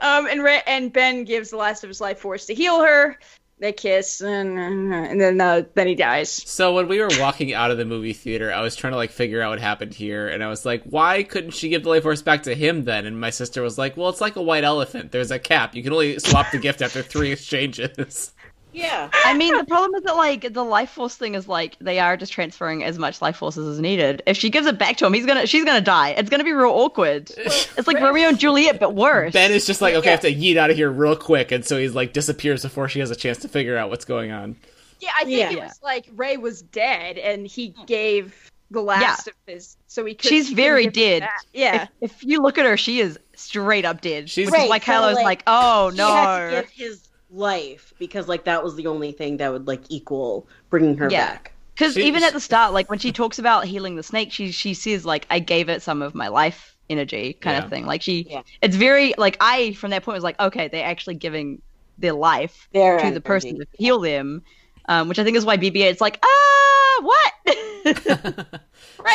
Speaker 4: um and Ray, and Ben gives the last of his life force to heal her. They kiss and and then uh, then he dies.
Speaker 3: So when we were walking out of the movie theater, I was trying to like figure out what happened here, and I was like, "Why couldn't she give the life force back to him then?" And my sister was like, "Well, it's like a white elephant. There's a cap. You can only swap the gift after three exchanges."
Speaker 7: Yeah.
Speaker 2: I mean, the problem is that like the life force thing is like they are just transferring as much life forces as needed. If she gives it back to him, he's gonna she's gonna die. It's gonna be real awkward. It's like Romeo and Juliet, but worse.
Speaker 3: Ben is just like, okay, I have to yeet out of here real quick, and so he's like disappears before she has a chance to figure out what's going on.
Speaker 4: Yeah, I think
Speaker 7: Yeah.
Speaker 4: it was like Ray was dead, and he gave the last of his. So he. Could,
Speaker 2: Hmm. She's
Speaker 4: he couldn't
Speaker 2: very
Speaker 4: give it
Speaker 2: dead.
Speaker 4: back. Yeah.
Speaker 2: If, if you look at her, she is straight up dead. She's
Speaker 3: She's-
Speaker 2: which is
Speaker 7: Right,
Speaker 2: like
Speaker 7: so,
Speaker 2: Kylo's
Speaker 7: like,
Speaker 2: like, oh no.
Speaker 7: He had to give his life because like that was the only thing that would like equal bringing her
Speaker 2: Yeah.
Speaker 7: back.
Speaker 2: Because
Speaker 3: She-
Speaker 2: even
Speaker 3: she-
Speaker 2: at the start, like when she talks about healing the snake, she she says like I gave it some of my life energy kind
Speaker 3: Yeah.
Speaker 2: of thing. Like she,
Speaker 7: Yeah.
Speaker 2: it's very like I from that point was like okay, they're actually giving their life
Speaker 7: Their
Speaker 2: to the person
Speaker 7: energy.
Speaker 2: to heal them, um, which I think is why BB-8 it's like ah what?
Speaker 4: Ray,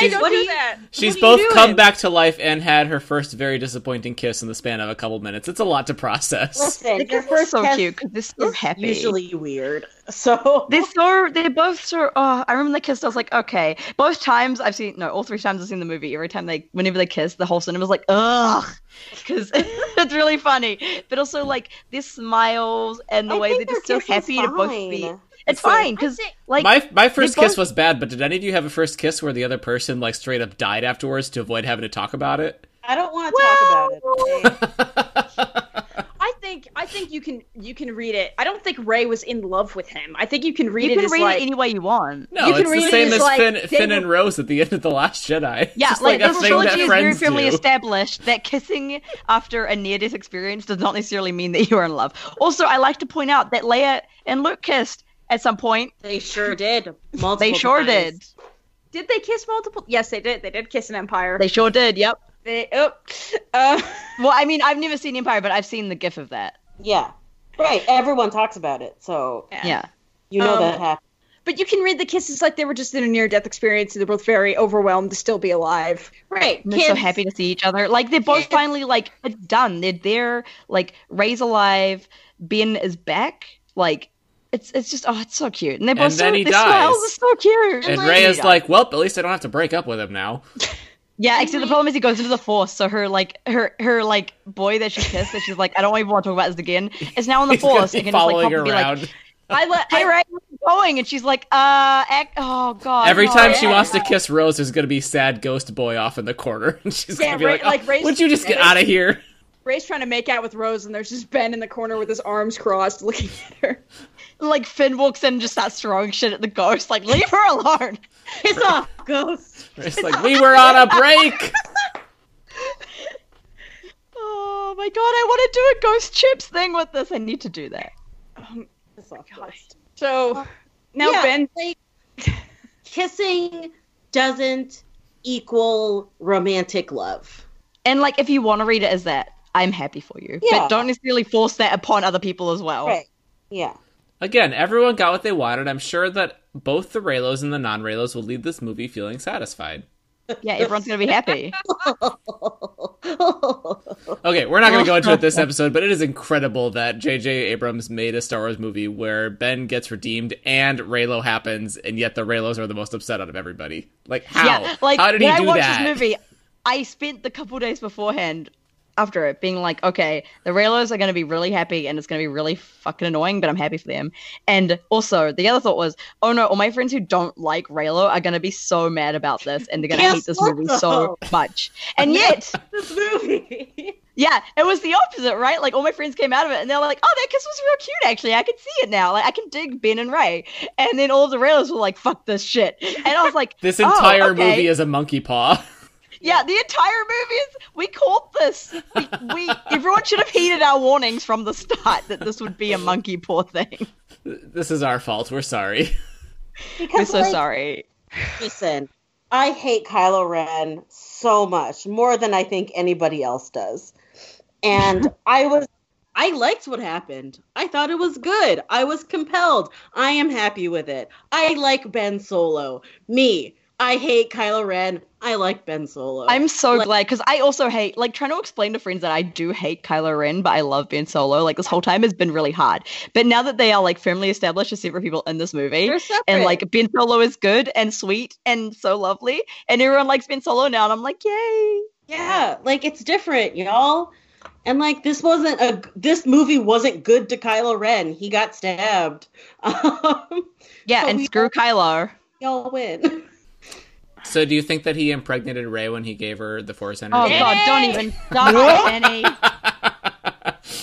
Speaker 3: She's-
Speaker 4: don't
Speaker 3: What
Speaker 4: do
Speaker 3: do you-
Speaker 4: that.
Speaker 3: She's
Speaker 7: What are you
Speaker 3: both come
Speaker 7: doing?
Speaker 3: back to life and had her first very disappointing kiss in the span of a couple minutes. It's a lot to process.
Speaker 7: Listen, your
Speaker 2: Because they're
Speaker 7: first
Speaker 2: so
Speaker 7: kiss
Speaker 2: cute because they're so
Speaker 7: is
Speaker 2: happy.
Speaker 7: usually weird. So
Speaker 2: They're so they're both so oh I remember they kissed, I was like, okay. Both times I've seen no, all three times I've seen the movie, every time they whenever they kiss, the whole cinema's like, ugh. Because it's really funny. But also like their smiles and the
Speaker 8: I
Speaker 2: way
Speaker 8: think
Speaker 2: they're just
Speaker 8: their
Speaker 2: so
Speaker 8: kiss is
Speaker 2: happy to both be
Speaker 8: fine.
Speaker 2: it's, fine because like
Speaker 3: my my first
Speaker 2: they both-
Speaker 3: kiss was bad, but did any of you have a first kiss where the other person like straight up died afterwards to avoid having to talk about it?
Speaker 7: I don't want to
Speaker 4: Well-
Speaker 7: talk about it.
Speaker 4: I think I think you can you can read it. I don't think Ray was in love with him. I think you can read
Speaker 2: you
Speaker 4: it
Speaker 2: can
Speaker 4: as
Speaker 2: read
Speaker 4: like
Speaker 2: it any way you want.
Speaker 3: no,
Speaker 4: You can
Speaker 3: it's the
Speaker 4: read it
Speaker 3: same
Speaker 4: as,
Speaker 3: as
Speaker 4: like,
Speaker 3: Finn,
Speaker 4: they
Speaker 3: Finn
Speaker 4: were-
Speaker 3: and Rose at the end of the Last Jedi. It's
Speaker 2: Yeah,
Speaker 3: just
Speaker 2: like,
Speaker 3: a
Speaker 2: this
Speaker 3: thing that
Speaker 2: trilogy is very
Speaker 3: friends
Speaker 2: firmly
Speaker 3: do.
Speaker 2: established that kissing after a near death experience does not necessarily mean that you are in love. Also, I like to point out that Leia and Luke kissed at some point.
Speaker 7: They sure did. Multiple
Speaker 2: They sure
Speaker 7: times.
Speaker 2: did.
Speaker 4: Did they kiss multiple? Yes, they did. They did kiss an empire.
Speaker 2: They sure did. Yep.
Speaker 4: They, oh, uh,
Speaker 2: Well, I mean, I've never seen Empire, but I've seen the gif of that.
Speaker 7: Yeah. Right. Everyone talks about it, so
Speaker 2: Yeah.
Speaker 7: you know
Speaker 4: Um,
Speaker 7: that happened.
Speaker 4: but you can read the kisses like they were just in a near-death experience, and they're both very overwhelmed to still be alive.
Speaker 7: Right.
Speaker 2: And They're so happy to see each other. Like they're both finally like it's done. They're there. Like Ray's alive. Ben is back. Like it's it's just oh, it's so cute. And they're both
Speaker 3: And
Speaker 2: so,
Speaker 3: then he
Speaker 2: their smiles
Speaker 3: dies.
Speaker 2: are so cute.
Speaker 3: And Ray is like, well, at least I don't have to break up with him now.
Speaker 2: yeah. Except the problem is he goes into the force. So her like her her like boy that she kissed that she's like I don't even want to talk about this again is now in the
Speaker 3: He's gonna
Speaker 2: force.
Speaker 3: be
Speaker 2: and can just, like,
Speaker 3: following her
Speaker 2: probably be like,
Speaker 3: around.
Speaker 4: I let
Speaker 2: Hey Ray, where are you going? And she's like, uh, act- oh god.
Speaker 3: Every
Speaker 2: no.
Speaker 3: time she wants to kiss Rose, there's gonna be sad ghost boy off in the corner, and she's
Speaker 4: Yeah,
Speaker 3: gonna be
Speaker 4: Ray-
Speaker 3: like, oh,
Speaker 4: like, Ray's-
Speaker 3: "Would you just get
Speaker 4: Ray's-
Speaker 3: out of here?"
Speaker 4: Ray's trying to make out with Rose, and there's just Ben in the corner with his arms crossed, looking at her.
Speaker 2: like Finn walks in and just starts throwing shit at the ghost, like leave her alone.
Speaker 7: Piss off, ghost.
Speaker 3: It's like we were on a break.
Speaker 2: Oh my god, I want to do a ghost chips thing with this. I need to do that.
Speaker 7: Piss off, ghost.
Speaker 4: So now
Speaker 7: Yeah,
Speaker 4: Ben,
Speaker 7: like, kissing doesn't equal romantic love.
Speaker 2: And like, if you want to read it as that, I'm happy for you.
Speaker 7: Yeah.
Speaker 2: But don't necessarily force that upon other people as well.
Speaker 7: Right. Yeah.
Speaker 3: Again, everyone got what they wanted. I'm sure that both the Raylos and the non-Raylos will leave this movie feeling satisfied.
Speaker 2: Yeah, everyone's gonna be happy.
Speaker 3: Okay, we're not going to go into it this episode, but it is incredible that J.J. Abrams made a Star Wars movie where Ben gets redeemed and Raylo happens, and yet the Raylos are the most upset out of everybody. Like, how?
Speaker 2: Yeah, like
Speaker 3: how did he
Speaker 2: when
Speaker 3: do
Speaker 2: I watched
Speaker 3: that?
Speaker 2: this movie, I spent the couple days beforehand after it being like, okay, the Raylos are going to be really happy and it's going to be really fucking annoying, but I'm happy for them. And also, the other thought was, oh no, all my friends who don't like Raylo are going to be so mad about this and they're going to
Speaker 7: Guess
Speaker 2: hate this
Speaker 7: what,
Speaker 2: movie so much. And yet,
Speaker 7: this movie.
Speaker 2: yeah, it was the opposite, right? Like all my friends came out of it and they were like, "Oh, that kiss was real cute. Actually, I can see it now. Like I can dig Ben and Ray." And then all of the Raylers were like, "Fuck this shit," and I was like,
Speaker 3: This
Speaker 2: "Oh,
Speaker 3: entire
Speaker 2: okay."
Speaker 3: movie is a monkey paw.
Speaker 2: Yeah, the entire movie is. We called this. We, we everyone should have heeded our warnings from the start that this would be a monkey paw thing.
Speaker 3: this is our fault. We're sorry.
Speaker 2: We're
Speaker 7: Because
Speaker 2: so
Speaker 7: like,
Speaker 2: sorry.
Speaker 7: Listen, I hate Kylo Ren so much, more than I think anybody else does. And I was I liked what happened. I thought it was good. I was compelled. I am happy with it. I like Ben Solo. Me. I hate Kylo Ren. I like Ben Solo.
Speaker 2: I'm so
Speaker 7: Like-
Speaker 2: glad because I also hate like trying to explain to friends that I do hate Kylo Ren, but I love Ben Solo. Like this whole time has been really hard. But now that they are like firmly established as separate people in this movie,
Speaker 7: They're separate.
Speaker 2: and like Ben Solo is good and sweet and so lovely, and everyone likes Ben Solo now, and I'm like, yay!
Speaker 7: yeah, like it's different, y'all.
Speaker 1: And like this wasn't a this movie wasn't good to Kylo Ren. He got stabbed. Um,
Speaker 2: Yeah,
Speaker 1: So
Speaker 2: and
Speaker 1: we-
Speaker 2: screw Kylo.
Speaker 1: y'all win.
Speaker 3: So do you think that he impregnated Ray when he gave her the Force energy?
Speaker 2: Oh god, don't even start, Jenny.
Speaker 4: So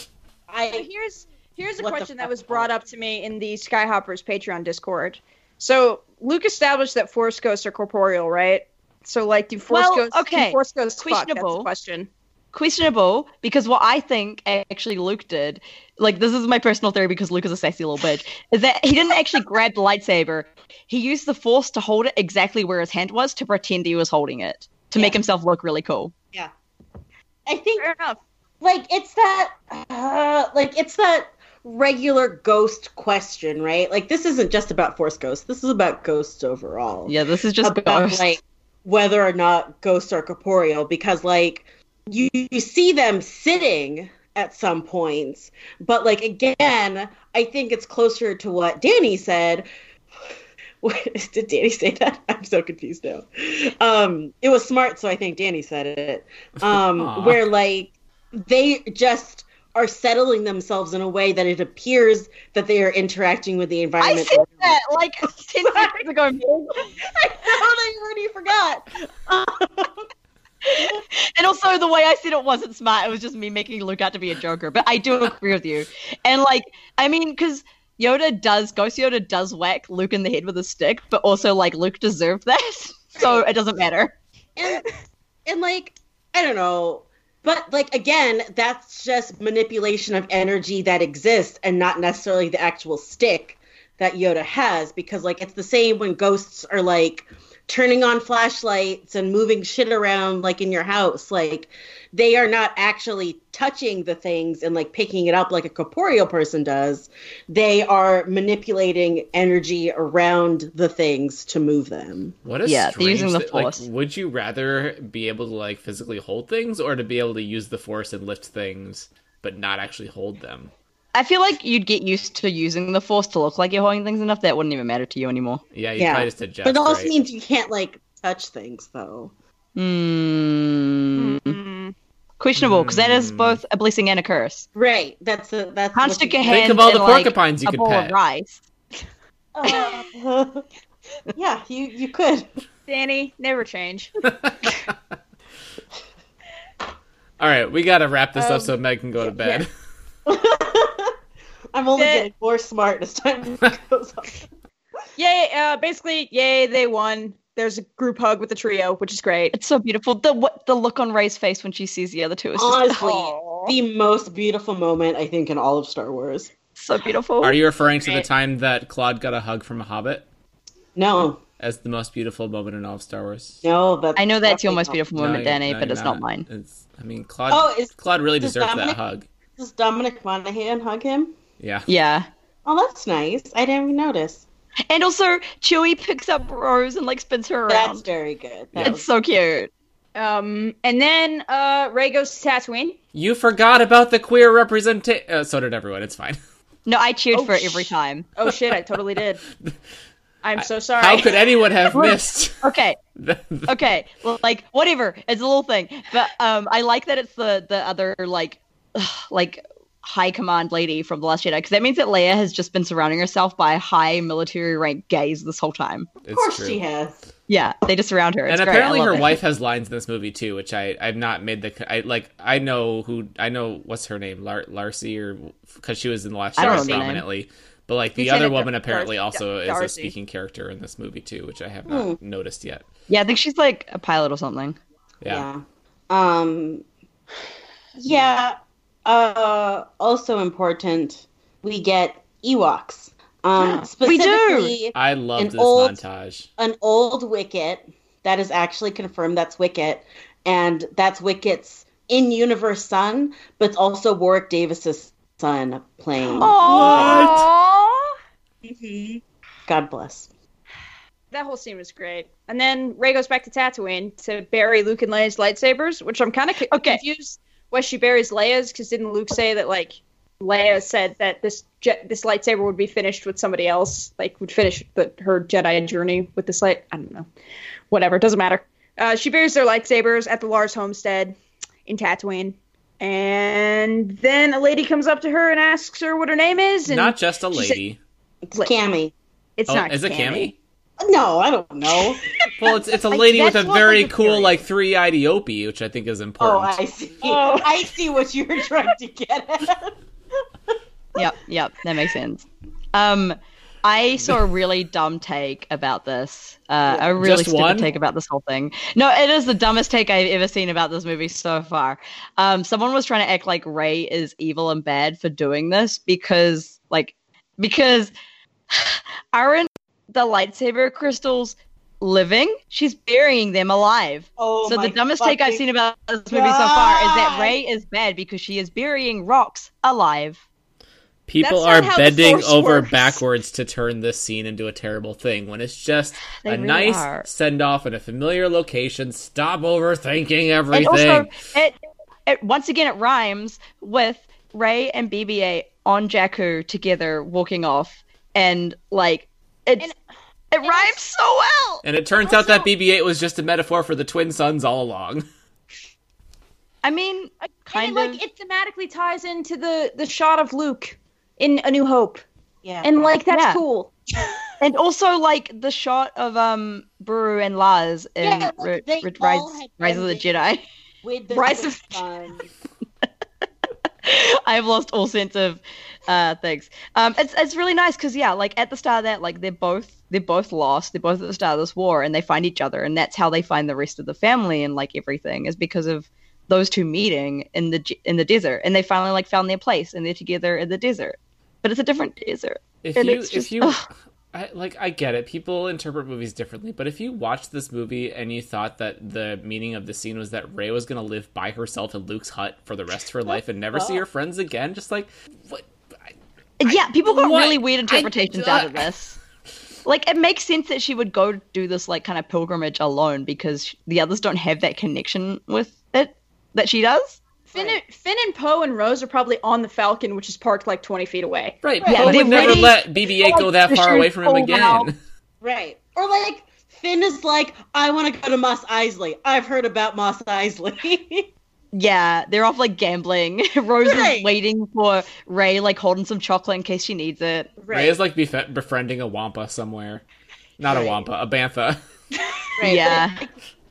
Speaker 1: I
Speaker 4: here's here's a
Speaker 1: What the
Speaker 4: question that
Speaker 1: fuck?
Speaker 4: was brought up to me in the Skyhoppers Patreon Discord. So Luke established that Force ghosts are corporeal, right? So like, do Force
Speaker 2: Well,
Speaker 4: ghosts?
Speaker 2: okay.
Speaker 4: do Force ghosts. Fuck, that's
Speaker 2: Questionable.
Speaker 4: the question.
Speaker 2: questionable because what I think actually Luke did, like this is my personal theory because Luke is a sassy little bitch, is that he didn't actually grab the lightsaber. He used the force to hold it exactly where his hand was to pretend he was holding it to make himself look really cool.
Speaker 1: I think
Speaker 4: Fair enough.
Speaker 1: like it's that uh, like it's that regular ghost question, right? Like this isn't just about Force ghosts. This is about ghosts overall.
Speaker 2: Yeah, this is just
Speaker 1: about
Speaker 2: ghost.
Speaker 1: like whether or not ghosts are corporeal because like you, you see them sitting at some points but like again i think it's closer to what danny said What- did danny say that i'm so confused now um it was smart so i think danny said it
Speaker 3: Aw.
Speaker 1: um where like they just are settling themselves in a way that it appears that they are interacting with the
Speaker 2: I
Speaker 1: environment
Speaker 2: said that like ten seconds ago.
Speaker 1: I know that you Oh, already forgot
Speaker 2: And also, the way I said it wasn't smart. It was just me making Luke out to be a joker. But I do agree with you. And like, I mean, because Yoda does, Ghost Yoda does whack Luke in the head with a stick, but also like Luke deserved that, so it doesn't matter.
Speaker 1: and and like I don't know, but like again, that's just manipulation of energy that exists and not necessarily the actual stick that Yoda has because like it's the same when ghosts are like turning on flashlights and moving shit around like in your house like they are not actually touching the things and like picking it up like a corporeal person does they are manipulating energy around the things to move them
Speaker 3: What a
Speaker 2: Yeah, they're
Speaker 3: strange
Speaker 2: using the
Speaker 3: thi-
Speaker 2: Force.
Speaker 3: Like, would you rather be able to like physically hold things, or to be able to use the force and lift things, but not actually hold them?
Speaker 2: I feel like you'd get used to using the Force to look like you're holding things enough that wouldn't even matter to you anymore.
Speaker 3: Yeah, you
Speaker 1: Yeah.
Speaker 3: probably just adjust.
Speaker 1: but it also
Speaker 3: right?
Speaker 1: means you can't like touch things though.
Speaker 2: Hmm. Questionable, because that is
Speaker 3: Hmm.
Speaker 2: both a blessing and a curse.
Speaker 1: Right. That's a, that's
Speaker 2: Can't
Speaker 1: what
Speaker 2: stick
Speaker 1: you-
Speaker 2: a hand
Speaker 3: think of all the
Speaker 2: in, like,
Speaker 3: porcupines you
Speaker 2: a
Speaker 3: could
Speaker 2: bowl
Speaker 3: pet.
Speaker 2: of rice.
Speaker 1: Uh, yeah, you you could.
Speaker 4: Danny, never change.
Speaker 3: All right, we gotta wrap this
Speaker 4: Um,
Speaker 3: up so Meg can go to bed.
Speaker 1: I'm only
Speaker 4: That-
Speaker 1: getting more smart as time goes on.
Speaker 4: Yay! Uh, basically, yay! They won. There's a group hug with the trio, which is great.
Speaker 2: It's so beautiful. The what the look on Ray's face when she sees the other two is just
Speaker 1: Honestly,
Speaker 4: Aw.
Speaker 1: the most beautiful moment I think in all of Star Wars.
Speaker 2: so beautiful.
Speaker 3: Are you referring to the
Speaker 4: Right.
Speaker 3: time that Claude got a hug from a hobbit
Speaker 1: No,
Speaker 3: as the most beautiful moment in all of Star Wars?
Speaker 1: no, that's
Speaker 2: I know that's your
Speaker 1: definitely
Speaker 2: most
Speaker 1: not-
Speaker 2: beautiful
Speaker 3: No,
Speaker 2: moment,
Speaker 3: you're-
Speaker 2: Danny,
Speaker 3: no,
Speaker 2: but
Speaker 3: you're
Speaker 2: it's not, mine.
Speaker 3: It's, I mean, Claude.
Speaker 1: Oh, is
Speaker 3: Claude really
Speaker 1: does
Speaker 3: deserved that
Speaker 1: Dominic-
Speaker 3: hug.
Speaker 1: does Dominic Monaghan hug him?
Speaker 3: Yeah.
Speaker 2: Yeah.
Speaker 1: Oh, that's nice. I didn't even notice.
Speaker 2: And also, Chewie picks up Rose and like spins her
Speaker 1: That's
Speaker 2: around.
Speaker 1: very good. That
Speaker 2: It's so cute.
Speaker 4: Um, and then uh, Ray goes to Tatooine.
Speaker 3: You forgot about the queer representation. Uh, so did everyone. It's fine.
Speaker 2: No, I cheered
Speaker 4: Oh,
Speaker 2: for it
Speaker 4: sh-
Speaker 2: every time.
Speaker 4: Oh shit! I totally did. I'm so sorry.
Speaker 3: How could anyone have missed?
Speaker 2: Okay,
Speaker 3: the- the-
Speaker 2: okay, well, like whatever. It's a little thing, but um, I like that it's the the other like, like high command lady from the Last Jedi because that means that Leia has just been surrounding herself by high military rank gays this whole time.
Speaker 1: of
Speaker 3: It's
Speaker 1: course
Speaker 3: true.
Speaker 1: she has.
Speaker 2: Yeah, they just surround her. It's
Speaker 3: and
Speaker 2: great. I
Speaker 3: apparently
Speaker 2: love
Speaker 3: her
Speaker 2: it.
Speaker 3: wife has lines in this movie too, which I I've not made the co- I like I know who I know what's her name Lar- Larcy or because she was in the last
Speaker 2: I don't
Speaker 3: Jedi
Speaker 2: remember the name.
Speaker 3: prominently, but like the
Speaker 4: Lieutenant
Speaker 3: other
Speaker 4: Dar-
Speaker 3: woman apparently
Speaker 4: Darcy-
Speaker 3: also is a
Speaker 4: Darcy.
Speaker 3: speaking character in this movie too, which I have not noticed yet.
Speaker 2: Yeah, I think she's like a pilot or something.
Speaker 3: Yeah.
Speaker 1: Yeah. Um Yeah. Uh also important, we get Ewoks. Um
Speaker 2: We do.
Speaker 1: specifically
Speaker 3: I loved
Speaker 1: An
Speaker 3: this
Speaker 1: old-
Speaker 3: montage.
Speaker 1: an old Wicket that is actually confirmed that's Wicket and that's Wicket's in universe son, but it's also Warwick Davis's son playing.
Speaker 2: Oh.
Speaker 1: Mm-hmm. God bless.
Speaker 4: That whole scene was great. And then Ray goes back to Tatooine to bury Luke and Leia's lightsabers, which I'm kind of co-
Speaker 2: Okay.
Speaker 4: confused why she buries Leia's because didn't Luke say that like Leia said that this je- this lightsaber would be finished with somebody else, like would finish the, her Jedi journey with this light? I don't know. Whatever, doesn't matter. Uh, she buries their lightsabers at the Lars homestead in Tatooine. And then a lady comes up to her and asks her what her name is. And
Speaker 3: Not just a
Speaker 4: she's
Speaker 3: lady.
Speaker 1: It's
Speaker 4: Wait.
Speaker 1: Cammy.
Speaker 4: it's
Speaker 3: oh,
Speaker 4: not
Speaker 3: is it Cammy?
Speaker 1: No, I don't know.
Speaker 3: Well, it's it's a
Speaker 4: Like,
Speaker 3: lady with a
Speaker 4: that's what
Speaker 3: very
Speaker 4: was
Speaker 3: cool
Speaker 4: curious.
Speaker 3: like three-eyed Iope, which I think is
Speaker 1: oh,
Speaker 3: important.
Speaker 1: I see.
Speaker 4: Oh.
Speaker 1: I see what you were trying to get at.
Speaker 2: yep, yep, that makes sense. Um, I saw a really dumb take about this. Uh, a really
Speaker 3: Just
Speaker 2: stupid
Speaker 3: one?
Speaker 2: take about this whole thing. No, it is the dumbest take I've ever seen about this movie so far. Um, someone was trying to act like Ray is evil and bad for doing this because, like, because aren't the lightsaber crystals living? She's burying them alive.
Speaker 1: Oh,
Speaker 2: so
Speaker 1: my
Speaker 2: the dumbest take I've
Speaker 1: fucking-
Speaker 2: seen about this movie so far is that
Speaker 1: God.
Speaker 2: Ray is bad because she is burying rocks alive.
Speaker 3: People
Speaker 4: That's
Speaker 3: are
Speaker 4: not how the
Speaker 3: bending
Speaker 4: Force
Speaker 3: over
Speaker 4: works.
Speaker 3: backwards to turn this scene into a terrible thing when it's just
Speaker 2: They
Speaker 3: a
Speaker 2: really
Speaker 3: nice
Speaker 2: are.
Speaker 3: send off in a familiar location. Stop overthinking
Speaker 2: And
Speaker 3: everything.
Speaker 2: also, it, it once again it rhymes with Ray and BB-8 on Jakku together walking off, and like it's,
Speaker 4: And-
Speaker 2: it rhymes so well.
Speaker 3: and it turns out that BB 8 was just a metaphor for the twin sons all along.
Speaker 2: I mean, kind
Speaker 4: and it,
Speaker 2: of.
Speaker 4: like it thematically ties into the the shot of Luke in A New Hope,
Speaker 1: Yeah.
Speaker 4: and like that's
Speaker 2: Yeah.
Speaker 4: cool.
Speaker 2: and also like the shot of um Buru and Laz in
Speaker 1: Yeah,
Speaker 2: Ri-
Speaker 1: like, they
Speaker 2: Ri-
Speaker 1: all
Speaker 2: Rise,
Speaker 1: had
Speaker 2: Rise of the
Speaker 1: bonding.
Speaker 2: Jedi.
Speaker 1: with the
Speaker 4: Rise
Speaker 1: Rise
Speaker 4: of-
Speaker 1: Sun.
Speaker 2: I've lost all sense of uh, things. Um, it's it's really nice because yeah, like at the start of that, like they're both they're both lost. They're both at the start of this war, and they find each other, and that's how they find the rest of the family and like everything is because of those two meeting in the j- in the desert, and they finally like found their place, and they're together in the desert. But it's a different desert.
Speaker 3: If
Speaker 2: And
Speaker 3: you,
Speaker 2: it's just-
Speaker 3: if you,
Speaker 2: ugh.
Speaker 3: I, like, I get it. People interpret movies differently, but if you watched this movie and you thought that the meaning of the scene was that Ray was going to live by herself in Luke's hut for the rest of her life and never see her friends again, just like, what?
Speaker 2: yeah, people got
Speaker 3: what?
Speaker 2: really weird
Speaker 3: I-
Speaker 2: interpretations out of this. Like it makes sense that she would go do this like kind of pilgrimage alone because the others don't have that connection with it that she does.
Speaker 4: Finn, and, Finn and Poe and Rose are probably on the Falcon, which is parked like twenty feet away.
Speaker 3: Right,
Speaker 2: Yeah,
Speaker 3: Poe
Speaker 2: they
Speaker 3: would never
Speaker 2: really-
Speaker 3: let BB 8 go that far away from him
Speaker 2: Oh,
Speaker 3: again.
Speaker 2: wow.
Speaker 1: Right. Or like Finn is like, I want to go to Moss Isley. I've heard about Moss Isley.
Speaker 2: Yeah, they're off like gambling. Rose
Speaker 1: Right.
Speaker 2: is waiting for Ray, like holding some chocolate in case she needs it.
Speaker 3: Ray is like bef- befriending a Wampa somewhere. Not a Wampa, a Bantha.
Speaker 2: Yeah,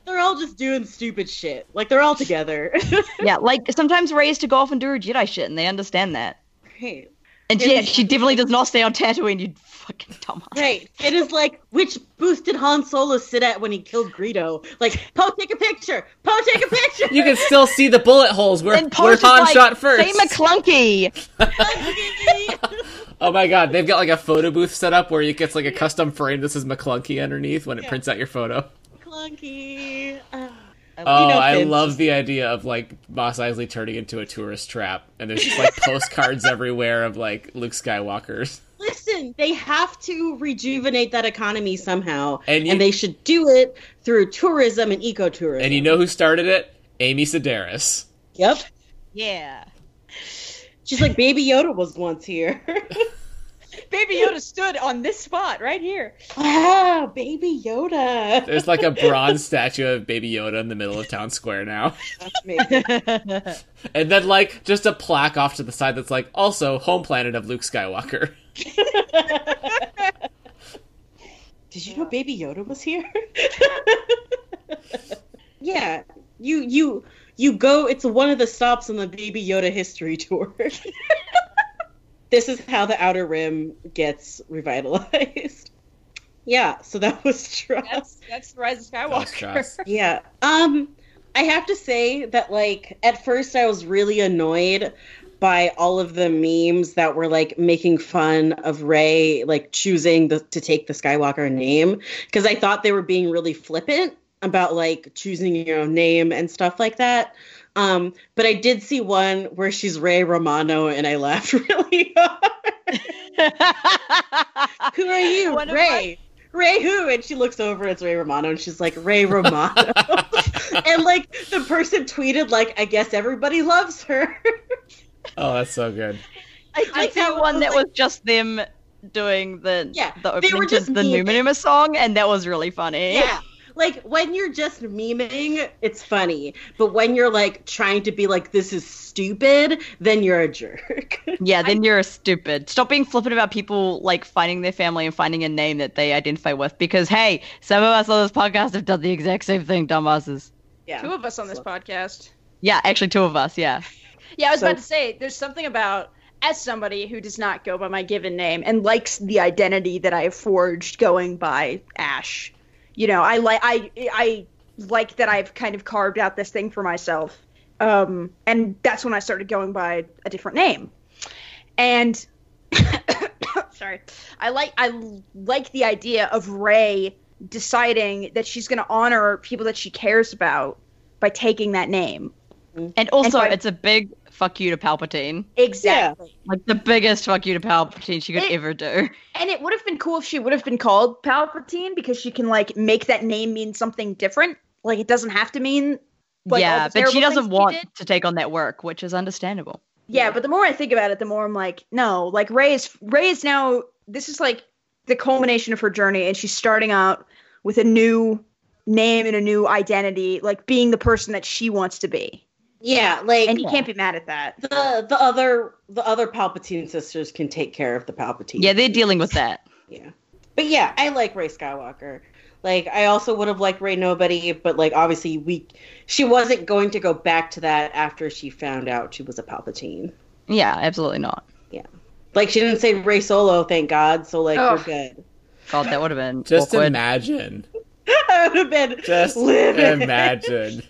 Speaker 1: They're all just doing stupid shit. Like they're all together.
Speaker 2: yeah. Like sometimes Ray is to go off and do her Jedi shit, and they understand that.
Speaker 1: right.
Speaker 2: And
Speaker 1: Yeah.
Speaker 2: yeah, she definitely does not stay on Tatooine. You fucking dumbass.
Speaker 1: Right. It is like, which booth did Han Solo sit at when he killed Greedo? Like, Poe, take a picture. Poe, take a picture.
Speaker 3: You can still see the bullet holes where,
Speaker 2: And
Speaker 3: where
Speaker 2: Poe's just
Speaker 3: Han
Speaker 2: like,
Speaker 3: shot first.
Speaker 2: Say McClunky.
Speaker 3: oh my god, they've got like a photo booth set up where it gets like a custom frame that says McClunky underneath when it prints out your photo.
Speaker 1: Clunky. Uh,
Speaker 3: Oh,
Speaker 1: know,
Speaker 3: I
Speaker 1: Finn's
Speaker 3: love
Speaker 1: just-
Speaker 3: the idea of like Moss Isley turning into a tourist trap, and there's just like postcards everywhere of like Luke Skywalker's.
Speaker 1: listen, they have to rejuvenate that economy somehow.
Speaker 3: And
Speaker 1: And,
Speaker 3: you-
Speaker 1: they should do it through tourism and ecotourism.
Speaker 3: And you know who started it? Amy Sedaris.
Speaker 1: Yep.
Speaker 2: Yeah.
Speaker 1: She's like, Baby Yoda was once here.
Speaker 4: Baby Yoda stood on this spot right here.
Speaker 1: wow, Ah, Baby Yoda.
Speaker 3: There's like a bronze statue of Baby Yoda in the middle of town square now. And then like just a plaque off to the side that's like also home planet of Luke Skywalker.
Speaker 1: Did you know Baby Yoda was here? yeah, you you you go. It's one of the stops on the Baby Yoda history tour. this is how the Outer Rim gets revitalized. Yeah, so that was trust.
Speaker 4: That's that's the Rise of
Speaker 3: was
Speaker 4: Skywalker.
Speaker 3: Trask.
Speaker 1: Yeah. Um I have to say that like at first I was really annoyed by all of the memes that were like making fun of Ray like choosing the, to take the Skywalker name because I thought they were being really flippant about like choosing your own name and stuff like that. Um but I did see one where she's Ray Romano and I laughed really hard. Who are you?
Speaker 2: One of
Speaker 1: Ray. Ray who? And she looks over, it's Ray Romano, and she's like, Ray Romano. and like the person tweeted, like, I guess everybody loves her.
Speaker 3: Oh, that's so good.
Speaker 2: I
Speaker 1: I
Speaker 2: did see
Speaker 1: thought it
Speaker 2: one
Speaker 1: was
Speaker 2: that
Speaker 1: like-
Speaker 2: was just them doing the
Speaker 1: Yeah,
Speaker 2: the
Speaker 1: they
Speaker 2: opening
Speaker 1: were
Speaker 2: to
Speaker 1: just
Speaker 2: the
Speaker 1: me
Speaker 2: Numa
Speaker 1: again.
Speaker 2: Numa song, and that was really funny.
Speaker 1: yeah. like when you're just memeing, it's funny. But when you're like trying to be like this is stupid, then you're a jerk.
Speaker 2: Yeah, then you're a stupid. Stop being flippant about people like finding their family and finding a name that they identify with because hey, some of us on this podcast have done the exact same thing, dumbasses.
Speaker 4: Two of us on this
Speaker 1: So-
Speaker 4: podcast.
Speaker 2: Yeah, actually two of us, yeah.
Speaker 4: Yeah, I was
Speaker 1: So-
Speaker 4: about to say, there's something about as somebody who does not go by my given name and likes the identity that I have forged going by Ash. You know, I like I I like that I've kind of carved out this thing for myself. Um, and that's when I started going by a different name. And sorry, I like I like the idea of Ray deciding that she's going to honor people that she cares about by taking that name.
Speaker 2: And also
Speaker 4: And by-
Speaker 2: it's a big fuck you to Palpatine.
Speaker 4: Exactly.
Speaker 2: Like the biggest fuck you to Palpatine she could
Speaker 4: It-
Speaker 2: ever do.
Speaker 4: And it would have been cool if she would have been called Palpatine because she can like make that name mean something different. Like it doesn't have to mean. Like, all
Speaker 2: yeah,
Speaker 4: the
Speaker 2: but she
Speaker 4: terrible
Speaker 2: doesn't
Speaker 4: things he
Speaker 2: want
Speaker 4: did.
Speaker 2: to take on that work, which is understandable.
Speaker 4: Yeah, but the more I think about it, the more I'm like, no. Like Ray is Ray is now. This is like the culmination of her journey, and she's starting out with a new name and a new identity, like being the person that she wants to be.
Speaker 1: yeah, like
Speaker 4: And you can't be mad at that.
Speaker 1: the the other the other Palpatine sisters can take care of the Palpatine.
Speaker 2: Yeah, they're dealing with that.
Speaker 1: Yeah. But yeah, I like Ray Skywalker. Like I also would have liked Ray Nobody, but like obviously we she wasn't going to go back to that after she found out she was a Palpatine.
Speaker 2: Yeah, absolutely not.
Speaker 1: Like she didn't say Ray Solo, thank God. So like
Speaker 4: Ugh.
Speaker 1: we're good.
Speaker 2: God, that would have been
Speaker 3: Just
Speaker 2: awkward.
Speaker 3: imagine.
Speaker 1: I would have been
Speaker 3: Just
Speaker 1: livid.
Speaker 3: imagine.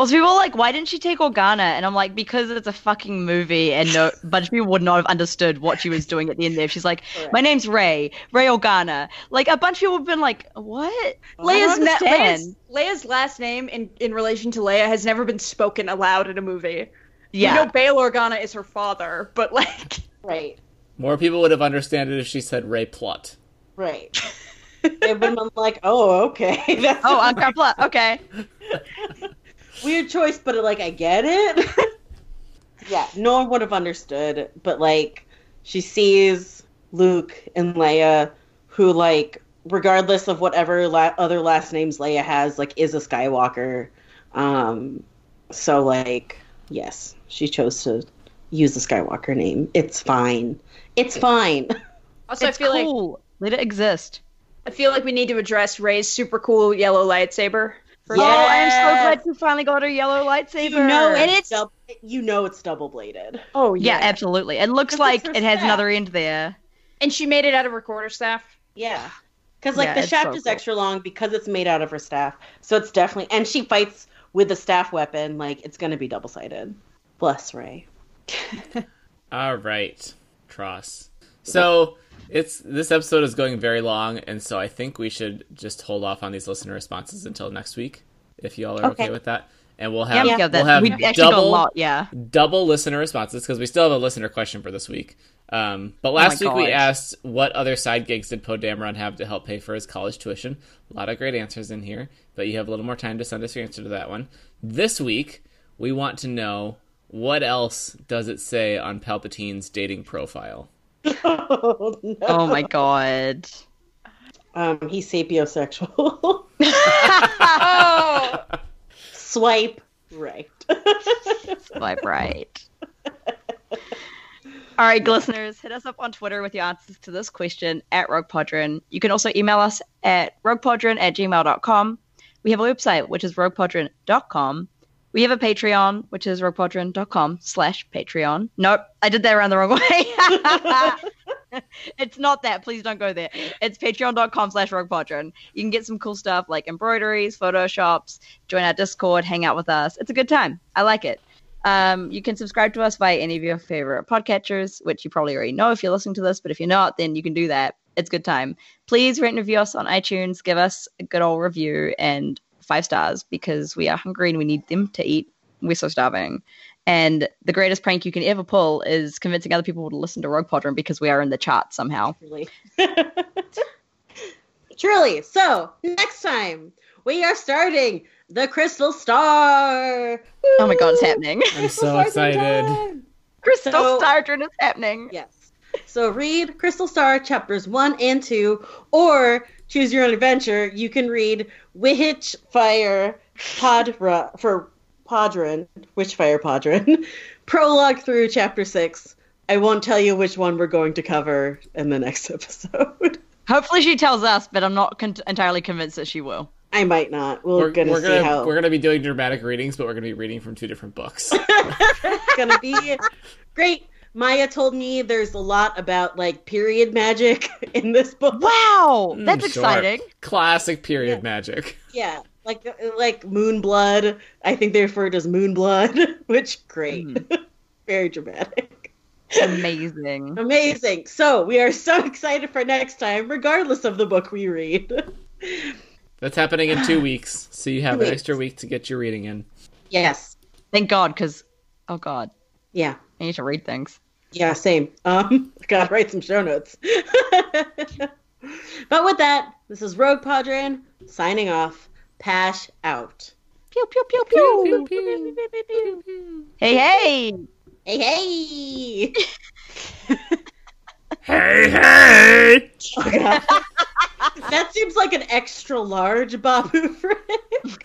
Speaker 2: Also, people were like, why didn't she take Organa? And I'm like, because it's a fucking movie, and no, a bunch of people would not have understood what she was doing at the end there. She's like, my name's Ray, Ray Organa. Like, a bunch of people would have been like, what?
Speaker 4: Leia's,
Speaker 2: don't
Speaker 4: na-
Speaker 2: understand.
Speaker 4: Leia's, Leia's last name in, in relation to Leia has never been spoken aloud in a movie.
Speaker 2: Yeah.
Speaker 4: We know Bail Organa is her father, but like
Speaker 1: Right.
Speaker 3: More people would have understood it if she said Ray Plutt.
Speaker 1: Right. they would have been like, Oh, okay. That's
Speaker 2: oh,
Speaker 1: a
Speaker 2: I'm Kapla. Okay.
Speaker 1: weird choice, but like I get it. yeah, no one would have understood, but like she sees Luke and Leia, who like regardless of whatever la- other last names Leia has, like is a Skywalker. Um, so like yes, she chose to use the Skywalker name. It's fine. It's fine.
Speaker 4: also
Speaker 2: it's
Speaker 4: I feel like
Speaker 2: cool. Let it exist.
Speaker 4: I feel like we need to address Ray's super cool yellow lightsaber.
Speaker 2: Oh, I am
Speaker 1: Yes.
Speaker 2: so glad you finally got her yellow lightsaber.
Speaker 1: You know
Speaker 2: and
Speaker 1: it's,
Speaker 2: it's
Speaker 1: double, you know it's double bladed.
Speaker 4: Oh
Speaker 2: yeah, absolutely. It looks
Speaker 1: Because
Speaker 2: like
Speaker 1: it's her
Speaker 2: it has
Speaker 1: staff.
Speaker 2: another end there.
Speaker 4: and she made it out of her quarter staff.
Speaker 1: Yeah. Because like
Speaker 2: Yeah,
Speaker 1: the
Speaker 2: it's
Speaker 1: shaft
Speaker 2: so
Speaker 1: is
Speaker 2: cool.
Speaker 1: extra long because it's made out of her staff. So it's definitely and she fights with the staff weapon, like it's gonna be double sided. Bless Ray.
Speaker 3: All right, Tross. So it's this episode is going very long, and so I think we should just hold off on these listener responses until next week, if y'all are okay,
Speaker 1: Okay.
Speaker 3: with that. And we'll
Speaker 2: Yeah,
Speaker 3: have
Speaker 2: yeah,
Speaker 3: we'll
Speaker 2: that
Speaker 3: have
Speaker 2: we actually got a
Speaker 3: double
Speaker 2: lot. Yeah,
Speaker 3: double listener responses because we still have a listener question for this week. Um, but
Speaker 1: Oh
Speaker 3: last
Speaker 2: my
Speaker 3: week we
Speaker 2: God.
Speaker 3: asked what other side gigs did Poe Dameron have to help pay for his college tuition. A lot of great answers in here, but you have a little more time to send us your answer to that one. This week we want to know what else does it say on Palpatine's dating profile.
Speaker 1: oh no.
Speaker 2: Oh my god.
Speaker 1: Um he's sapiosexual.
Speaker 4: Oh,
Speaker 1: Swipe right.
Speaker 2: Vibe right. All right, listeners, hit us up on Twitter with your answers to this question at RoguePodron. You can also email us at roguepodron at gmail.com. We have a website, which is roguepodron.com. We have a Patreon, which is roguepodron.com slash Patreon. Nope, I did that around the wrong way. it's not that. Please don't go there. It's patreon.com slash roguepodron. You can get some cool stuff like embroideries, photoshops, join our Discord, hang out with us. It's a good time. I like it. Um, you can subscribe to us via any of your favorite podcatchers, which you probably already know if you're listening to this, but if you're not, then you can do that. It's a good time. Please rate and review us on iTunes. Give us a good old review and five stars because we are hungry and we need them to eat. We're so starving. And the greatest prank you can ever pull is convincing other people to listen to Rogue Podron because we are in the chart somehow.
Speaker 1: Truly. Truly. So next time we are starting the Crystal Star.
Speaker 2: Oh my god, it's
Speaker 1: Woo!
Speaker 2: happening.
Speaker 3: I'm
Speaker 1: Crystal
Speaker 3: so
Speaker 1: Star's in
Speaker 3: excited.
Speaker 1: time.
Speaker 2: Crystal
Speaker 1: So-
Speaker 2: Stardron is happening.
Speaker 1: Yes. So read Crystal Star chapters one and two, or Choose Your Own Adventure, you can read Witch Fire Podra for Podrin, Witchfire Podrin, prologue through chapter six. I won't tell you which one we're going to cover in the next episode.
Speaker 2: Hopefully she tells us, but I'm not con- entirely convinced that she will.
Speaker 1: I might not. We're,
Speaker 3: We're,
Speaker 1: gonna
Speaker 3: we're
Speaker 1: see
Speaker 3: gonna
Speaker 1: how
Speaker 3: we're gonna be doing dramatic readings, but we're gonna be reading from two different books.
Speaker 1: it's gonna be. Great. Maya told me there's a lot about like period magic in this book.
Speaker 2: Wow, that's
Speaker 3: Mm, sure.
Speaker 2: exciting.
Speaker 3: Classic period magic.
Speaker 1: Yeah, like like moon blood. I think they refer to as moon blood, which great, very dramatic,
Speaker 2: Amazing.
Speaker 1: amazing. So we are so excited for next time, regardless of the book we read.
Speaker 3: That's happening in two weeks, so you have
Speaker 1: Two
Speaker 3: an extra week to get your reading in.
Speaker 1: Yes.
Speaker 2: Thank God, because oh God,
Speaker 1: Yeah.
Speaker 2: I need to read things.
Speaker 1: Yeah. Same. Um. Gotta write some show notes. but with that, this is Rogue Padron signing off. Pash out.
Speaker 2: Pew pew pew pew. Hey hey.
Speaker 1: Hey hey.
Speaker 3: Hey hey!
Speaker 1: Oh, that seems like an extra large Babu friend.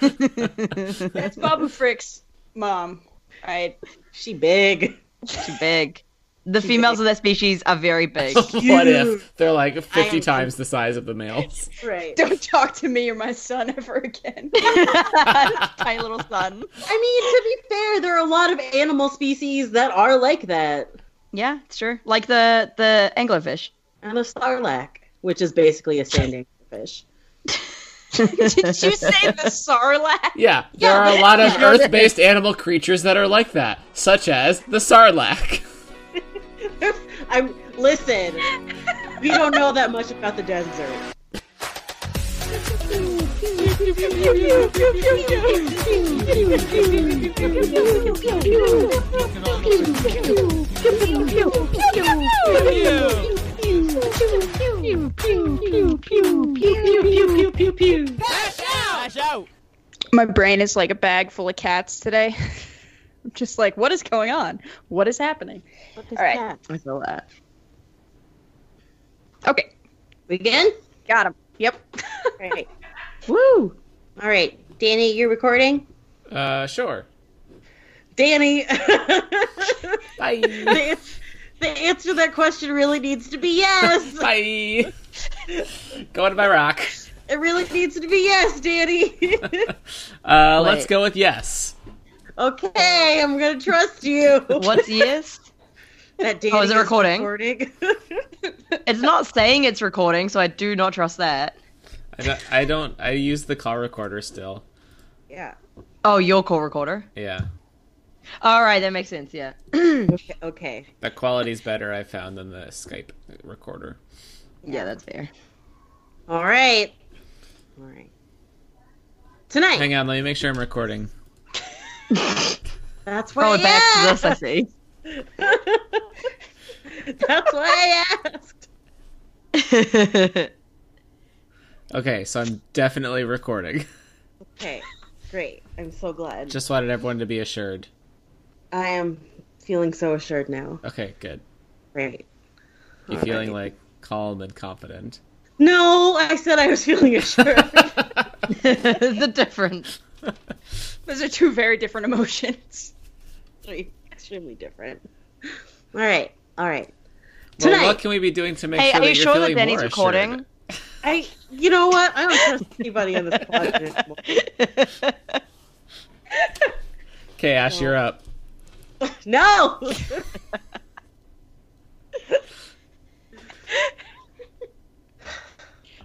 Speaker 4: That's Babu Frick's mom. All right.
Speaker 1: She big.
Speaker 2: Too big. The females of that species are very big.
Speaker 3: what if they're like
Speaker 1: I
Speaker 3: fifty
Speaker 1: am-
Speaker 3: times the size of the males?
Speaker 1: Right.
Speaker 4: Don't talk to me or my son ever again.
Speaker 2: Tiny little son.
Speaker 1: I mean, to be fair, there are a lot of animal species that are like that.
Speaker 2: Yeah, sure. Like the the anglerfish.
Speaker 1: And a sarlacc, which is basically a standing fish.
Speaker 4: Did you say the Sarlacc?
Speaker 3: Yeah, there are a lot of Earth-based animal creatures that are like that, such as the sarlacc.
Speaker 1: I'm listen. We don't know that much about the desert.
Speaker 4: My brain is like a bag full of cats today. I'm just like, what is going on? What is happening? All right.
Speaker 2: I feel that.
Speaker 4: Okay.
Speaker 1: We good?
Speaker 4: Got him. Yep.
Speaker 1: All right.
Speaker 2: Woo.
Speaker 1: All right. Danny, you're recording?
Speaker 3: Uh, sure.
Speaker 1: Danny.
Speaker 3: Bye.
Speaker 1: the, the answer to that question really needs to be yes.
Speaker 3: Bye. Going to my rock.
Speaker 1: It really needs to be yes, Danny.
Speaker 3: Uh, let's
Speaker 2: Wait.
Speaker 3: go with yes.
Speaker 1: okay, I'm gonna trust you.
Speaker 2: What's yes?
Speaker 1: That Danny
Speaker 2: Oh, is it recording?
Speaker 1: recording?
Speaker 2: It's not saying it's recording, so I do not trust that.
Speaker 3: I don't, I don't. I use the call recorder still.
Speaker 1: yeah.
Speaker 2: Oh, your call recorder.
Speaker 3: Yeah,
Speaker 2: All right, that makes sense. Yeah.
Speaker 1: Okay. okay.
Speaker 3: the quality's better. I found than the Skype recorder.
Speaker 2: Yeah, that's fair.
Speaker 1: All right. All right. Tonight.
Speaker 3: Hang on, let me make sure I'm recording.
Speaker 1: That's why.
Speaker 2: Oh,
Speaker 1: I
Speaker 2: back to
Speaker 1: asked.
Speaker 2: this, I see.
Speaker 1: That's why I asked.
Speaker 3: Okay, so I'm definitely recording.
Speaker 1: Okay. Great. I'm so glad.
Speaker 3: Just wanted everyone to be assured.
Speaker 1: I am feeling so assured now.
Speaker 3: Okay, good.
Speaker 1: Right.
Speaker 3: You feeling like calm and confident?
Speaker 1: No, I said I was feeling assured.
Speaker 2: the difference.
Speaker 4: Those are two very different emotions.
Speaker 1: Extremely different. All right. All right.
Speaker 3: Well,
Speaker 1: Tonight.
Speaker 3: what can we be doing to make
Speaker 2: Hey,
Speaker 3: sure
Speaker 2: are you
Speaker 3: that you're
Speaker 2: sure that
Speaker 3: feeling
Speaker 2: Danny's
Speaker 3: more
Speaker 2: recording?
Speaker 3: assured?
Speaker 1: I. You know what? I don't trust anybody on this podcast anymore.
Speaker 3: Okay, Ash, you're up.
Speaker 1: No.